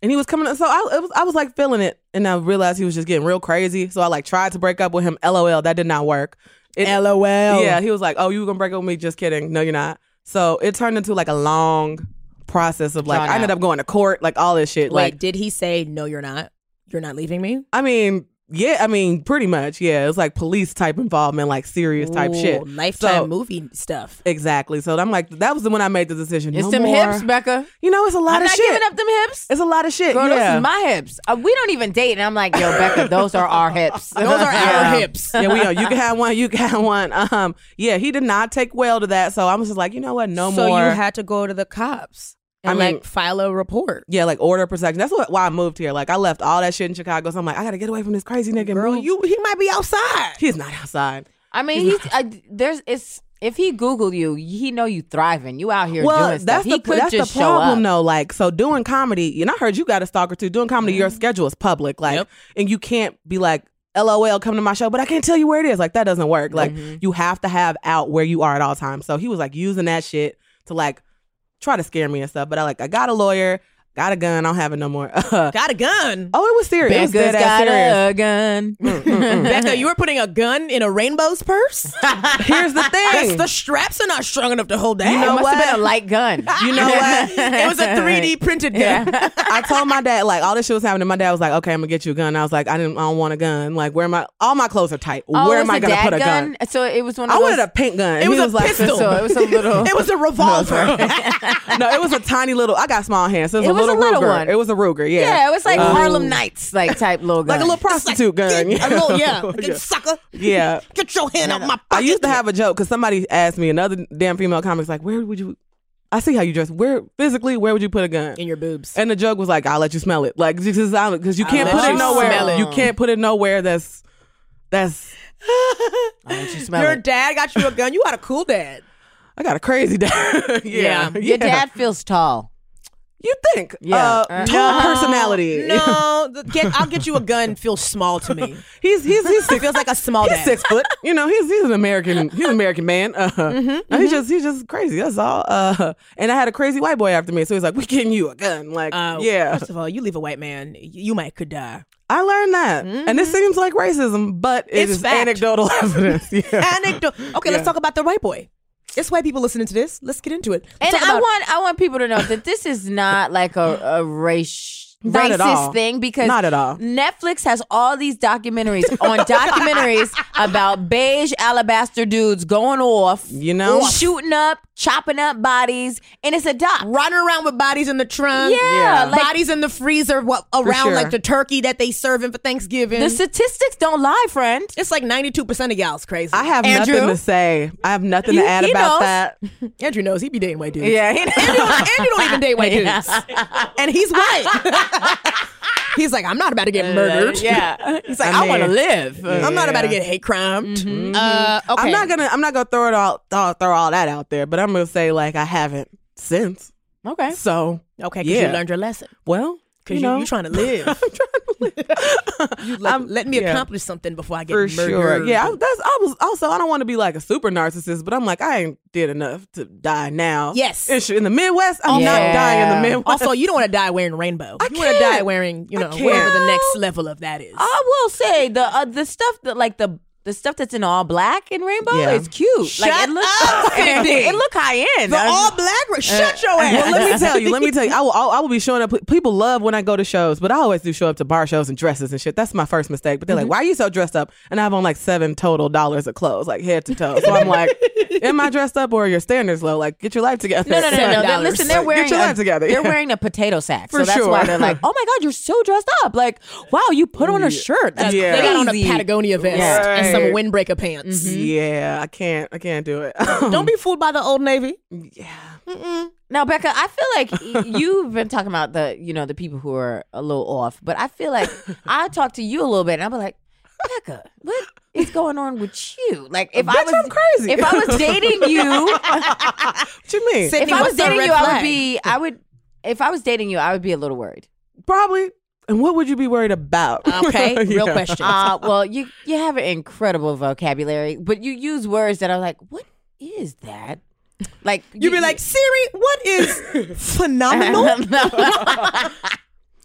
Speaker 4: And he was coming up. So I it was I was like feeling it and I realized he was just getting real crazy. So I like tried to break up with him. LOL, that did not work. It-
Speaker 3: LOL.
Speaker 4: Yeah, he was like, "Oh, you were going to break up with me? Just kidding. No, you're not." So it turned into like a long process of like
Speaker 2: Drawn
Speaker 4: I ended
Speaker 2: out.
Speaker 4: up going to court, like all this shit.
Speaker 3: Wait,
Speaker 4: like
Speaker 3: did he say no? You're not. You're not leaving me.
Speaker 4: I mean, yeah, I mean, pretty much. Yeah, it was like police type involvement, like serious type
Speaker 3: Ooh,
Speaker 4: shit.
Speaker 3: Lifetime
Speaker 4: So-
Speaker 3: movie
Speaker 4: [laughs]
Speaker 3: stuff.
Speaker 4: Exactly. So I'm like, that was the when I made the decision.
Speaker 2: It's
Speaker 4: no
Speaker 2: them
Speaker 4: more.
Speaker 2: hips, Becca.
Speaker 4: You know, it's a lot
Speaker 2: I'm
Speaker 4: of
Speaker 2: not
Speaker 4: shit.
Speaker 2: giving up them hips.
Speaker 4: It's a lot of shit.
Speaker 2: Girl, those
Speaker 4: yeah.
Speaker 2: is my hips. Uh, we don't even date, and I'm like, yo, Becca, those are our hips.
Speaker 3: Those are
Speaker 2: Yeah.
Speaker 3: our hips.
Speaker 4: [laughs] yeah, we
Speaker 2: [laughs]
Speaker 4: know. You can have one. You can have one. Um, yeah, he did not take well to that. So I was just like, you know what? No
Speaker 3: so
Speaker 4: more.
Speaker 3: you had to go to the cops
Speaker 4: I
Speaker 3: and
Speaker 4: mean-
Speaker 3: like file a report.
Speaker 4: yeah, like order of protection. That's what, why I moved here. Like I left all that shit in Chicago. So I'm like, I gotta get away from this crazy nigga.
Speaker 3: Girl,
Speaker 4: move.
Speaker 3: you he might be outside.
Speaker 4: He's not outside.
Speaker 2: I mean, he's I, there's it's if he Googled you, he know you thriving. You out here
Speaker 4: Well,
Speaker 2: doing stuff.
Speaker 4: that's the
Speaker 2: he could
Speaker 4: that's
Speaker 2: just
Speaker 4: the
Speaker 2: show
Speaker 4: problem
Speaker 2: up.
Speaker 4: though. Like, so doing comedy, and I heard you got a stalker too. Doing comedy, your schedule is public, like,
Speaker 3: Yep.
Speaker 4: and you can't be like, "LOL, come to my show," but I can't tell you where it is. Like, that doesn't work. Like, you have to have out where you are at all times. So he was like using that shit to like try to scare me and stuff. But I like, I got a lawyer, got a gun. I don't have it no more. [laughs] oh, it
Speaker 3: Got a
Speaker 4: [laughs]
Speaker 3: gun.
Speaker 4: was serious. It was
Speaker 2: Becca's
Speaker 4: dead ass
Speaker 2: got
Speaker 4: serious.
Speaker 2: a gun.
Speaker 4: Mm.
Speaker 3: Becca, you were putting a gun in a rainbow's
Speaker 4: [laughs]
Speaker 3: purse?
Speaker 4: Here's the
Speaker 3: That's
Speaker 4: thing.
Speaker 3: the straps are not strong enough to hold that.
Speaker 4: You know
Speaker 2: it must
Speaker 4: what?
Speaker 2: have been a light gun.
Speaker 4: you know what?
Speaker 3: [laughs] it was a 3D printed gun.
Speaker 4: I told my dad like all this shit was happening. My dad was like, "Okay, I'm gonna get you a gun." I was like, "I didn't. I don't want a gun. Like, where am I? All my clothes are tight.
Speaker 2: Oh,
Speaker 4: where
Speaker 2: it
Speaker 4: am
Speaker 2: was
Speaker 4: I gonna
Speaker 2: dad
Speaker 4: put a gun?
Speaker 2: So it was one of
Speaker 4: I
Speaker 2: those.
Speaker 4: wanted [laughs] a pink gun.
Speaker 3: It was
Speaker 4: He
Speaker 3: a
Speaker 4: like, [laughs]
Speaker 3: pistol.
Speaker 2: So it was a little.
Speaker 3: It was a revolver. [laughs]
Speaker 4: no, it was a tiny little. I got small hands. So it was,
Speaker 2: It was a
Speaker 4: a little,
Speaker 2: little
Speaker 4: Ruger.
Speaker 2: one.
Speaker 4: It was a Ruger.
Speaker 2: [laughs]
Speaker 4: Yeah.
Speaker 2: yeah, it was like
Speaker 4: Um,
Speaker 2: Harlem Nights like type little gun.
Speaker 4: like
Speaker 2: [laughs]
Speaker 4: a little prostitute
Speaker 3: Get-
Speaker 4: gun. Yeah.
Speaker 3: a little, [laughs] yeah. Like,
Speaker 4: Yeah.
Speaker 3: Sucker,
Speaker 2: [laughs]
Speaker 4: yeah.
Speaker 3: get your hand out my pocket.
Speaker 4: I used to have a joke because somebody asked me another damn female comic's like, "Where would you? I see how you dress. Where physically? Where would you put a gun?
Speaker 3: in your boobs.
Speaker 4: And the joke was like, "I'll let you smell it." Like because you can't
Speaker 3: let
Speaker 4: put
Speaker 3: you
Speaker 4: it nowhere.
Speaker 3: smell it.
Speaker 4: You can't put it nowhere. That's that's
Speaker 2: I'll let you smell
Speaker 3: Your
Speaker 2: it.
Speaker 3: dad got you a gun. You got a cool dad.
Speaker 4: I got a crazy [laughs] dad. yeah.
Speaker 3: Yeah.
Speaker 2: Your dad feels tall.
Speaker 4: You think?
Speaker 2: Yeah.
Speaker 4: Uh,
Speaker 2: Uh,
Speaker 4: tall
Speaker 3: No,
Speaker 4: personality.
Speaker 3: Uh-huh. [laughs] Oh, No, the- get, I'll get you a gun. Feels small to me.
Speaker 4: [laughs] he's he's he's six,
Speaker 3: Feels like a small
Speaker 4: he's
Speaker 3: dad.
Speaker 4: six foot. You know, he's he's an American. He's an American man. Uh,
Speaker 3: Mm-hmm,
Speaker 4: no, he's just he's just crazy. That's all. Uh, and I had a crazy white boy after me, so he's like, "We getting you a gun?" Like,
Speaker 3: Uh,
Speaker 4: yeah.
Speaker 3: First of all, you leave a white man, y- you might could die.
Speaker 4: I learned that, and this seems like racism, but it's
Speaker 3: Mm-hmm. It's fact.
Speaker 4: anecdotal [laughs] evidence. Yeah.
Speaker 3: Anecdote. Okay, let's talk about the white boy. It's white people listening to this. Let's get into it.
Speaker 2: And
Speaker 3: Talk
Speaker 2: I
Speaker 3: about-
Speaker 2: want I want people to know that this is not like a, a race
Speaker 4: Not
Speaker 2: racist
Speaker 4: at all.
Speaker 2: thing because
Speaker 4: Not at all.
Speaker 2: Netflix has all these documentaries on documentaries about beige alabaster dudes going off,
Speaker 4: You know?
Speaker 2: shooting up, chopping up bodies, and it's a doc.
Speaker 3: running around with bodies in the trunk.
Speaker 2: Yeah,
Speaker 4: Yeah.
Speaker 2: like
Speaker 3: bodies in the freezer what, around
Speaker 4: sure.
Speaker 3: like the turkey that they serving for Thanksgiving.
Speaker 2: the statistics don't lie, friend.
Speaker 3: it's like 92% of y'all's crazy.
Speaker 4: I have
Speaker 2: Andrew?
Speaker 4: nothing to say. I have nothing to
Speaker 2: He-
Speaker 4: add
Speaker 2: he
Speaker 4: about
Speaker 2: knows.
Speaker 4: that.
Speaker 3: Andrew knows he be dating white dudes.
Speaker 2: Yeah,
Speaker 3: Andrew, Andrew don't even date white
Speaker 2: Yeah.
Speaker 3: dudes. [laughs] And he's white. [laughs] he's like, I'm not about to get murdered.
Speaker 2: Uh,
Speaker 3: [laughs]
Speaker 2: [laughs] yeah. He's like,
Speaker 4: I
Speaker 2: I, want to
Speaker 4: mean,
Speaker 2: live.
Speaker 3: I'm not about to
Speaker 4: Yeah.
Speaker 3: get hate crimed.
Speaker 2: Mm-hmm.
Speaker 3: Uh, okay.
Speaker 4: I'm not gonna I'm not gonna throw it all throw, throw all that out there, but I'm gonna say like I haven't since.
Speaker 2: Okay.
Speaker 4: So
Speaker 3: Okay, because
Speaker 4: Yeah.
Speaker 3: you learned your lesson.
Speaker 4: well,
Speaker 3: Because
Speaker 4: you
Speaker 3: you,
Speaker 4: know,
Speaker 3: are
Speaker 4: [laughs]
Speaker 3: trying to live. I'm trying to live. you let, let me
Speaker 4: yeah.
Speaker 3: accomplish something before I get
Speaker 4: for
Speaker 3: murdered.
Speaker 4: sure. Yeah, I, that's I was also I don't want to be like a super narcissist, but I'm like I ain't did enough to die now.
Speaker 3: Yes. Oh,
Speaker 4: in, sh- in the Midwest, I'm
Speaker 2: Yeah.
Speaker 4: not dying in the Midwest.
Speaker 3: Also, you don't want to die wearing rainbow. you want to
Speaker 4: can't.
Speaker 3: die wearing, you know, whatever the
Speaker 4: can't. Oh,
Speaker 3: next level of that is.
Speaker 2: I will say the uh, the stuff that like the the stuff that's in all black and rainbow
Speaker 4: Yeah.
Speaker 2: is cute. like
Speaker 3: Shut
Speaker 2: it looks [laughs]
Speaker 3: up, Cindy.
Speaker 2: it look high end.
Speaker 3: the
Speaker 2: I'm-
Speaker 3: all black. ra- Shut your ass.
Speaker 4: well, let me tell you. Let me tell you. I will. I will be showing up. People love when I go to shows, but I always do show up to bar shows and dresses and shit. That's my first mistake. But they're
Speaker 2: Mm-hmm.
Speaker 4: like, "Why are you so dressed up?" And I have on like seven total dollars of clothes, like head to toe. So
Speaker 2: [laughs]
Speaker 4: I'm like, "Am I dressed up or are your standards low? Like, get your life together."
Speaker 2: no, no, no, no. no. They're,
Speaker 3: $7.
Speaker 2: listen, they're
Speaker 4: Like,
Speaker 2: wearing
Speaker 4: get your
Speaker 2: a,
Speaker 4: life together.
Speaker 2: They're
Speaker 4: Yeah.
Speaker 2: wearing a potato sack, so
Speaker 4: For
Speaker 2: that's why
Speaker 4: sure.
Speaker 2: they're like, "Oh my god, you're so dressed up! Like, wow, you put on a shirt. That's
Speaker 4: Yeah.
Speaker 3: They got on a
Speaker 2: crazy."
Speaker 3: Patagonia vest
Speaker 2: Yeah.
Speaker 3: and some
Speaker 4: weird.
Speaker 3: windbreaker pants.
Speaker 2: Mhm.
Speaker 4: [laughs] Yeah, I can't. I can't do it. [laughs]
Speaker 3: Don't be fooled by the old navy.
Speaker 4: Yeah.
Speaker 3: Mm-mm.
Speaker 2: Now, Becca, I feel like
Speaker 3: [laughs]
Speaker 2: y- you've been talking about the, you know, the people who are a little off, but I feel
Speaker 3: [laughs]
Speaker 2: like I talk to you a little bit, and I'm like, Becca, what is going on with you? Like, if I
Speaker 4: Bitch,
Speaker 2: was
Speaker 4: I'm crazy.
Speaker 2: if I was
Speaker 3: [laughs]
Speaker 2: dating you,
Speaker 4: what you mean?
Speaker 3: Sydney,
Speaker 2: if I was
Speaker 3: what's the
Speaker 2: dating
Speaker 3: red
Speaker 2: you, I would
Speaker 3: flag?
Speaker 2: be, I would, if I was dating you, I would be a little worried.
Speaker 4: Probably. And what would you be worried about?
Speaker 3: Okay, real
Speaker 4: [laughs]
Speaker 3: [laughs]
Speaker 4: Yeah.
Speaker 3: question.
Speaker 2: Uh, well, you you have an incredible vocabulary, but you use words that are like, what is that? Like
Speaker 3: You'd be like, Siri, what is
Speaker 2: [laughs]
Speaker 3: phenomenal?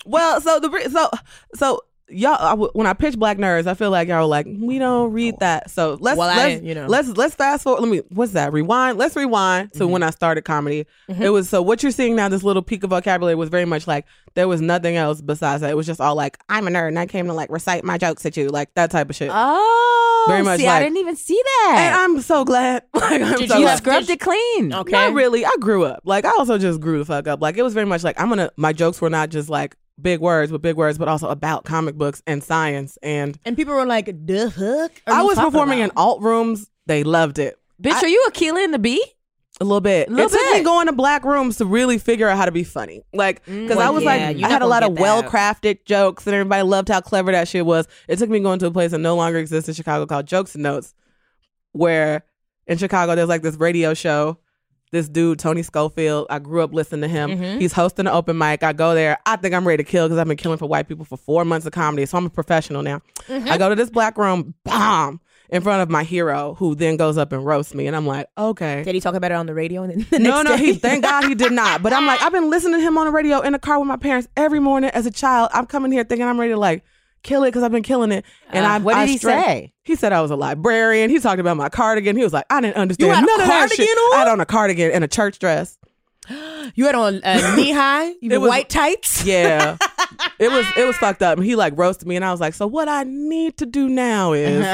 Speaker 4: Well, so the re- so so y'all I w- when I pitch Black Nerds, I feel like y'all were like we don't read that. So let's
Speaker 3: Oh, Well, I
Speaker 4: let's
Speaker 3: didn't, you know.
Speaker 4: let's let's fast forward. Let me what's that? Rewind. Let's rewind to
Speaker 3: Mm-hmm.
Speaker 4: when I started comedy. It was so what you're seeing now. This little peak of vocabulary was very much like there was nothing else besides that. It was just all like I'm a nerd and I came to like recite my jokes at you, like that type of [laughs] shit.
Speaker 2: oh,
Speaker 4: Very much
Speaker 2: see, I
Speaker 4: like-
Speaker 2: didn't even see
Speaker 4: and
Speaker 2: that.
Speaker 4: I'm so glad. [laughs] Like
Speaker 3: Did
Speaker 4: I'm so
Speaker 3: you
Speaker 2: you
Speaker 4: glad.
Speaker 3: have-
Speaker 2: scrubbed it clean.
Speaker 3: okay.
Speaker 4: Not really. I grew up. Like I also just grew the fuck up. Like it was very much like I'm gonna my jokes were not just like big words with big words, but also about comic books and science. And
Speaker 3: And people were like, the hook?
Speaker 4: I was performing in alt rooms. They loved it.
Speaker 2: Bitch, are you Aquila and the Bee?
Speaker 4: A little bit.
Speaker 2: Little
Speaker 4: it took me
Speaker 2: bit.
Speaker 4: going to black rooms to really figure out how to be funny. Like, because I
Speaker 3: Well,
Speaker 4: was
Speaker 3: Mm. yeah,
Speaker 4: like,
Speaker 3: you're
Speaker 4: I had
Speaker 3: not
Speaker 4: a lot
Speaker 3: gonna
Speaker 4: of
Speaker 3: get
Speaker 4: well
Speaker 3: that.
Speaker 4: crafted jokes, and everybody loved how clever that shit was. It took me going to a place that no longer exists in Chicago called Jokes and Notes, where in Chicago there's like this radio show. This dude, Tony Schofield, I grew up listening to him.
Speaker 3: Mm-hmm.
Speaker 4: He's hosting an open mic. I go there. I think I'm ready to kill because I've been killing for white people for four months of comedy. So I'm a professional now.
Speaker 3: Mm-hmm.
Speaker 4: I go to this black room, bomb, in front of my hero, who then goes up and roasts me. And I'm like, okay
Speaker 3: [laughs] Did he talk about it on the radio? [laughs] And then the
Speaker 4: no,
Speaker 3: next
Speaker 4: no,
Speaker 3: day-
Speaker 4: he thank God he did not. But I'm like, I've been listening to him on the radio in the car with my parents every morning as a child. I'm coming here thinking I'm ready to like kill it because I've been killing it. And
Speaker 2: Uh,
Speaker 4: I
Speaker 2: what did
Speaker 4: I
Speaker 2: he
Speaker 4: stra-
Speaker 2: say?
Speaker 4: He said I was a librarian. He talked about my cardigan. He was like, I didn't understand
Speaker 3: had a
Speaker 4: none of that shit.
Speaker 3: cardigan on?
Speaker 4: I had on a cardigan and a church dress.
Speaker 3: You had on [laughs] uh, knee high, you
Speaker 4: It was-
Speaker 3: white tights.
Speaker 4: Yeah. it was it was fucked up. And he like roasted me and I was like, so what I need to do now is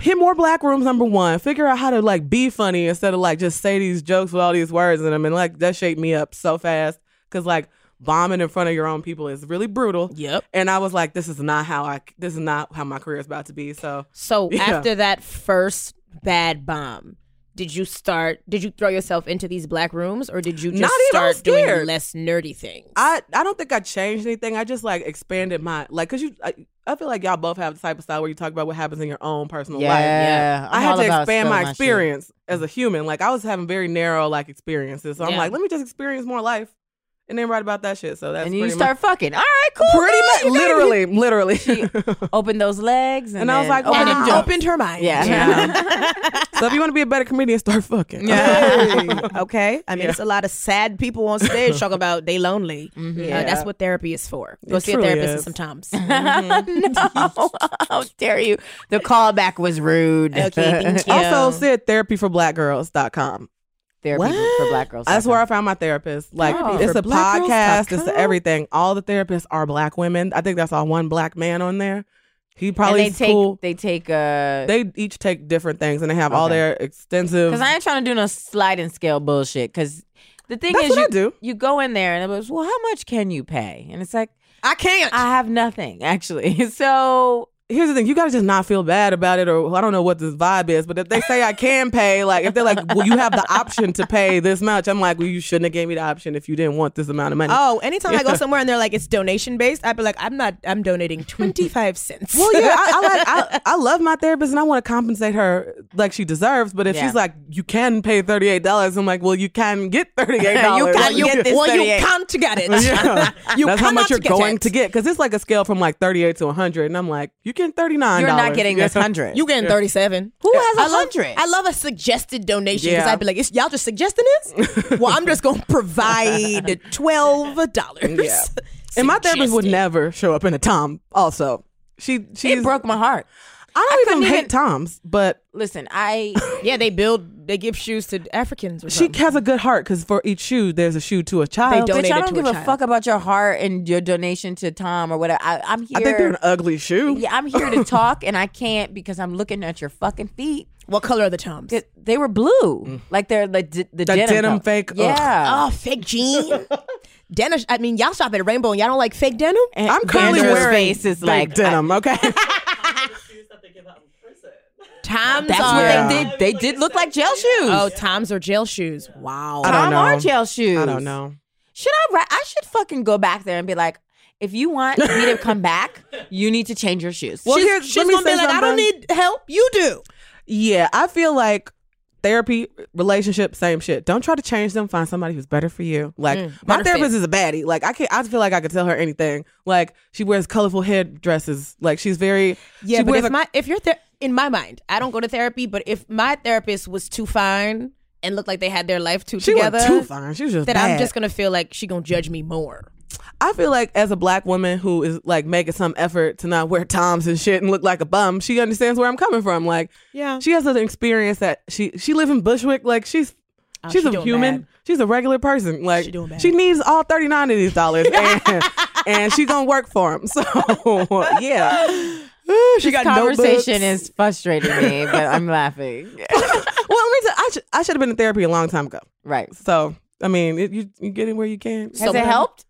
Speaker 4: hit more black rooms number one figure out how to like be funny instead of like just say these jokes with all these words in them and like that shaped me up so fast because like bombing in front of your own people is really brutal
Speaker 3: Yep.
Speaker 4: and i was like this is not how i this is not how my career is about to be so
Speaker 3: So
Speaker 4: Yeah.
Speaker 3: after that first bad bomb, did you start? Did you throw yourself into these black rooms, or did you just
Speaker 4: Not even, I was
Speaker 3: start doing
Speaker 4: scared.
Speaker 3: less nerdy things?
Speaker 4: i i don't think i changed anything i just like expanded my like because you I, I feel like y'all both have the type of style where you talk about what happens in your own personal life
Speaker 2: yeah.
Speaker 4: I
Speaker 2: I'm
Speaker 4: had
Speaker 2: all
Speaker 4: to
Speaker 2: about
Speaker 4: expand my
Speaker 2: spilling shit.
Speaker 4: experience as a human. Like I was having very narrow like experiences, so I'm
Speaker 3: Yeah.
Speaker 4: like, let me just experience more life, and then write about that shit. So that's
Speaker 2: And
Speaker 4: pretty
Speaker 2: you start fucking. All right, cool.
Speaker 4: much, pretty
Speaker 2: girl,
Speaker 4: much
Speaker 2: you got it.
Speaker 4: literally, literally.
Speaker 2: Open those legs, and,
Speaker 4: And I was
Speaker 2: then
Speaker 4: like,
Speaker 2: open
Speaker 4: wow.
Speaker 2: them
Speaker 3: and it [laughs]
Speaker 2: joints.
Speaker 3: opened her mind.
Speaker 2: Yeah.
Speaker 4: [laughs] so if you want to be a better comedian, start fucking. [laughs]
Speaker 3: okay. I mean, it's a lot of sad people on stage talking about they lonely.
Speaker 2: Mm-hmm.
Speaker 3: Uh, that's what therapy is for. Go
Speaker 4: It
Speaker 3: see a
Speaker 4: truly
Speaker 3: therapist
Speaker 4: is.
Speaker 3: sometimes.
Speaker 2: [laughs] no, how dare you? The callback was rude.
Speaker 3: okay,
Speaker 2: [laughs]
Speaker 3: thank you.
Speaker 4: [laughs] Also, said therapyforblackgirls.com.
Speaker 2: Therapy for black girls.
Speaker 4: That's where I found my therapist. Like,
Speaker 2: Therapy
Speaker 4: it's
Speaker 2: for
Speaker 4: a
Speaker 2: black girls dot
Speaker 4: podcast, it's
Speaker 2: com?
Speaker 4: everything. All the therapists are black women. I think that's all one black man on there. He
Speaker 2: and
Speaker 4: probably
Speaker 2: they
Speaker 4: is
Speaker 2: take
Speaker 4: cool.
Speaker 2: they take uh
Speaker 4: They each take different things and they have all
Speaker 2: Okay.
Speaker 4: their extensive.
Speaker 2: because I ain't trying to do no sliding scale bullshit. Because the thing
Speaker 4: That's
Speaker 2: is,
Speaker 4: what
Speaker 2: you
Speaker 4: I do.
Speaker 2: You go in there and it was well, how much can you pay? And it's like
Speaker 3: I can't.
Speaker 2: I have nothing actually. [laughs] So
Speaker 4: here's the thing you gotta just not feel bad about it or i don't know what this vibe is but if they say i can pay like if they're like well you have [laughs] the option to pay this much i'm like well you shouldn't have gave me the option if you didn't want this amount of money
Speaker 3: Oh, anytime I go somewhere and they're like it's donation based, I'd be like, I'm not. I'm donating twenty five cents. [laughs]
Speaker 4: well yeah I, I like I, I love my therapist and i want to compensate her like she deserves but if
Speaker 2: Yeah.
Speaker 4: she's like you can pay $38 i'm like well you can get $38 [laughs]
Speaker 2: You
Speaker 4: Like,
Speaker 2: can- you get this
Speaker 3: well, you
Speaker 2: 38.
Speaker 3: can't get [laughs] it.
Speaker 4: [laughs] yeah.
Speaker 3: You
Speaker 4: That's how much
Speaker 3: cannot
Speaker 4: you're
Speaker 3: get
Speaker 4: going
Speaker 3: it.
Speaker 4: to get because it's like a scale from like 38 to 100 and i'm like you can 39
Speaker 2: you're not getting this
Speaker 4: [laughs] Yeah.
Speaker 2: hundred.
Speaker 3: You getting thirty seven?
Speaker 2: Who has
Speaker 3: I love-
Speaker 2: 100?
Speaker 3: I love a suggested donation because
Speaker 4: Yeah.
Speaker 3: I'd be like, "Is- y'all just suggesting this? well, I'm just gonna provide twelve dollars.
Speaker 4: Yeah.
Speaker 3: [laughs]
Speaker 4: And my therapist would never show up in a Tom. Also, she she
Speaker 2: it broke my heart.
Speaker 4: I
Speaker 2: I
Speaker 4: don't
Speaker 2: couldn't
Speaker 4: even
Speaker 2: even-
Speaker 4: hate Toms, but
Speaker 2: Listen,
Speaker 4: [laughs]
Speaker 2: I
Speaker 3: Yeah, they build, they give shoes to Africans. Or
Speaker 4: she
Speaker 3: something.
Speaker 4: has a good heart because for each shoe, there's a shoe to a child.
Speaker 3: don't-
Speaker 2: Bitch,
Speaker 3: donated
Speaker 2: I
Speaker 3: to
Speaker 2: don't
Speaker 3: a
Speaker 2: give a,
Speaker 3: child.
Speaker 2: fuck about your heart and your donation to Tom or whatever. I, I'm here.
Speaker 4: I think they're an ugly shoe.
Speaker 2: [laughs] yeah, I'm here to
Speaker 4: [laughs]
Speaker 2: talk, and I can't because I'm looking at your fucking feet.
Speaker 3: What color are the toms?
Speaker 2: It- They were blue, like they're like d- the, denim,
Speaker 4: Mm. denim
Speaker 2: color.
Speaker 4: fake, ugh.
Speaker 2: Yeah,
Speaker 3: oh, fake
Speaker 4: [laughs]
Speaker 3: jean. denim. I mean, y'all shop at Rainbow and y'all don't like fake denim.
Speaker 4: I'm currently
Speaker 2: Andrew's
Speaker 3: [laughs]
Speaker 4: wearing
Speaker 2: face is
Speaker 4: fake
Speaker 2: like,
Speaker 4: denim. okay,
Speaker 3: Toms
Speaker 2: That's
Speaker 3: are.
Speaker 2: what
Speaker 4: Yeah.
Speaker 2: they did. They did look like gel shoes.
Speaker 3: Oh, Toms are jail shoes. Wow.
Speaker 4: I don't
Speaker 2: Tom are
Speaker 4: know.
Speaker 2: gel shoes.
Speaker 4: I don't know.
Speaker 2: Should I? Ra- I should fucking go back there and be like, if you want me to come [laughs] back, you need to change your shoes.
Speaker 4: Well,
Speaker 3: she's
Speaker 4: here-
Speaker 3: she's
Speaker 4: let me
Speaker 3: gonna be
Speaker 4: say
Speaker 3: like, I don't
Speaker 4: something.
Speaker 3: need help. You do.
Speaker 4: Yeah, I feel like therapy, relationship, same shit. Don't try to change them. Find somebody who's better for you. Like my
Speaker 3: Mm, better fit.
Speaker 4: therapist is a baddie. Like I can't. I feel like I could tell her anything. Like she wears colorful head dresses. Like she's very.
Speaker 3: Yeah,
Speaker 4: she
Speaker 3: but
Speaker 4: wears
Speaker 3: if
Speaker 4: a-
Speaker 3: my if you're ther- in my mind, I don't go to therapy. But if my therapist was too fine and looked like they had their life too
Speaker 4: she
Speaker 3: together,
Speaker 4: was too fine. She was just
Speaker 3: then
Speaker 4: bad.
Speaker 3: I'm just gonna feel like she gonna judge me more.
Speaker 4: I feel like as a black woman who is like making some effort to not wear toms and shit and look like a bum, she understands where I'm coming from. Like,
Speaker 3: Yeah.
Speaker 4: she has an experience that she she lives in Bushwick. Like, she's she's
Speaker 3: Oh, she
Speaker 4: a
Speaker 3: doing
Speaker 4: human.
Speaker 3: bad.
Speaker 4: She's a regular person. Like,
Speaker 3: She doing bad.
Speaker 4: needs all thirty nine of these
Speaker 3: [laughs]
Speaker 4: dollars, and, and she gonna work for them. So [laughs] yeah, Ooh, she
Speaker 2: this conversation is frustrating me, but [laughs] I'm laughing.
Speaker 4: [laughs] well. Let me tell, I should I should have been in therapy a long time ago.
Speaker 2: Right?
Speaker 4: So I mean, it, you you getting where you can.
Speaker 2: Has it helped?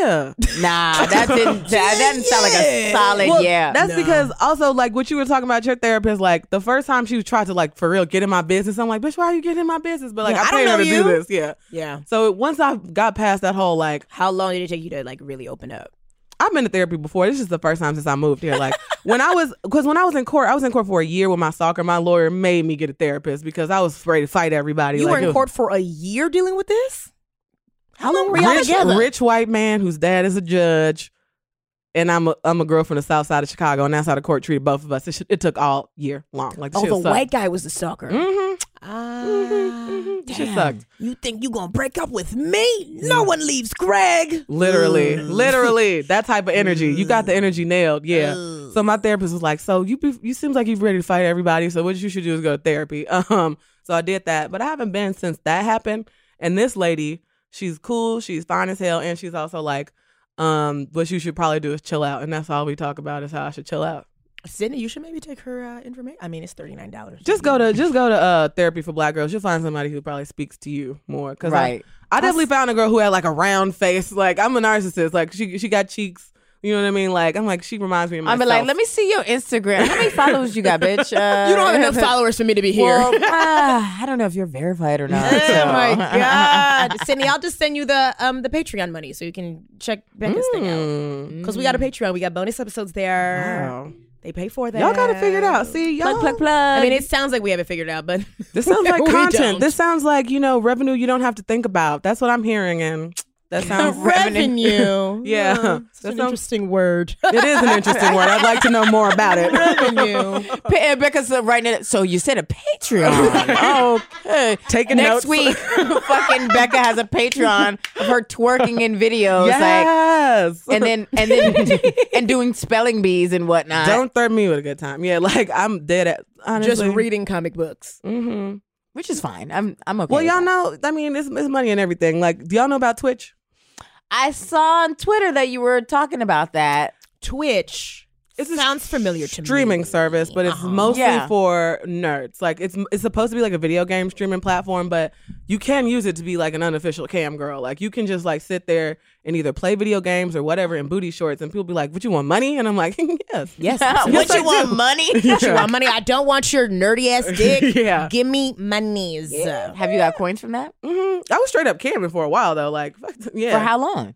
Speaker 4: Yeah.
Speaker 2: Nah, that didn't. That doesn't sound like a
Speaker 3: Yeah.
Speaker 2: solid
Speaker 4: Well,
Speaker 2: yeah.
Speaker 4: That's because also like what you were talking about your therapist, like the first time she tried to like for real get in my business, I'm like, bitch, why are you getting in my business? But like
Speaker 3: Yeah,
Speaker 4: I,
Speaker 3: I don't
Speaker 4: paid her to
Speaker 3: know
Speaker 4: do
Speaker 3: you.
Speaker 4: this. Yeah.
Speaker 3: Yeah.
Speaker 4: So once I got past that whole like
Speaker 3: How long did it take you to like really open up?
Speaker 4: I've been to therapy before. This is the first time since I moved
Speaker 3: [laughs]
Speaker 4: here. Like when I was, because when I was in court, I was in court for a year with my soccer. My lawyer made me get a therapist because I was afraid to fight everybody.
Speaker 3: You
Speaker 4: Like,
Speaker 3: were
Speaker 4: it
Speaker 3: in
Speaker 4: was-
Speaker 3: court for a year dealing with this. How long were y'all
Speaker 4: Rich,
Speaker 3: together?
Speaker 4: rich white man whose dad is a judge, and I'm a I'm a girl from the south side of Chicago, and that's how the court treated both of us. It, sh- it took all year long. Like
Speaker 3: Oh, the white guy was the stalker.
Speaker 4: Mm-hmm.
Speaker 3: Ah,
Speaker 4: Mhm, mhm. She
Speaker 3: damn.
Speaker 4: sucked. Mm.
Speaker 3: You think you gonna break up with me? No one leaves Greg.
Speaker 4: Literally,
Speaker 3: Mm.
Speaker 4: literally, that type of energy. You got the energy nailed, yeah.
Speaker 3: Ugh.
Speaker 4: So my therapist was like, "So you be, you seems like you're ready to fight everybody. So what you should do is go to therapy." [laughs] Um, so I did that, but I haven't been since that happened. And this lady, she's cool, she's fine as hell, and she's also like, um, "What you should probably do is chill out." And that's all we talk about is how I should chill out.
Speaker 3: [laughs] Sydney, you should maybe take her uh, information. I mean, it's thirty nine dollars.
Speaker 4: Just go to just go to uh therapy for black girls. You'll find somebody who probably speaks to you more. Cause I-
Speaker 2: Right.
Speaker 4: I, definitely found a girl who had like a round face. Like I'm a narcissist. Like she she got cheeks. You know what I mean? Like I'm like she reminds me of
Speaker 2: I'm
Speaker 4: myself.
Speaker 2: be like, let me see your Instagram. How many followers you got, [laughs] bitch? Uh,
Speaker 3: You don't have [laughs] enough followers for me to be here. [laughs]
Speaker 2: Well,
Speaker 4: [laughs]
Speaker 2: uh, I don't know if you're verified or not. [laughs] so.
Speaker 3: oh my god, Sydney! I'll just send you the um the Patreon money so you can check Becca's thing out
Speaker 4: Mm.
Speaker 3: because we got a Patreon. We got bonus episodes there.
Speaker 4: Wow.
Speaker 3: They pay for that.
Speaker 4: Y'all got to figure it out. See, y'all.
Speaker 2: Mm. Plug, plug, plug.
Speaker 3: I mean, it sounds like we haven't figured it out, [laughs] but
Speaker 2: [laughs]
Speaker 4: This sounds like
Speaker 3: We
Speaker 4: content.
Speaker 3: don't.
Speaker 4: This sounds like you know revenue you don't have to think about. That's what I'm hearing, and
Speaker 2: [laughs]
Speaker 4: that
Speaker 3: [laughs]
Speaker 4: sounds
Speaker 3: revenue.
Speaker 4: Yeah.
Speaker 3: such
Speaker 4: That
Speaker 3: an
Speaker 4: sounds-
Speaker 3: interesting
Speaker 4: [laughs]
Speaker 3: word.
Speaker 4: It is an interesting word. I'd like to know more about
Speaker 2: [laughs]
Speaker 4: it.
Speaker 3: revenue.
Speaker 2: Pa- uh, Becca's uh, writing it. So you said a [laughs] Patreon. okay.
Speaker 4: Oh, Taking
Speaker 2: Next
Speaker 4: notes. [laughs]
Speaker 2: week, fucking Becca has a Patreon of her twerking in videos, like,
Speaker 4: Yes.
Speaker 2: and then and then and doing spelling bees and whatnot.
Speaker 4: don't threaten me with a good time. Yeah, like I'm dead at honestly.
Speaker 3: Just reading comic books.
Speaker 4: hmm
Speaker 2: which is fine. I'm I'm okay.
Speaker 4: Well,
Speaker 2: with
Speaker 4: y'all
Speaker 2: that.
Speaker 4: know. I mean, it's, it's money and everything. Like, do y'all know about Twitch?
Speaker 2: I saw on Twitter that you were talking about that.
Speaker 3: Twitch. It sounds familiar to me.
Speaker 4: streaming service, but it's mostly
Speaker 2: Yeah.
Speaker 4: for nerds. Like it's it's supposed to be like a video game streaming platform, but you can use it to be like an unofficial cam girl. Like you can just like sit there and either play video games or whatever in booty shorts, and people be like, "What you want money?" And I'm like, [laughs] "Yes,
Speaker 3: Yes.
Speaker 2: [laughs] what
Speaker 4: I
Speaker 2: you want,
Speaker 4: [laughs]
Speaker 2: money?
Speaker 3: What you want money? I don't want your nerdy ass dick.
Speaker 4: Yeah.
Speaker 3: Give me monies.
Speaker 2: [laughs] Have you got coins from that?
Speaker 4: hmm I was straight up camming for a while though. Like, [laughs] fuck, yeah.
Speaker 2: For how long?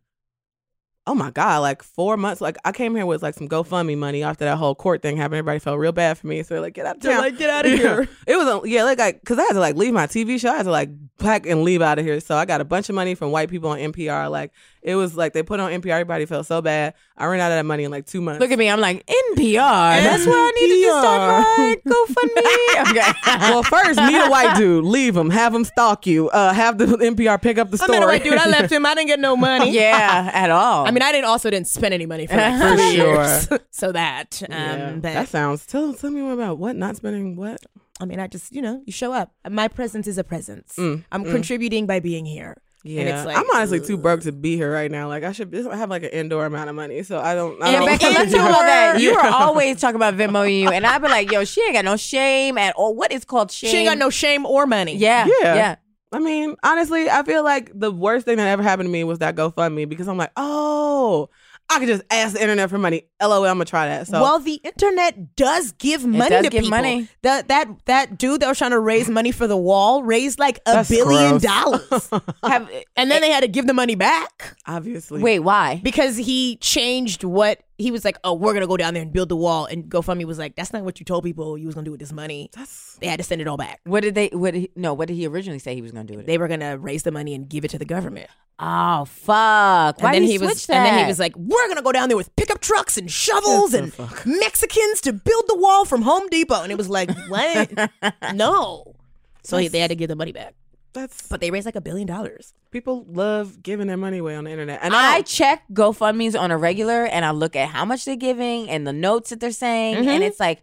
Speaker 4: oh my god, like four months. Like I came here with like some GoFundMe money after that whole court thing happened. Everybody felt real bad for me, so they're like, "Get out of
Speaker 3: They're
Speaker 4: town,
Speaker 3: like, "Get outta
Speaker 4: Yeah.
Speaker 3: here."
Speaker 4: It was a, yeah, like I because I had to like leave my TV show. I had to like pack and leave out of here. So I got a bunch of money from white people on NPR. Like it was like they put on NPR. Everybody felt so bad. I ran out of that money in like two months.
Speaker 2: Look at me. I'm like NPR.
Speaker 4: [laughs]
Speaker 2: That's where I needed to
Speaker 3: [laughs]
Speaker 2: start my GoFundMe. Okay.
Speaker 4: well, first meet a white dude, leave him, have him stalk you, uh, have the NPR pick up the
Speaker 3: I
Speaker 4: story.
Speaker 3: met a white dude.
Speaker 4: [laughs]
Speaker 3: I left him. I didn't get no money.
Speaker 2: yeah, at all.
Speaker 3: I mean, I didn't also didn't spend any money for
Speaker 4: [laughs]
Speaker 3: like
Speaker 4: For
Speaker 3: three
Speaker 4: sure.
Speaker 3: years. so that, um,
Speaker 4: Yeah.
Speaker 3: but
Speaker 4: that sounds. Tell tell me more about what not spending what.
Speaker 3: I mean, I just you know, you show up. My presence is a presence. I'm contributing by being here.
Speaker 4: Yeah,
Speaker 3: and it's like
Speaker 4: I'm honestly too broke to be here right now. Like I should I have like an indoor amount of money, so I don't. I
Speaker 2: Yeah,
Speaker 4: don't
Speaker 2: Becca, let's talk about that. You are always talking about Venmo you, and I'd be like, yo, she ain't got no shame at all. What is called shame?
Speaker 3: She ain't got no shame or money.
Speaker 2: Yeah,
Speaker 4: [laughs] Yeah.
Speaker 2: yeah.
Speaker 4: I mean, honestly, I feel like the worst thing that ever happened to me was that GoFundMe because I'm like, oh, I could just ask the internet for money. LOL, I'm gonna try that. So
Speaker 3: well, the internet does give money
Speaker 2: does
Speaker 3: to
Speaker 2: give
Speaker 3: people.
Speaker 2: money.
Speaker 3: The, that that dude that was trying to raise money for the wall raised like a
Speaker 4: That's
Speaker 3: billion
Speaker 4: gross.
Speaker 3: dollars,
Speaker 2: Have,
Speaker 3: and then they had to give the money back
Speaker 4: obviously,
Speaker 2: wait, why?
Speaker 3: because he changed what he was like. Oh, we're gonna go down there and build the wall, and GoFundMe was like, "That's not what you told people you was gonna do with this money."
Speaker 4: That's
Speaker 3: They had to send it all back.
Speaker 2: What did they? What? did he- No, what did he originally say he was going to do with it?
Speaker 3: They were gonna raise the money and give it to the government.
Speaker 2: oh fuck! Why
Speaker 3: and then
Speaker 2: did he,
Speaker 3: he
Speaker 2: switch
Speaker 3: was,
Speaker 2: that?
Speaker 3: and then he was like, "We're gonna go down there with pickup trucks and shovels
Speaker 4: What the
Speaker 3: and
Speaker 4: fuck?
Speaker 3: Mexicans to build the wall from Home Depot." And it was
Speaker 4: [laughs]
Speaker 3: like, "What? no." So he, they had to give the money back,
Speaker 4: that's
Speaker 3: but they raised like a billion dollars.
Speaker 4: people love giving their money away on the internet, and I,
Speaker 2: I check GoFundMe's on a regular and I look at how much they're giving and the notes that they're saying and it's like,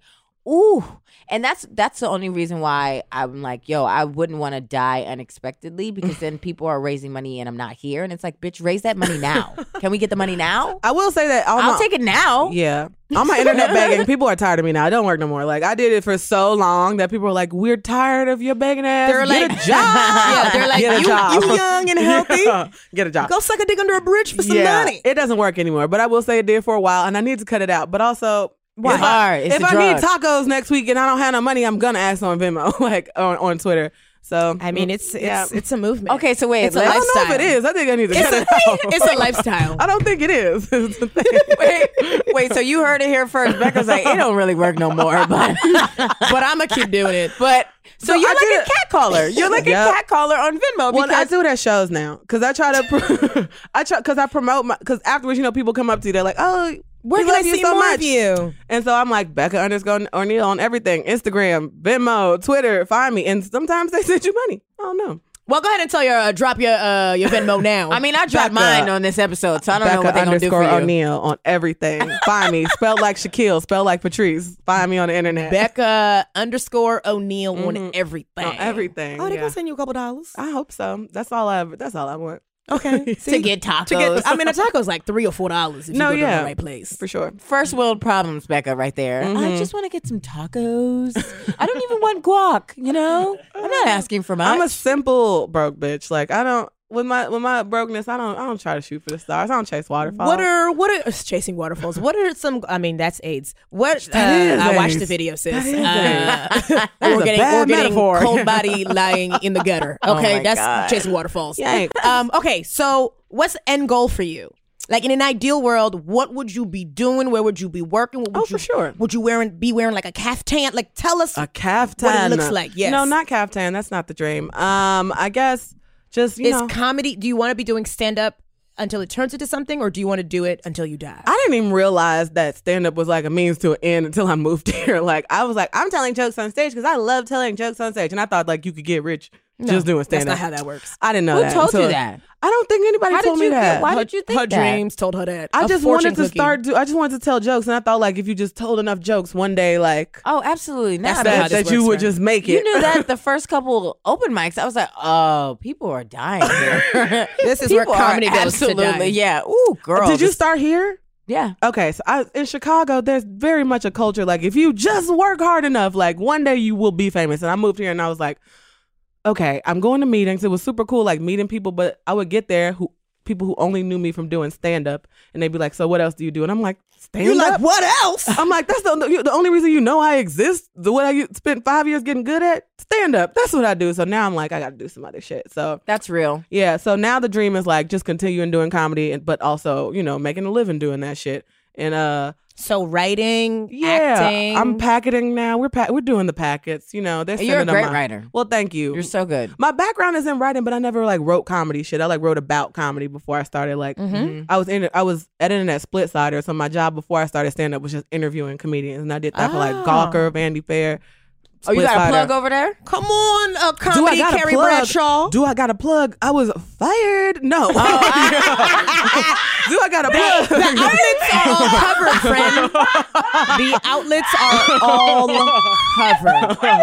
Speaker 2: ooh. And that's that's the only reason why I'm like, yo, I wouldn't want to die unexpectedly because [laughs] then people are raising money and I'm not here. And it's like, bitch, raise that money [laughs] now. Can we get the money now?
Speaker 4: I will say that
Speaker 2: I'll take it
Speaker 3: Oh.
Speaker 2: now.
Speaker 4: Yeah, on my internet
Speaker 3: [laughs]
Speaker 4: begging, people are tired of me now. I don't work no more. Like I did it for so long that people are like, "We're tired of your begging ass.
Speaker 3: They're
Speaker 4: Get
Speaker 3: like-
Speaker 4: a job.
Speaker 3: [laughs] Yeah, they're like,
Speaker 4: Get a
Speaker 3: "You-
Speaker 4: job.
Speaker 3: you young and healthy.
Speaker 4: [laughs] Yeah. Get a job.
Speaker 3: Go suck a dick under a bridge for some
Speaker 4: yeah,
Speaker 3: money.
Speaker 4: It doesn't work anymore, but I will say it did for a while, and I need to cut it out. But also,
Speaker 2: Why?
Speaker 4: if
Speaker 2: It's
Speaker 4: I,
Speaker 2: hard. It's
Speaker 4: if
Speaker 2: a
Speaker 4: I need
Speaker 2: drug.
Speaker 4: tacos next week and I don't have no money, I'm gonna ask on Venmo, [laughs] like on, on Twitter. So
Speaker 3: I mean, it's it's
Speaker 4: Yeah.
Speaker 3: it's a movement.
Speaker 2: Okay, so wait,
Speaker 3: It's a
Speaker 4: I
Speaker 2: let's-
Speaker 4: don't know if it
Speaker 3: lifestyle.
Speaker 4: is. I think I need to
Speaker 3: It's
Speaker 4: cut
Speaker 3: a
Speaker 4: it out. [laughs]
Speaker 3: it's a lifestyle.
Speaker 4: I don't think it is. [laughs] It's
Speaker 3: [laughs]
Speaker 4: the thing.
Speaker 2: [laughs] Wait, so you heard it here first. Becca's like, it don't really work no more, [laughs] but
Speaker 3: but I'm gonna keep doing it.
Speaker 2: but so
Speaker 4: No,
Speaker 2: you're
Speaker 4: I
Speaker 2: like
Speaker 4: did
Speaker 2: a
Speaker 4: it.
Speaker 2: cat caller. You're like a
Speaker 4: Yep.
Speaker 2: cat caller on Venmo
Speaker 4: Well, I
Speaker 2: because
Speaker 4: do it at shows now because I try to, pro- [laughs] I try because I promote my because afterwards, you know, people come up to you, they're like, "Oh,
Speaker 3: We're
Speaker 4: we
Speaker 3: gonna
Speaker 4: love you
Speaker 3: see
Speaker 4: so
Speaker 3: more
Speaker 4: much."
Speaker 3: of you.
Speaker 4: And so I'm like Becca underscore O'Neal on everything, Instagram, Venmo, Twitter, find me. And sometimes they [laughs] send you money. I don't know.
Speaker 3: Well, go ahead and tell your uh, drop your uh, your
Speaker 4: [laughs]
Speaker 3: Venmo now.
Speaker 2: I mean, I dropped
Speaker 4: Becca-
Speaker 2: mine on this episode, so I don't
Speaker 3: Oh,
Speaker 2: know what
Speaker 4: Becca
Speaker 2: they're gonna do for
Speaker 4: underscore
Speaker 2: you.
Speaker 4: O'Neal on everything. Find me. Spelled like Shaquille. Spelled like Patrice. Find me on the internet.
Speaker 3: Becca underscore O'Neal on
Speaker 4: Mhm.
Speaker 3: everything.
Speaker 4: on everything.
Speaker 3: Oh, they
Speaker 4: yeah.
Speaker 3: gonna send you a couple dollars.
Speaker 4: I hope so. That's all I. That's all I want. [laughs]
Speaker 3: Okay.
Speaker 4: See?
Speaker 3: to get tacos. I mean, a taco's like three or four dollars if
Speaker 4: No,
Speaker 3: you go to
Speaker 4: yeah.
Speaker 3: the right place.
Speaker 4: for sure.
Speaker 2: First world problems, Becca, right there.
Speaker 4: Mm-hmm.
Speaker 2: I just want to get some
Speaker 4: [laughs]
Speaker 2: tacos. I don't even want guac. You know, I'm not asking for much.
Speaker 4: I'm a simple broke bitch. Like I don't with my with my brokenness. I don't I don't try to shoot for the stars. I don't chase waterfalls.
Speaker 3: What are what are it's chasing waterfalls? What are some? I mean, that's AIDS. What
Speaker 4: That
Speaker 3: uh,
Speaker 4: is
Speaker 3: I watched the
Speaker 4: AIDS.
Speaker 3: video, sis.
Speaker 4: That is
Speaker 3: Uh, [laughs]
Speaker 4: AIDS. That is
Speaker 3: we're
Speaker 4: a
Speaker 3: getting
Speaker 4: bad
Speaker 3: we're getting
Speaker 4: metaphor. [laughs]
Speaker 3: cold body lying in the gutter.
Speaker 2: Oh
Speaker 3: Okay,
Speaker 2: my
Speaker 3: that's
Speaker 2: God.
Speaker 3: chasing waterfalls.
Speaker 4: Yikes.
Speaker 3: Um. Okay, so what's the end goal for you? Like in an ideal world, what would you be doing? Where would you be working? What would
Speaker 4: Oh,
Speaker 3: you,
Speaker 4: for sure.
Speaker 3: Would you wearing be wearing like a caftan? Like tell us
Speaker 4: a caftan?
Speaker 3: looks like, yes.
Speaker 4: No, not caftan. That's not the dream. Um, I guess just you
Speaker 3: is
Speaker 4: know.
Speaker 3: comedy do you want to be doing stand up until it turns into something or do you want to do it until you die
Speaker 4: I didn't even realize that stand up was like a means to an end until I [laughs] moved here. Like I was like, I'm telling jokes on stage because I love telling jokes on stage, and I thought like you could get rich just doing
Speaker 3: that's
Speaker 4: stand
Speaker 3: not how
Speaker 4: up.
Speaker 3: that works
Speaker 4: I didn't know
Speaker 2: Who
Speaker 4: that.
Speaker 2: told
Speaker 4: until-
Speaker 2: you that?
Speaker 4: I don't think anybody
Speaker 2: How did
Speaker 4: told me
Speaker 2: you get-
Speaker 4: that.
Speaker 2: why did you think
Speaker 3: her
Speaker 2: that?
Speaker 3: dreams told her that
Speaker 4: I
Speaker 3: A
Speaker 4: just
Speaker 3: fortune
Speaker 4: wanted to
Speaker 3: cookie.
Speaker 4: start. Do, I just wanted to tell jokes, and I thought like if you just told enough jokes one day, like
Speaker 2: Oh, absolutely not.
Speaker 3: That's not how
Speaker 4: that,
Speaker 3: this
Speaker 4: that you
Speaker 3: works,
Speaker 4: would
Speaker 3: right?
Speaker 4: just make it.
Speaker 2: You knew
Speaker 4: [laughs]
Speaker 2: that the first couple open mics. I was like, oh, people are dying.
Speaker 4: [laughs]
Speaker 2: Here.
Speaker 3: This is
Speaker 2: people
Speaker 3: where comedy
Speaker 2: are
Speaker 3: goes to
Speaker 2: absolutely,
Speaker 3: die.
Speaker 2: yeah. Ooh, girl,
Speaker 4: Did you
Speaker 2: this-
Speaker 4: start here?
Speaker 2: Yeah.
Speaker 4: Okay, so I, in Chicago, there's very much a culture like if you just work hard enough, like one day you will be famous. And I moved here and I was like, okay, I'm going to meetings. It was super cool, like meeting people, but I would get there who people who only knew me from doing stand up, and they'd be like, so what else do you do? And I'm like, stand
Speaker 3: you're
Speaker 4: up.
Speaker 3: like what else
Speaker 4: I'm like, that's the, you- the only reason you know I exist. The what I spent five years getting good at stand up. That's what I do. So now I'm like, I got to do some other shit. So
Speaker 2: That's real.
Speaker 4: yeah. So now the dream is like just continuing doing comedy, and, but also you know making a living doing that shit. And uh,
Speaker 3: so writing
Speaker 4: yeah,
Speaker 3: acting
Speaker 4: I'm packeting now. We're pa- we're doing the packets. You know, they're
Speaker 2: You're a
Speaker 4: sending them
Speaker 2: great
Speaker 4: out.
Speaker 2: writer.
Speaker 4: Well, thank you.
Speaker 2: You're so good.
Speaker 4: my background is in writing, but I never like wrote comedy shit. I like wrote about comedy before I started. Like
Speaker 2: Mm-hmm.
Speaker 4: I was in, I was editing at Split Sider, so my job before I started stand up was just interviewing comedians, and I did that for like
Speaker 3: Oh.
Speaker 4: Gawker, Vandy Fair.
Speaker 2: Ah. Oh, you
Speaker 4: Split
Speaker 2: got a
Speaker 4: Sider.
Speaker 2: plug over there?
Speaker 3: come on uh,
Speaker 4: Do I
Speaker 3: comedy
Speaker 4: got a
Speaker 3: carrie
Speaker 4: plug?
Speaker 3: bradshaw
Speaker 4: Do I got a plug? I was fired. No. [laughs] Do I got a
Speaker 3: the
Speaker 4: plug? [laughs]
Speaker 3: outlets are all covered, friend.
Speaker 2: [laughs]
Speaker 3: The outlets are all covered.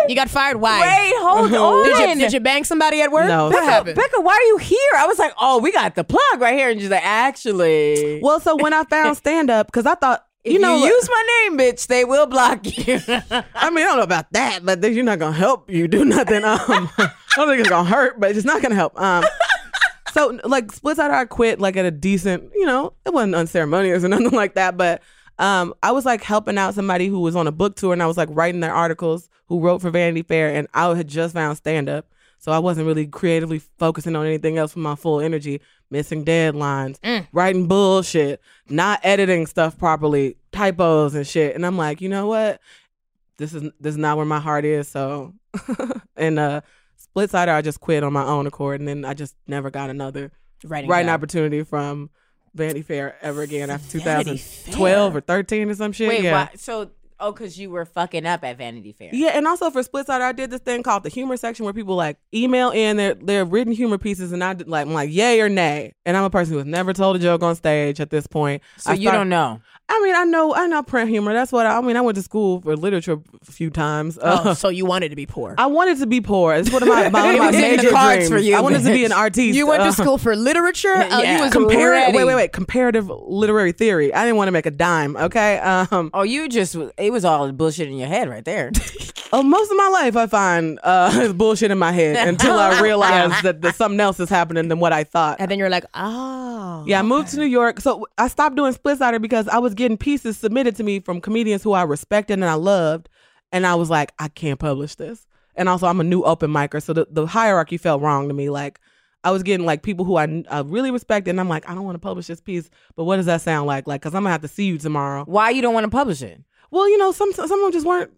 Speaker 3: You got fired. Why?
Speaker 2: [laughs] Wait, hold
Speaker 3: Did you,
Speaker 2: on.
Speaker 3: did you bang somebody
Speaker 4: [laughs]
Speaker 3: at work?
Speaker 4: No.
Speaker 3: What
Speaker 4: Becca-
Speaker 3: happened?
Speaker 2: Becca, why are you here? I was like, oh, we got the plug right here. And she's like, actually.
Speaker 4: well, so when I found stand up, because I thought,
Speaker 2: if
Speaker 4: you know,
Speaker 2: use my name, bitch, they will block [laughs] you.
Speaker 4: I mean, I don't know about that, but then you're [laughs] not gonna help you do nothing. Um, I don't think it's gonna hurt, but it's not gonna help. Um, so So like Splits Out I quit like at a decent, you know, it wasn't unceremonious or [laughs] nothing like that, but um, I was like helping out somebody who was on a book tour and I was like writing their articles who wrote for Vanity Fair and I had just found stand up. So I wasn't really creatively focusing on anything else with my full energy, missing deadlines, writing bullshit, not editing stuff properly, typos and shit. And I'm like, you know what? This is this is not where my heart is. So [laughs] and uh split sider I just quit on my own accord and then I just never got another
Speaker 3: Writing
Speaker 4: writing
Speaker 3: down.
Speaker 4: opportunity from Vanity Fair ever again after 2012 or 13 or some shit.
Speaker 2: Wait,
Speaker 4: yeah.
Speaker 2: why, so oh, because you were fucking up at Vanity Fair.
Speaker 4: Yeah, and also for Split Side, I did this thing called the humor section where people like email in their their written humor pieces, and I did, like I'm like yay or nay, and I'm a person who has never told a joke on stage at this point.
Speaker 2: So
Speaker 4: I
Speaker 2: you
Speaker 4: start-
Speaker 2: don't know.
Speaker 4: I mean, I know I know print humor. That's what I, I mean. I went to school for literature a few times.
Speaker 3: Oh,
Speaker 4: Uh,
Speaker 3: so you wanted to be poor.
Speaker 4: I wanted to be poor. It's one of my, my, one of
Speaker 3: It [laughs]
Speaker 4: my
Speaker 3: was in the
Speaker 4: major
Speaker 3: cards
Speaker 4: dreams.
Speaker 3: for you,
Speaker 4: I wanted to be an
Speaker 3: bitch.
Speaker 4: artiste.
Speaker 3: you went
Speaker 4: Uh,
Speaker 3: to school for literature. Oh,
Speaker 2: yeah.
Speaker 3: you was
Speaker 4: comparative.
Speaker 3: ready.
Speaker 4: Wait, wait, wait. Comparative literary theory. I didn't want to make a dime. Okay. Um.
Speaker 2: Oh, you just it was all bullshit in your head right
Speaker 4: [laughs]
Speaker 2: there.
Speaker 4: Oh, most of my life I find uh, [laughs] is bullshit in my head
Speaker 3: [laughs]
Speaker 4: until I realize that there's something else is happening than what I thought.
Speaker 3: And then you're like, oh,
Speaker 4: Yeah, I moved to New York. So I stopped doing Split Sider because I was getting pieces submitted to me from comedians who I respected and I loved. And I was like, I can't publish this. And also, I'm a new open micer. So the, the hierarchy felt wrong to me. Like, I was getting like people who I, I really respected. And I'm like, I don't want to publish this piece. But what does that sound like? Like, because I'm going to have to see you tomorrow.
Speaker 2: Why you don't want to publish it?
Speaker 4: Well, you know, some some of them just weren't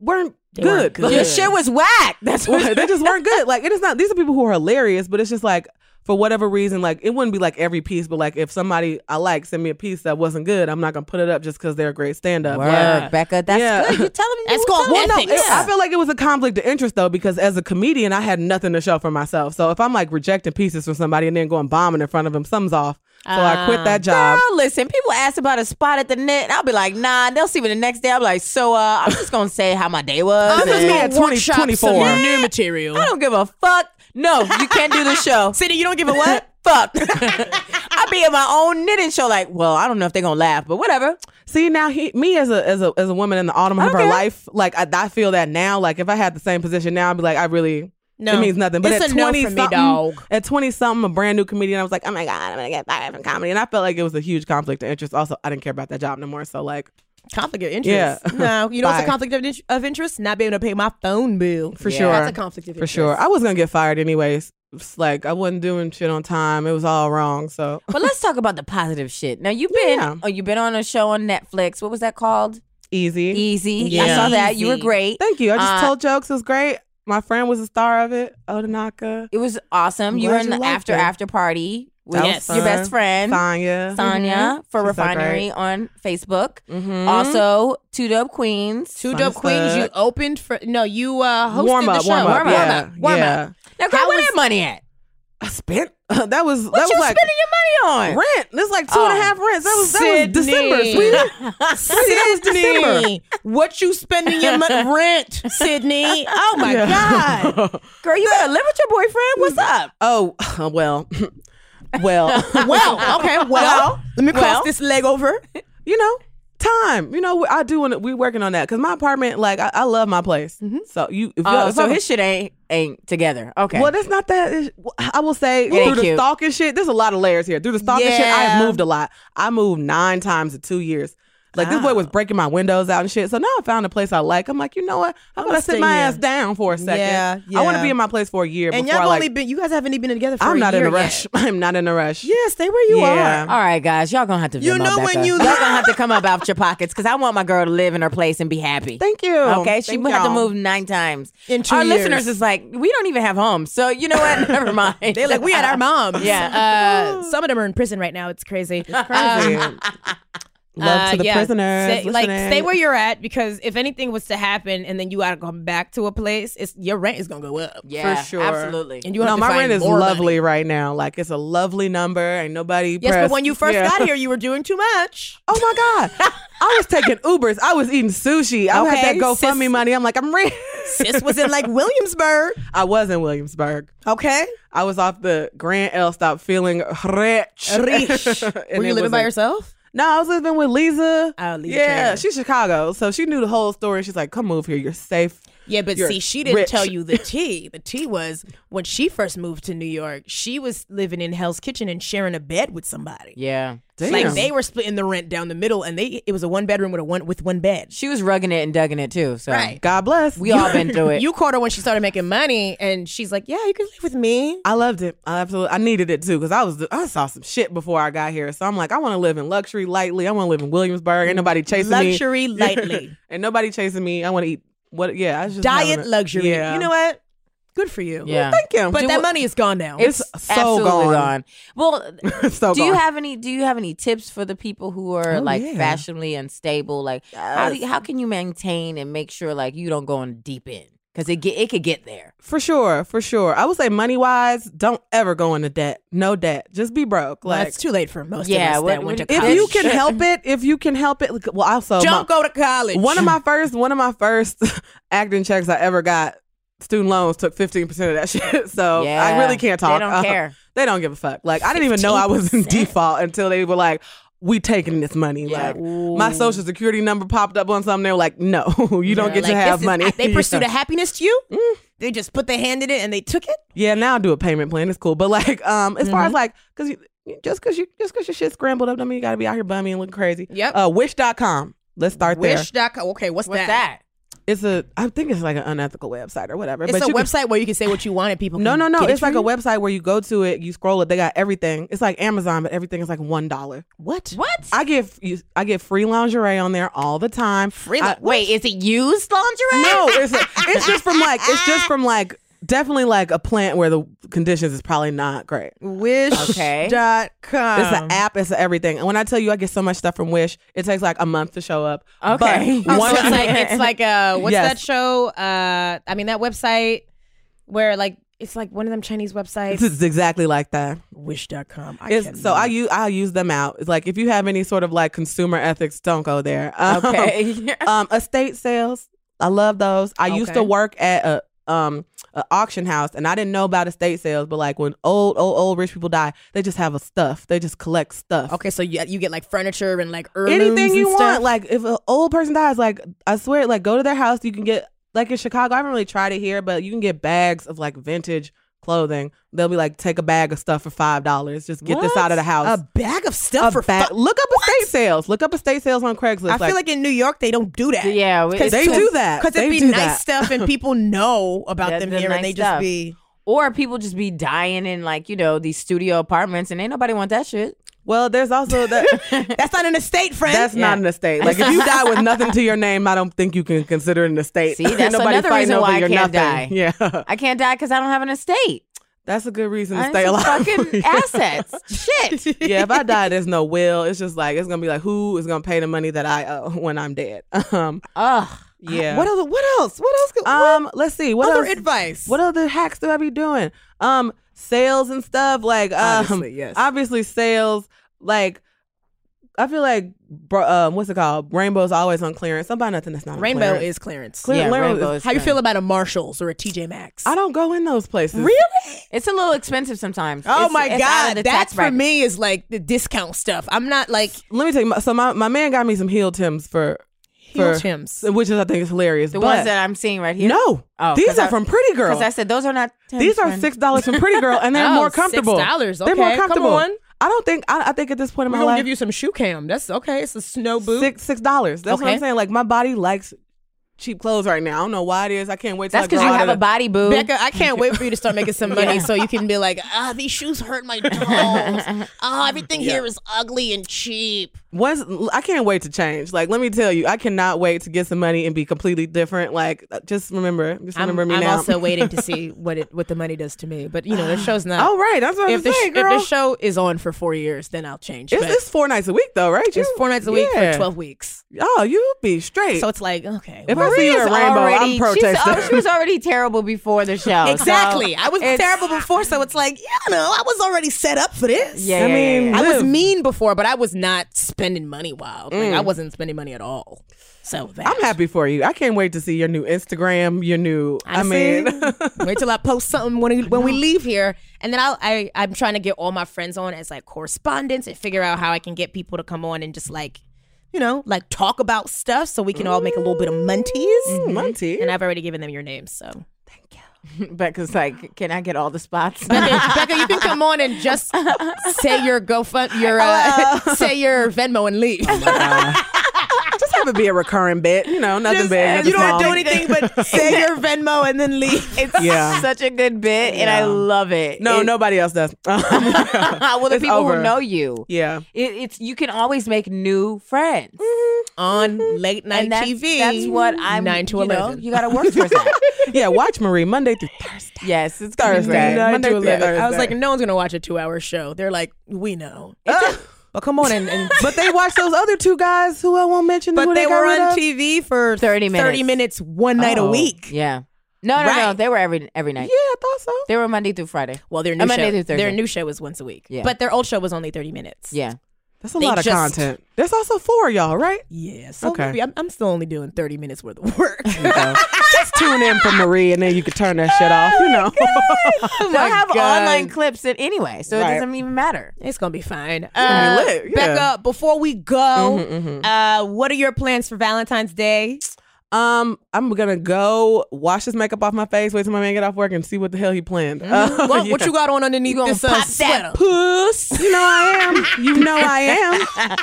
Speaker 4: weren't good.
Speaker 3: weren't
Speaker 4: [laughs]
Speaker 3: good.
Speaker 2: Your
Speaker 3: Yeah.
Speaker 2: shit was whack. That's
Speaker 4: Well,
Speaker 2: what.
Speaker 4: they just weren't good. Like it is not. These are people who are hilarious, but it's just like for whatever reason, like it wouldn't be like every piece, but like if somebody I like sent me a piece that wasn't good, I'm not gonna put it up just because they're a great stand up.
Speaker 2: Word, Becca. That's
Speaker 4: Yeah.
Speaker 2: good. You telling me
Speaker 3: That's
Speaker 2: you
Speaker 3: called
Speaker 2: telling me.
Speaker 3: ethics.
Speaker 2: Yeah.
Speaker 4: I feel like it was a conflict of interest though, because as a comedian, I had nothing to show for myself. So if I'm like rejecting pieces from somebody and then going bombing in front of them, something's off. So I quit that job.
Speaker 2: Girl, listen, people ask about a spot at the net, and I'll be like, nah, they'll see me the next day. I'll be like, so uh, I'm just gonna say how my day was.
Speaker 4: I'm just
Speaker 2: and
Speaker 4: me at 20,
Speaker 3: workshop
Speaker 4: 24.
Speaker 3: some new material.
Speaker 2: I don't give a fuck. No, you can't do the [laughs] show.
Speaker 3: Sydney, you don't give a what?
Speaker 2: fuck. [laughs] I be in my own knitting show, like, well, I don't know if they're gonna laugh, but whatever.
Speaker 4: See now, he, me as a as a as a woman in the autumn of her
Speaker 2: Okay.
Speaker 4: life, like I, I feel that now. Like if I had the same position now, I'd be like, I really.
Speaker 3: [laughs] No.
Speaker 4: It means nothing. But
Speaker 3: It's
Speaker 4: at
Speaker 3: a no
Speaker 4: twenty
Speaker 3: for me,
Speaker 4: something,
Speaker 3: dog.
Speaker 4: at twenty something, a brand new comedian, I was like, oh my god, I'm gonna get fired from comedy, and I felt like it was a huge conflict of interest. Also, I didn't care about that job no more. So like,
Speaker 3: conflict of interest.
Speaker 4: [laughs] Yeah.
Speaker 3: No, you know what's a
Speaker 4: Bye.
Speaker 3: conflict of, in- of interest? Not being able to pay my phone bill.
Speaker 4: For sure.
Speaker 3: That's a conflict of
Speaker 4: for
Speaker 3: interest.
Speaker 4: sure, I was gonna get fired anyways. It's Like I wasn't doing shit on time. It was all wrong. So
Speaker 2: But let's talk about the positive shit. Now you've been
Speaker 4: Yeah.
Speaker 2: oh, you've been on a show on Netflix. What was that called?
Speaker 4: easy.
Speaker 2: Easy. I
Speaker 3: Yeah.
Speaker 2: saw that. You were
Speaker 3: Easy.
Speaker 2: great.
Speaker 4: Thank you. I just
Speaker 2: E Uh,
Speaker 4: told jokes. It was great. My friend was the star of it. Odinaka,
Speaker 2: It was awesome.
Speaker 4: I'm
Speaker 2: you were
Speaker 4: glad
Speaker 2: in
Speaker 4: you
Speaker 2: the
Speaker 4: liked
Speaker 2: after
Speaker 4: it.
Speaker 2: after party with
Speaker 4: That
Speaker 3: was
Speaker 2: your
Speaker 4: fun.
Speaker 2: best friend
Speaker 4: Sonya,
Speaker 3: Mm-hmm.
Speaker 2: Sonya for
Speaker 4: She's so great.
Speaker 2: Refinery on Facebook.
Speaker 4: Mhm.
Speaker 2: Also, Mm-hmm. Two Dope Queens.
Speaker 3: Two
Speaker 4: Fun
Speaker 3: dope queens. You
Speaker 4: fuck.
Speaker 3: opened for no. You uh, hosted
Speaker 4: warm up,
Speaker 3: the show.
Speaker 4: warm up,
Speaker 2: Warm up,
Speaker 4: yeah,
Speaker 2: warm up.
Speaker 4: yeah.
Speaker 2: now, girl, where that money [laughs] at?
Speaker 4: I spent. [laughs] that was that
Speaker 2: What
Speaker 4: was
Speaker 2: you
Speaker 4: like
Speaker 2: spending your money on?
Speaker 4: rent. That's like two and a half rents. That was that was December.
Speaker 3: Sydney. Sydney,
Speaker 4: sweetie. that was
Speaker 3: Oh
Speaker 4: December.
Speaker 3: what you spending your
Speaker 4: [laughs]
Speaker 3: mon- rent, Sydney? Oh my
Speaker 4: Yeah. [laughs]
Speaker 3: god!
Speaker 2: Girl, you gotta live with your boyfriend. What's up?
Speaker 4: Oh [laughs] well, well, [laughs]
Speaker 3: Well, okay, well, let me cross
Speaker 2: well.
Speaker 3: this leg over.
Speaker 4: you know, time. You know, I do. wanna- We working on that because my apartment, like, I, I love my place.
Speaker 3: Mm-hmm.
Speaker 4: uh, So you,
Speaker 3: Uh,
Speaker 4: if
Speaker 2: Oh,
Speaker 4: you
Speaker 2: so his shit ain't ain't together. Okay.
Speaker 4: Well, that's not that. it's- I will say
Speaker 2: ain't
Speaker 4: through the
Speaker 2: cute.
Speaker 4: stalking shit. There's a lot of layers here. Through the stalking shit, I
Speaker 3: Yeah.
Speaker 4: have moved a lot. I moved nine times in two years. Like this boy was breaking my windows out and shit. So now I found a place I like. I'm like, you know what? How about I sit
Speaker 3: stay
Speaker 4: my
Speaker 3: here.
Speaker 4: ass down for a second?
Speaker 3: Yeah,
Speaker 4: I want to
Speaker 3: yeah.
Speaker 4: be in my place for a year.
Speaker 3: And y'all
Speaker 4: before I,
Speaker 3: have
Speaker 4: like,
Speaker 3: only been. You guys haven't even been together for.
Speaker 4: I'm
Speaker 3: a
Speaker 4: not
Speaker 3: year
Speaker 4: in a
Speaker 3: yet.
Speaker 4: rush. [laughs] I'm not in a rush.
Speaker 3: Yeah, stay where you
Speaker 4: Yeah.
Speaker 3: are.
Speaker 2: All right, guys, y'all gonna have to.
Speaker 3: You
Speaker 2: Venmo
Speaker 3: know when
Speaker 2: Becca.
Speaker 3: you-
Speaker 2: y'all gonna have to come up out your pockets because I want my girl to live in her place and be happy.
Speaker 4: Thank you.
Speaker 2: Okay, she
Speaker 4: Thank
Speaker 2: had to
Speaker 4: y'all.
Speaker 2: move nine times.
Speaker 3: In two
Speaker 2: our
Speaker 3: years.
Speaker 2: listeners is like, we don't even have homes, so you know what? [laughs] Never mind.
Speaker 3: They like we had our moms.
Speaker 2: Yeah.
Speaker 3: [laughs] Uh, some of them are in prison right now. It's crazy.
Speaker 4: Crazy.
Speaker 3: [laughs] Um,
Speaker 4: Love
Speaker 3: uh,
Speaker 4: to the
Speaker 3: yeah.
Speaker 4: prisoners.
Speaker 3: Stay- like
Speaker 4: listening.
Speaker 3: stay where you're at because if anything was to happen and then you gotta come back to a place, it's your rent is gonna go up.
Speaker 2: yeah,
Speaker 4: for sure.
Speaker 2: absolutely.
Speaker 3: And you have
Speaker 4: no,
Speaker 3: to
Speaker 4: my
Speaker 3: find
Speaker 4: rent is
Speaker 3: more money.
Speaker 4: lovely right now. Like it's a lovely number. Ain't nobody.
Speaker 3: Yes,
Speaker 4: pressed.
Speaker 3: but when you first
Speaker 4: Yeah.
Speaker 3: got here, you were doing too much.
Speaker 4: [laughs] Oh my God. I
Speaker 3: [laughs]
Speaker 4: was taking Ubers. I was eating sushi. I had that
Speaker 3: Okay,
Speaker 4: GoFundMe
Speaker 3: sis-
Speaker 4: money. I'm like, I'm rich.
Speaker 3: [laughs]
Speaker 4: [laughs]
Speaker 3: Sis was in like [laughs] Williamsburg.
Speaker 4: I was in Williamsburg.
Speaker 3: Okay,
Speaker 4: I was off the Grand L stop feeling rich.
Speaker 3: rich.
Speaker 4: [laughs] And
Speaker 3: were
Speaker 4: it
Speaker 3: you living
Speaker 4: was
Speaker 3: by
Speaker 4: a-
Speaker 3: yourself?
Speaker 4: No, I was living with Lisa.
Speaker 3: Oh, Lisa
Speaker 4: yeah,
Speaker 3: Trainer.
Speaker 4: she's Chicago. So she knew the whole story. She's like, come move here. You're safe.
Speaker 3: Yeah, but
Speaker 4: You're
Speaker 3: see, she didn't
Speaker 4: rich.
Speaker 3: tell you the tea. The tea was when she first moved to New York, she was living in Hell's Kitchen and sharing a bed with somebody.
Speaker 2: Yeah.
Speaker 4: Damn.
Speaker 3: Like they were splitting the rent down the middle, and they it was a one bedroom with a one with one bed.
Speaker 2: She was rugging it and dugging it too. So
Speaker 3: Right.
Speaker 4: God bless.
Speaker 2: we
Speaker 3: [laughs]
Speaker 2: all been through it.
Speaker 3: You caught her when she started making money, and she's like, "Yeah, you can live with me."
Speaker 4: I loved it. I absolutely. I needed it too because I was I saw some shit before I got here. So I'm like, I want to live in luxury lightly. I want to live in Williamsburg. Ain't nobody chasing [laughs] me.
Speaker 3: Luxury lightly,
Speaker 4: and nobody chasing me. I want to eat. What? Yeah. I was just
Speaker 3: diet
Speaker 4: having a-
Speaker 3: luxury.
Speaker 4: Yeah.
Speaker 3: You know what? Good for you.
Speaker 2: yeah.
Speaker 4: Thank you.
Speaker 3: But
Speaker 4: Do
Speaker 3: that
Speaker 4: what-
Speaker 3: money is gone now.
Speaker 4: It's so
Speaker 2: Absolutely
Speaker 4: gone.
Speaker 2: gone. Well,
Speaker 4: [laughs] so
Speaker 2: do you
Speaker 4: gone.
Speaker 2: have any do you have any tips for the people who are
Speaker 4: Oh,
Speaker 2: like
Speaker 4: yeah.
Speaker 2: fashionably unstable like how, do you, how can you maintain and make sure like you don't go in deep end because it get it could get there
Speaker 4: For sure, for sure. I would say money wise, don't ever go into debt. No debt. Just be broke.
Speaker 3: Well,
Speaker 4: Like
Speaker 3: it's too late for most
Speaker 2: Yeah,
Speaker 3: of us
Speaker 2: what-
Speaker 3: that went to
Speaker 2: what-
Speaker 4: if
Speaker 3: college.
Speaker 4: you can help it, if you can help it. like, Well, also my-
Speaker 3: don't go to college.
Speaker 4: one of my first one of my first [laughs] acting checks I ever got. Student loans took fifteen percent of that [laughs] shit, so Oh, I
Speaker 2: Yeah.
Speaker 4: really can't
Speaker 2: They
Speaker 4: talk. [laughs]
Speaker 2: don't
Speaker 4: Uh,
Speaker 2: care.
Speaker 4: They don't give a fuck. Like I didn't even know I was in
Speaker 2: 15%?
Speaker 4: default until they were like, "We taking this money."
Speaker 2: Yeah.
Speaker 4: Like my social security number popped up on something. They were like, "No, [laughs] you
Speaker 3: Like,
Speaker 4: don't get to
Speaker 3: this
Speaker 4: have
Speaker 3: is-
Speaker 4: money." [laughs]
Speaker 3: They pursued
Speaker 4: Yeah.
Speaker 3: a happiness to you. They just put their hand in it and they took it.
Speaker 4: Yeah, now I do a payment plan. It's cool. But like, um, as
Speaker 3: Mm-hmm.
Speaker 4: far as like, cause you, just cause you just cause your shit's scrambled up, don't mean you gotta be out here bummy and looking crazy.
Speaker 3: Yep.
Speaker 4: Uh, wish.com. Let's start there.
Speaker 3: Wish.com. Okay, what's,
Speaker 2: what's
Speaker 3: that?
Speaker 2: that
Speaker 4: It's a I think it's like an unethical website or whatever.
Speaker 3: It's a
Speaker 4: you can-
Speaker 3: website where you can say what you want and people.
Speaker 4: no,
Speaker 3: can
Speaker 4: no, no.
Speaker 3: get it
Speaker 4: It's
Speaker 3: for
Speaker 4: like a
Speaker 3: you?
Speaker 4: website where you go to it, you scroll it, they got everything. It's like Amazon, but everything is like one dollar.
Speaker 3: What?
Speaker 2: what
Speaker 4: I get you I get free lingerie on there all the time. Free
Speaker 2: Uh, wait is it used lingerie
Speaker 4: No,
Speaker 2: [laughs]
Speaker 4: it's it's just from like it's just from like definitely like a plant where the conditions is probably not great.
Speaker 3: Wish.com.
Speaker 2: Okay.
Speaker 4: It's an app. It's a everything. And when I tell you, I get so much stuff from Wish. It takes like a month to show up.
Speaker 2: Okay.
Speaker 4: But
Speaker 3: Oh,
Speaker 4: [laughs] once-
Speaker 3: so it's like it's like
Speaker 4: [laughs]
Speaker 3: uh, what's
Speaker 4: Yes.
Speaker 3: that show? Uh, I mean that website where like it's like one of them Chinese
Speaker 4: this
Speaker 3: websites.
Speaker 4: is exactly like that.
Speaker 3: Wish.com. I
Speaker 4: It's,
Speaker 3: [laughs]
Speaker 4: so I use I use them out. It's like if you have any sort of like consumer ethics, don't go there. [laughs] Um,
Speaker 2: okay
Speaker 4: um, estate sales. I love those. I used to
Speaker 3: Okay.
Speaker 4: work at a um a auction house, and I didn't know about estate sales. But like when old old old rich people die, they just have a stuff. They just collect stuff.
Speaker 3: Okay, so you you get like furniture and like heirlooms
Speaker 4: anything you
Speaker 3: and stuff.
Speaker 4: want. Like if an old person dies, like I swear, like go to their house. You can get like in Chicago. I haven't really tried it here, but you can get bags of like vintage clothing. They'll be like, take a bag of stuff for five dollars. Just get this
Speaker 3: What?
Speaker 4: out of the house.
Speaker 3: a bag of stuff for
Speaker 4: bag.
Speaker 3: fu-
Speaker 4: Look up estate sales. Look up estate sales on Craigslist.
Speaker 3: I feel like in New York they don't do that.
Speaker 2: yeah it's-
Speaker 4: they do that.
Speaker 3: because
Speaker 4: They
Speaker 3: it'd be
Speaker 4: do
Speaker 3: nice
Speaker 4: that.
Speaker 3: stuff and
Speaker 4: [laughs]
Speaker 3: people know about
Speaker 2: Yeah,
Speaker 3: them
Speaker 2: the
Speaker 3: here
Speaker 2: nice
Speaker 3: and they
Speaker 2: stuff.
Speaker 3: just be
Speaker 2: or people just be dying in like you know these studio apartments and ain't nobody want that shit
Speaker 4: Well, there's also
Speaker 2: [laughs]
Speaker 4: that.
Speaker 3: that's not an estate, friend. [laughs]
Speaker 4: That's
Speaker 2: Yeah.
Speaker 4: not an estate. Like if you die with nothing to your name, I don't think you can consider it an estate.
Speaker 2: See, that's
Speaker 4: Ain't [laughs] Nobody
Speaker 2: another
Speaker 4: fighting
Speaker 2: reason
Speaker 4: over
Speaker 2: why I
Speaker 4: your
Speaker 2: can't
Speaker 4: nothing. Yeah, [laughs]
Speaker 2: i can't die because i don't have an estate
Speaker 4: that's a good reason to
Speaker 2: i
Speaker 4: stay
Speaker 2: have
Speaker 4: alive.
Speaker 2: some fucking
Speaker 4: [laughs] Yeah.
Speaker 2: assets
Speaker 4: [laughs]
Speaker 2: shit
Speaker 4: yeah, if I die, there's no will. It's just like it's gonna be like who is gonna pay the money that I owe [laughs] when I'm dead. Um,
Speaker 2: ugh
Speaker 4: yeah.
Speaker 3: what else? What else? What else? Could,
Speaker 4: um, let's see. What
Speaker 3: what other
Speaker 4: else?
Speaker 3: advice?
Speaker 4: what other hacks do I be doing? Um, sales and stuff like um,
Speaker 3: Obviously, yes.
Speaker 4: obviously sales like. I feel like, bro, um, what's it called? Rainbow's always on clearance. Somebody nothing that's not on
Speaker 3: Rainbow
Speaker 4: Um, clearance.
Speaker 3: is clearance.
Speaker 4: Clear-
Speaker 2: yeah,
Speaker 4: Larry,
Speaker 2: rainbow is
Speaker 3: How you
Speaker 2: good.
Speaker 3: feel about a Marshalls or a TJ Maxx?
Speaker 4: I don't go in those places.
Speaker 2: It's a little expensive sometimes.
Speaker 3: Oh
Speaker 2: It's-
Speaker 3: my
Speaker 2: it's out of
Speaker 3: god,
Speaker 2: the
Speaker 3: that
Speaker 2: tax
Speaker 3: for
Speaker 2: bracket.
Speaker 3: me is like the discount stuff. I'm not like
Speaker 4: Let me tell you. my- So my, my man got me some heel tims for
Speaker 3: heel
Speaker 4: for-
Speaker 3: Tims.
Speaker 4: which is I think is hilarious.
Speaker 2: The
Speaker 4: but
Speaker 2: ones that I'm seeing right here.
Speaker 4: no,
Speaker 2: Oh,
Speaker 4: these
Speaker 2: 'cause
Speaker 4: are
Speaker 2: I-
Speaker 4: from Pretty Girl.
Speaker 2: because I said those are not. Tim's
Speaker 4: These are
Speaker 2: friend.
Speaker 4: six dollars from Pretty Girl, and they're
Speaker 3: [laughs] Oh,
Speaker 4: more comfortable.
Speaker 3: $6,
Speaker 4: They're more
Speaker 3: okay, come
Speaker 4: comfortable.
Speaker 3: on.
Speaker 4: I don't think. I, I think at this point in
Speaker 3: We're
Speaker 4: my
Speaker 3: gonna
Speaker 4: life,
Speaker 3: give you some shoe cam. That's okay. It's a snow boot.
Speaker 4: six six dollars. That's what I'm
Speaker 3: Okay.
Speaker 4: saying. Like my body likes cheap clothes right now. I don't know why it is. I can't wait. Till
Speaker 2: That's
Speaker 4: because
Speaker 2: because you have a body boo.
Speaker 3: Becca, I can't wait for you to start making some [laughs] money so you can be like, ah, these shoes hurt my toes. Ah, everything here is ugly and cheap.
Speaker 4: Once I can't wait to change. Like let me tell you, I cannot wait to get some money and be completely different. Like uh, just remember, just remember me
Speaker 3: I'm
Speaker 4: now.
Speaker 3: also
Speaker 4: [laughs]
Speaker 3: waiting [laughs] to see what it what the money does to me. But you know, the show's not.
Speaker 4: Oh right, that's what I'm
Speaker 3: if the, sh-
Speaker 4: saying,
Speaker 3: if the
Speaker 4: girl.
Speaker 3: show is on for four years, then I'll change.
Speaker 4: it's,
Speaker 3: but
Speaker 4: it's four nights a week though, right?
Speaker 3: it's
Speaker 4: You-
Speaker 3: four nights a week
Speaker 4: yeah.
Speaker 3: for twelve weeks,
Speaker 4: Oh, you be straight.
Speaker 3: so it's like okay.
Speaker 4: if I
Speaker 3: well,
Speaker 4: see you
Speaker 2: Maria's
Speaker 4: at Rainbow,
Speaker 2: already,
Speaker 4: I'm
Speaker 2: she's-
Speaker 4: protesting.
Speaker 2: oh, she was already terrible before the
Speaker 4: [laughs]
Speaker 2: show.
Speaker 3: [laughs]
Speaker 2: so
Speaker 3: exactly,
Speaker 4: uh,
Speaker 3: I was
Speaker 2: it's- [laughs]
Speaker 3: terrible before, so it's like you know, I was already set up for this.
Speaker 2: Yeah,
Speaker 4: I
Speaker 2: yeah, yeah,
Speaker 4: mean,
Speaker 2: yeah.
Speaker 3: I was
Speaker 4: live. Mm.
Speaker 3: mean before, but I was not spending money wild. Like, I wasn't spending money at all. So that.
Speaker 4: I'm happy for you. I can't wait to see your new Instagram, your new. I,
Speaker 3: Honestly,
Speaker 4: mean, [laughs]
Speaker 5: [laughs]
Speaker 3: wait till I post something when we, when we leave here, and then I'll, I I'm trying to get all my friends on as like correspondents and figure out how I can get people to come on and just like you know, like talk about stuff so we can all make a little bit of munties.
Speaker 5: Mm-hmm.
Speaker 4: Monty.
Speaker 3: Mm-hmm. And I've already given them your names, so
Speaker 2: Becca's like, can I get all the spots?
Speaker 3: [laughs]
Speaker 5: Becca, Becca, you can come on and just say your GoFund, your uh,
Speaker 3: Oh.
Speaker 5: say your Venmo and leave.
Speaker 4: [laughs] Just have it be a recurring bit. You know, nothing bad.
Speaker 3: uh, you don't do anything but [laughs] say your Venmo and then leave.
Speaker 2: It's
Speaker 4: [laughs]
Speaker 2: [laughs]
Speaker 4: Yeah.
Speaker 2: such a good bit, and I
Speaker 4: Yeah.
Speaker 2: love it.
Speaker 4: No,
Speaker 2: It-
Speaker 4: nobody
Speaker 3: [laughs]
Speaker 4: else does.
Speaker 2: [laughs]
Speaker 4: [laughs]
Speaker 2: well, the
Speaker 4: It's
Speaker 2: people
Speaker 4: over.
Speaker 2: who know you,
Speaker 4: yeah.
Speaker 2: it, it's you can always make new friends.
Speaker 3: On late night
Speaker 2: And that's,
Speaker 3: TV.
Speaker 2: that's what I'm.
Speaker 3: nine to
Speaker 2: you know,
Speaker 3: eleven.
Speaker 2: you got to work towards that.
Speaker 4: [laughs] Yeah, watch Marie Monday through Thursday.
Speaker 2: yes, it's gonna be
Speaker 4: Thursday.
Speaker 2: great.
Speaker 4: Monday through Thursday.
Speaker 3: I was like, no one's gonna watch a two-hour show. They're like, we know.
Speaker 2: Ah.
Speaker 4: oh,
Speaker 3: but come on and, and
Speaker 4: but they watch those other two guys who I won't mention.
Speaker 3: but
Speaker 4: who
Speaker 3: they
Speaker 4: got
Speaker 3: were
Speaker 4: rid
Speaker 3: on
Speaker 4: of.
Speaker 3: TV for
Speaker 2: 30 minutes.
Speaker 3: thirty minutes one night a
Speaker 4: Oh.
Speaker 3: week.
Speaker 2: Yeah. No, no, no.
Speaker 3: Right.
Speaker 2: They were every every
Speaker 4: Yeah,
Speaker 2: night.
Speaker 4: I thought so.
Speaker 2: They were Monday through Friday.
Speaker 3: Well, their
Speaker 2: Uh,
Speaker 3: new
Speaker 2: Monday
Speaker 3: show,
Speaker 2: through Thursday.
Speaker 3: their new show was once a week.
Speaker 2: Yeah.
Speaker 3: But their old show was only 30 minutes.
Speaker 2: Yeah.
Speaker 4: That's a
Speaker 3: They
Speaker 4: lot of
Speaker 3: just-
Speaker 4: content. There's also four of y'all, right?
Speaker 3: Yeah. So
Speaker 4: Okay.
Speaker 3: maybe I'm, I'm still only doing 30 minutes worth of work. [laughs]
Speaker 4: [laughs] Just tune in for Marie, and then you can turn that shit off.
Speaker 2: [laughs]
Speaker 4: You know. [laughs]
Speaker 3: Oh
Speaker 2: They'll have online clips in anyway, so it
Speaker 4: Right.
Speaker 2: doesn't even matter. [laughs]
Speaker 3: it's going to be fine.
Speaker 4: gonna be
Speaker 3: Uh,
Speaker 4: lit, yeah. Mm-hmm,
Speaker 3: Becca, before we go,
Speaker 2: Mm-hmm,
Speaker 3: uh, what are your plans for Valentine's Day?
Speaker 4: Um, I'm gonna go wash this makeup off my face, wait till my man get off work, and see what the hell he planned.
Speaker 2: Mm-hmm.
Speaker 4: Uh, [laughs]
Speaker 3: What, what you got on underneath
Speaker 2: gonna
Speaker 3: this uh,
Speaker 2: pop that
Speaker 3: sweater?
Speaker 4: puss? You know I am. You know I
Speaker 2: [laughs]
Speaker 4: am.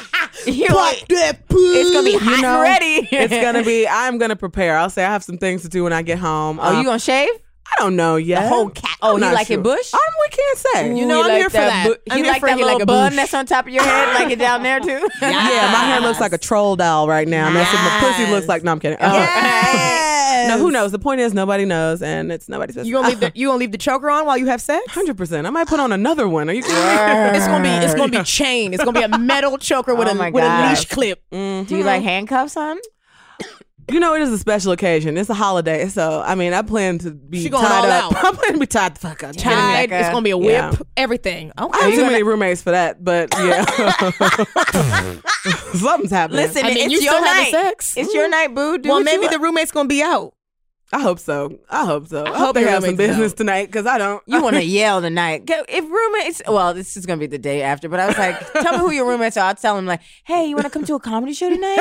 Speaker 2: You're like,
Speaker 4: that puss.
Speaker 2: it's gonna be hot
Speaker 4: you know?
Speaker 2: and ready.
Speaker 4: It's gonna be. I'm gonna prepare. I'll say I have some things to do when I get home.
Speaker 2: Oh,
Speaker 4: Um,
Speaker 3: Uh,
Speaker 2: you gonna shave?
Speaker 4: I don't know yet.
Speaker 2: The whole cat. Oh,
Speaker 4: I'm
Speaker 2: you
Speaker 4: not
Speaker 2: like it
Speaker 4: sure.
Speaker 2: bush?
Speaker 4: Um, we can't say.
Speaker 3: You know I'm
Speaker 2: like
Speaker 3: here for that.
Speaker 2: bu-
Speaker 4: I'm
Speaker 2: you
Speaker 4: here
Speaker 2: like
Speaker 4: for
Speaker 2: that
Speaker 4: that
Speaker 2: little
Speaker 4: little
Speaker 2: bun
Speaker 4: bush.
Speaker 2: that's on top of your head, like it down there too.
Speaker 4: Yeah, my hair looks like a troll doll right now. and That's what my pussy looks like. No, I'm kidding. Uh,
Speaker 2: [laughs]
Speaker 4: [laughs] no, who knows? The point is, nobody knows, and it's nobody's business.
Speaker 3: You gonna leave the you gonna leave the choker on while you have sex?
Speaker 4: [laughs] Hundred percent. I might put on another one. Are you kidding? me?
Speaker 3: It's gonna be it's gonna be chain. It's gonna be
Speaker 2: [laughs]
Speaker 3: a metal choker with
Speaker 2: Oh
Speaker 3: a
Speaker 2: my
Speaker 3: with a
Speaker 2: God.
Speaker 3: leash clip.
Speaker 2: Do you like handcuffs on?
Speaker 4: You know, it is a special occasion. It's a holiday, so I mean, I plan to be
Speaker 3: She going all
Speaker 4: tied up.
Speaker 3: out.
Speaker 4: [laughs] I plan to be tied the fuck up.
Speaker 3: Tied.
Speaker 2: Becca.
Speaker 3: It's gonna be a whip.
Speaker 4: Yeah.
Speaker 3: Everything. Okay.
Speaker 4: I have too many roommates for that, but yeah, [laughs] something's happening.
Speaker 2: Listen,
Speaker 3: I mean,
Speaker 2: it's
Speaker 3: you
Speaker 2: your
Speaker 3: still
Speaker 2: night.
Speaker 3: having sex?
Speaker 2: It's your night, boo. Do
Speaker 3: well,
Speaker 2: what you
Speaker 3: maybe
Speaker 2: want.
Speaker 3: the roommate's gonna be out.
Speaker 4: I hope so. I hope so. I, hope,
Speaker 3: hope
Speaker 4: they
Speaker 3: your
Speaker 4: have some
Speaker 3: roommates
Speaker 4: business
Speaker 3: know.
Speaker 4: tonight because I don't.
Speaker 2: You want to yell tonight. Go- If roommates, well, this is going to be the day after, but I was like, tell me who your roommates are. I'll tell them, like, hey, you want to come to a comedy show tonight?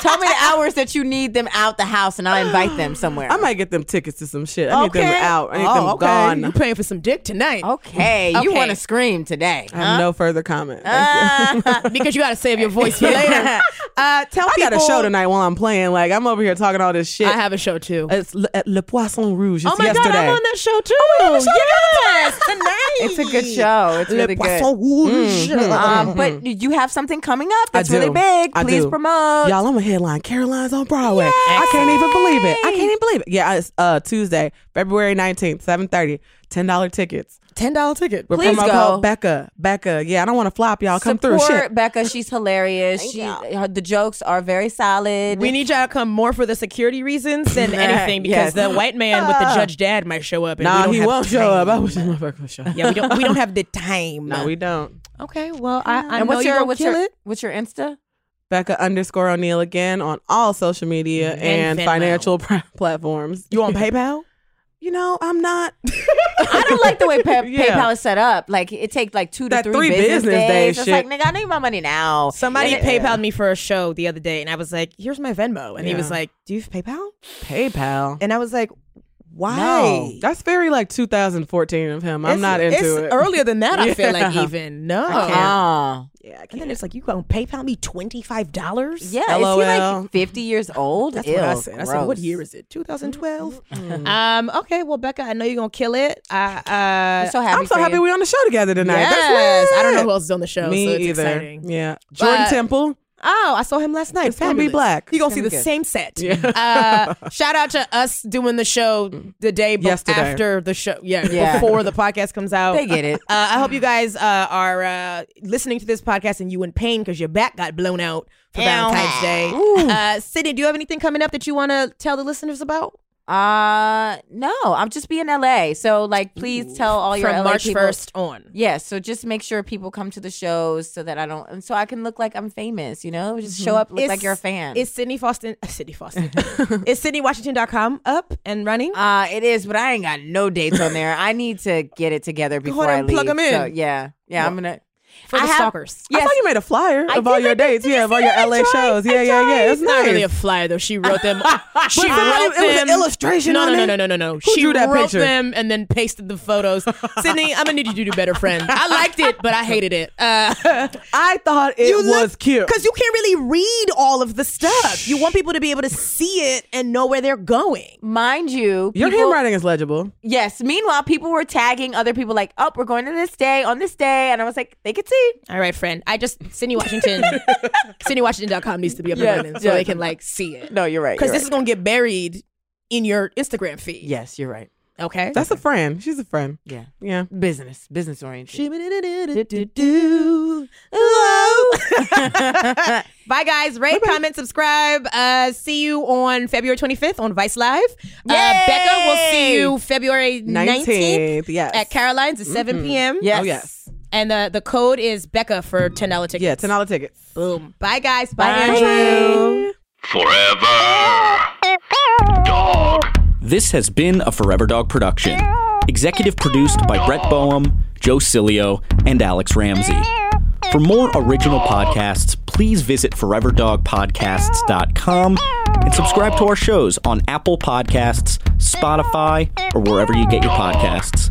Speaker 2: tell me the hours that you need them out the house and I'll invite them somewhere.
Speaker 4: I might get them tickets to some shit. I need them
Speaker 3: Okay.
Speaker 4: out. I need
Speaker 3: oh,
Speaker 4: them
Speaker 3: okay.
Speaker 4: gone.
Speaker 3: You paying for some dick tonight?
Speaker 2: okay, you
Speaker 3: Okay.
Speaker 2: want to scream today.
Speaker 4: I
Speaker 3: Uh,
Speaker 4: have no further comment. Thank
Speaker 3: [laughs]
Speaker 2: [laughs]
Speaker 4: you.
Speaker 3: because you got to save your voice for later. Uh, tell
Speaker 4: I got a
Speaker 3: people-
Speaker 4: show tonight while I'm playing. Like I'm over here talking all this shit.
Speaker 3: I have a show too.
Speaker 4: it's Le, at Le Poisson Rouge. It's
Speaker 3: oh my
Speaker 4: yesterday.
Speaker 3: god, I'm on that show too. yes, tonight.
Speaker 2: It's a good show. It's
Speaker 3: Le
Speaker 2: really good.
Speaker 3: Poisson Rouge. Uh,
Speaker 2: Um, but you have something coming up
Speaker 4: I
Speaker 2: that's really
Speaker 4: do.
Speaker 2: big.
Speaker 4: I
Speaker 2: Please
Speaker 4: do.
Speaker 2: promote.
Speaker 4: Y'all, I'm a headline. Caroline's on Broadway. I can't even believe it. I can't even believe it. Yeah, it's uh, Tuesday, February 19th, 7:30. Ten dollar tickets.
Speaker 3: Ten dollar ticket.
Speaker 4: With
Speaker 2: Please
Speaker 4: promo
Speaker 2: go.
Speaker 4: code Becca. Becca. Yeah, I don't want to flop. Y'all come
Speaker 2: Support
Speaker 4: through. Shit.
Speaker 2: Becca. She's hilarious. She, her, the jokes are very solid.
Speaker 3: We need y'all to come more for the security reasons than anything
Speaker 2: Yes.
Speaker 3: because the white man with the judge dad might show up. And we
Speaker 4: Nah,
Speaker 3: don't
Speaker 4: he
Speaker 3: have
Speaker 4: won't
Speaker 3: time.
Speaker 4: show up. I wish he motherfucker would show up. [laughs]
Speaker 3: Yeah, we don't. We don't have the time.
Speaker 4: No, we don't.
Speaker 3: Okay. Well, I, I
Speaker 2: and
Speaker 3: know
Speaker 2: what's
Speaker 3: you
Speaker 2: your
Speaker 3: gonna
Speaker 2: what's
Speaker 3: kill
Speaker 2: your
Speaker 3: it.
Speaker 2: what's your Insta?
Speaker 4: Becca underscore O'Neill again on all social media and,
Speaker 3: And Venmo.
Speaker 4: financial [laughs] pr- platforms.
Speaker 3: You on PayPal?
Speaker 4: You know, I'm not.
Speaker 2: I don't like the way
Speaker 3: [laughs]
Speaker 2: pa-
Speaker 4: Yeah.
Speaker 2: PayPal is set up. Like it takes like two
Speaker 4: That
Speaker 2: to
Speaker 4: three
Speaker 2: three, business,
Speaker 4: business
Speaker 2: days.
Speaker 4: days
Speaker 2: It's
Speaker 4: shit.
Speaker 2: like, nigga, I need my money now.
Speaker 3: Somebody
Speaker 2: And it-
Speaker 3: PayPal me for a show the other day, and I was like, "Here's my Venmo," and he
Speaker 4: Yeah.
Speaker 3: was like, "Do you have PayPal?"
Speaker 4: PayPal.
Speaker 3: And I was like, "Why?"
Speaker 2: No.
Speaker 4: That's very like 2014 of him. I'm
Speaker 3: It's-
Speaker 4: not into
Speaker 3: it's
Speaker 4: it.
Speaker 3: Earlier than that,
Speaker 4: [laughs]
Speaker 3: I feel like
Speaker 4: Yeah.
Speaker 3: even no.
Speaker 2: Uh,
Speaker 4: Yeah, I
Speaker 3: And
Speaker 4: can't.
Speaker 3: then it's like you gonna PayPal me twenty five dollars?
Speaker 2: yeah, is he
Speaker 4: LOL.
Speaker 2: like fifty years old?
Speaker 3: That's what I
Speaker 2: Ew,
Speaker 3: said. I said, "What
Speaker 2: gross.
Speaker 3: year is it? 2012."
Speaker 4: Mm-hmm.
Speaker 3: Um. Okay. Well, Becca, I know you're gonna kill it. I
Speaker 2: I'm
Speaker 3: uh,
Speaker 2: so happy.
Speaker 4: I'm so
Speaker 2: for
Speaker 4: happy
Speaker 2: you.
Speaker 4: we're on the show together tonight.
Speaker 3: yes.
Speaker 4: That's lit.
Speaker 3: I don't know who else is on the show,
Speaker 4: Me
Speaker 3: so it's
Speaker 4: either.
Speaker 3: exciting.
Speaker 4: Yeah. Jordan
Speaker 3: But-
Speaker 4: Temple.
Speaker 3: Oh, I saw him last night.
Speaker 4: It's gonna be
Speaker 3: Fabulous.
Speaker 4: black.
Speaker 3: You gonna see
Speaker 2: gonna
Speaker 3: the
Speaker 2: be good.
Speaker 3: same set.
Speaker 2: [laughs]
Speaker 3: Uh, shout out to us doing the show the day be-
Speaker 4: Yesterday.
Speaker 3: after the show. Yeah,
Speaker 2: Yeah.
Speaker 3: before the podcast comes out.
Speaker 2: They get it.
Speaker 3: Uh, I hope you guys uh, are uh, listening to this podcast and you in pain because your back got blown out for Valentine's Day. Uh, Sydney, do you have anything coming up that you want to tell the listeners about?
Speaker 2: Uh, no, I'm just be in LA. So like, please tell all your
Speaker 3: From
Speaker 2: LA
Speaker 3: March
Speaker 2: people-
Speaker 3: 1st on.
Speaker 2: Yeah, so just make sure people come to the shows so that I don't, and so I can look like I'm famous. You know, just show up, look
Speaker 3: Mm-hmm. It's-
Speaker 2: like you're a fan.
Speaker 3: Is Sydney Faustin, [laughs] Sydney
Speaker 2: [laughs]
Speaker 3: Faustin, is SydneyWashington.com up and running?
Speaker 2: Uh, it is, but I ain't got no dates on there. I need to get it together before
Speaker 3: ahead
Speaker 2: I
Speaker 3: and
Speaker 2: leave.
Speaker 3: plug 'em in.
Speaker 2: So, yeah, yeah, I'm gonna.
Speaker 3: for the
Speaker 2: I have-
Speaker 3: stalkers.
Speaker 4: I thought you made a flyer
Speaker 2: I
Speaker 4: of all
Speaker 2: did
Speaker 4: your
Speaker 2: make a-
Speaker 4: dates.
Speaker 2: did you
Speaker 4: Yeah, of all
Speaker 2: see
Speaker 4: your
Speaker 2: that? I
Speaker 4: LA
Speaker 2: tried-
Speaker 4: shows.
Speaker 2: I
Speaker 4: Yeah, yeah, yeah.
Speaker 2: tried.
Speaker 4: It's
Speaker 3: It's not
Speaker 4: nice.
Speaker 3: really a flyer though. She wrote [laughs] them. she
Speaker 4: somebody-
Speaker 3: wrote
Speaker 4: it was
Speaker 3: them.
Speaker 4: an illustration
Speaker 3: No,
Speaker 4: on
Speaker 3: no, no,
Speaker 4: it?
Speaker 3: no, no, no, no.
Speaker 4: Who
Speaker 3: she
Speaker 4: drew that
Speaker 3: wrote
Speaker 4: picture?
Speaker 3: them and then pasted the photos. Sydney, I'm gonna need you to do better, friend. I liked it, but I hated it. [laughs] Uh,
Speaker 4: I thought it was cute.
Speaker 3: because you can't really read all of the stuff. You want people to be able to see it and know where they're going.
Speaker 2: Mind you,
Speaker 4: Your
Speaker 2: people-
Speaker 4: handwriting is legible.
Speaker 2: Yes. Meanwhile, people were tagging other people like, "Oh, we're going to this day on this day," and I was like, "They could see."
Speaker 3: All right, friend. I just Sydney [laughs] Washington. SydneyWashington.com needs to be up
Speaker 2: Yeah,
Speaker 3: and running so
Speaker 2: yeah.
Speaker 3: they can like see it.
Speaker 2: No, you're right.
Speaker 3: because this is gonna get buried in your Instagram feed.
Speaker 2: yes, you're right.
Speaker 3: Okay.
Speaker 4: That's a friend. She's a friend.
Speaker 2: Yeah,
Speaker 4: Yeah.
Speaker 2: business, business oriented. [laughs]
Speaker 3: Bye, guys. Rate, comment, subscribe. Uh, see you on February 25th on Vice Live. Uh, Becca, we'll see you February 19th,
Speaker 4: 19th. Yes.
Speaker 3: at Caroline's at 7 p.m.
Speaker 2: Yes.
Speaker 4: Oh, yes.
Speaker 3: And uh, the, the code is Becca for $10 tickets.
Speaker 4: Yeah, $10 tickets.
Speaker 3: Boom. Bye, guys. Bye,
Speaker 2: Bye.
Speaker 3: Andrew.
Speaker 1: Forever. Dog.
Speaker 6: This has been a Forever Dog production. Executive produced by Brett Boehm, Joe Cilio, and Alex Ramsey. For more original podcasts, please visit foreverdogpodcasts.com and subscribe to our shows on Apple Podcasts, Spotify, or wherever you get your podcasts.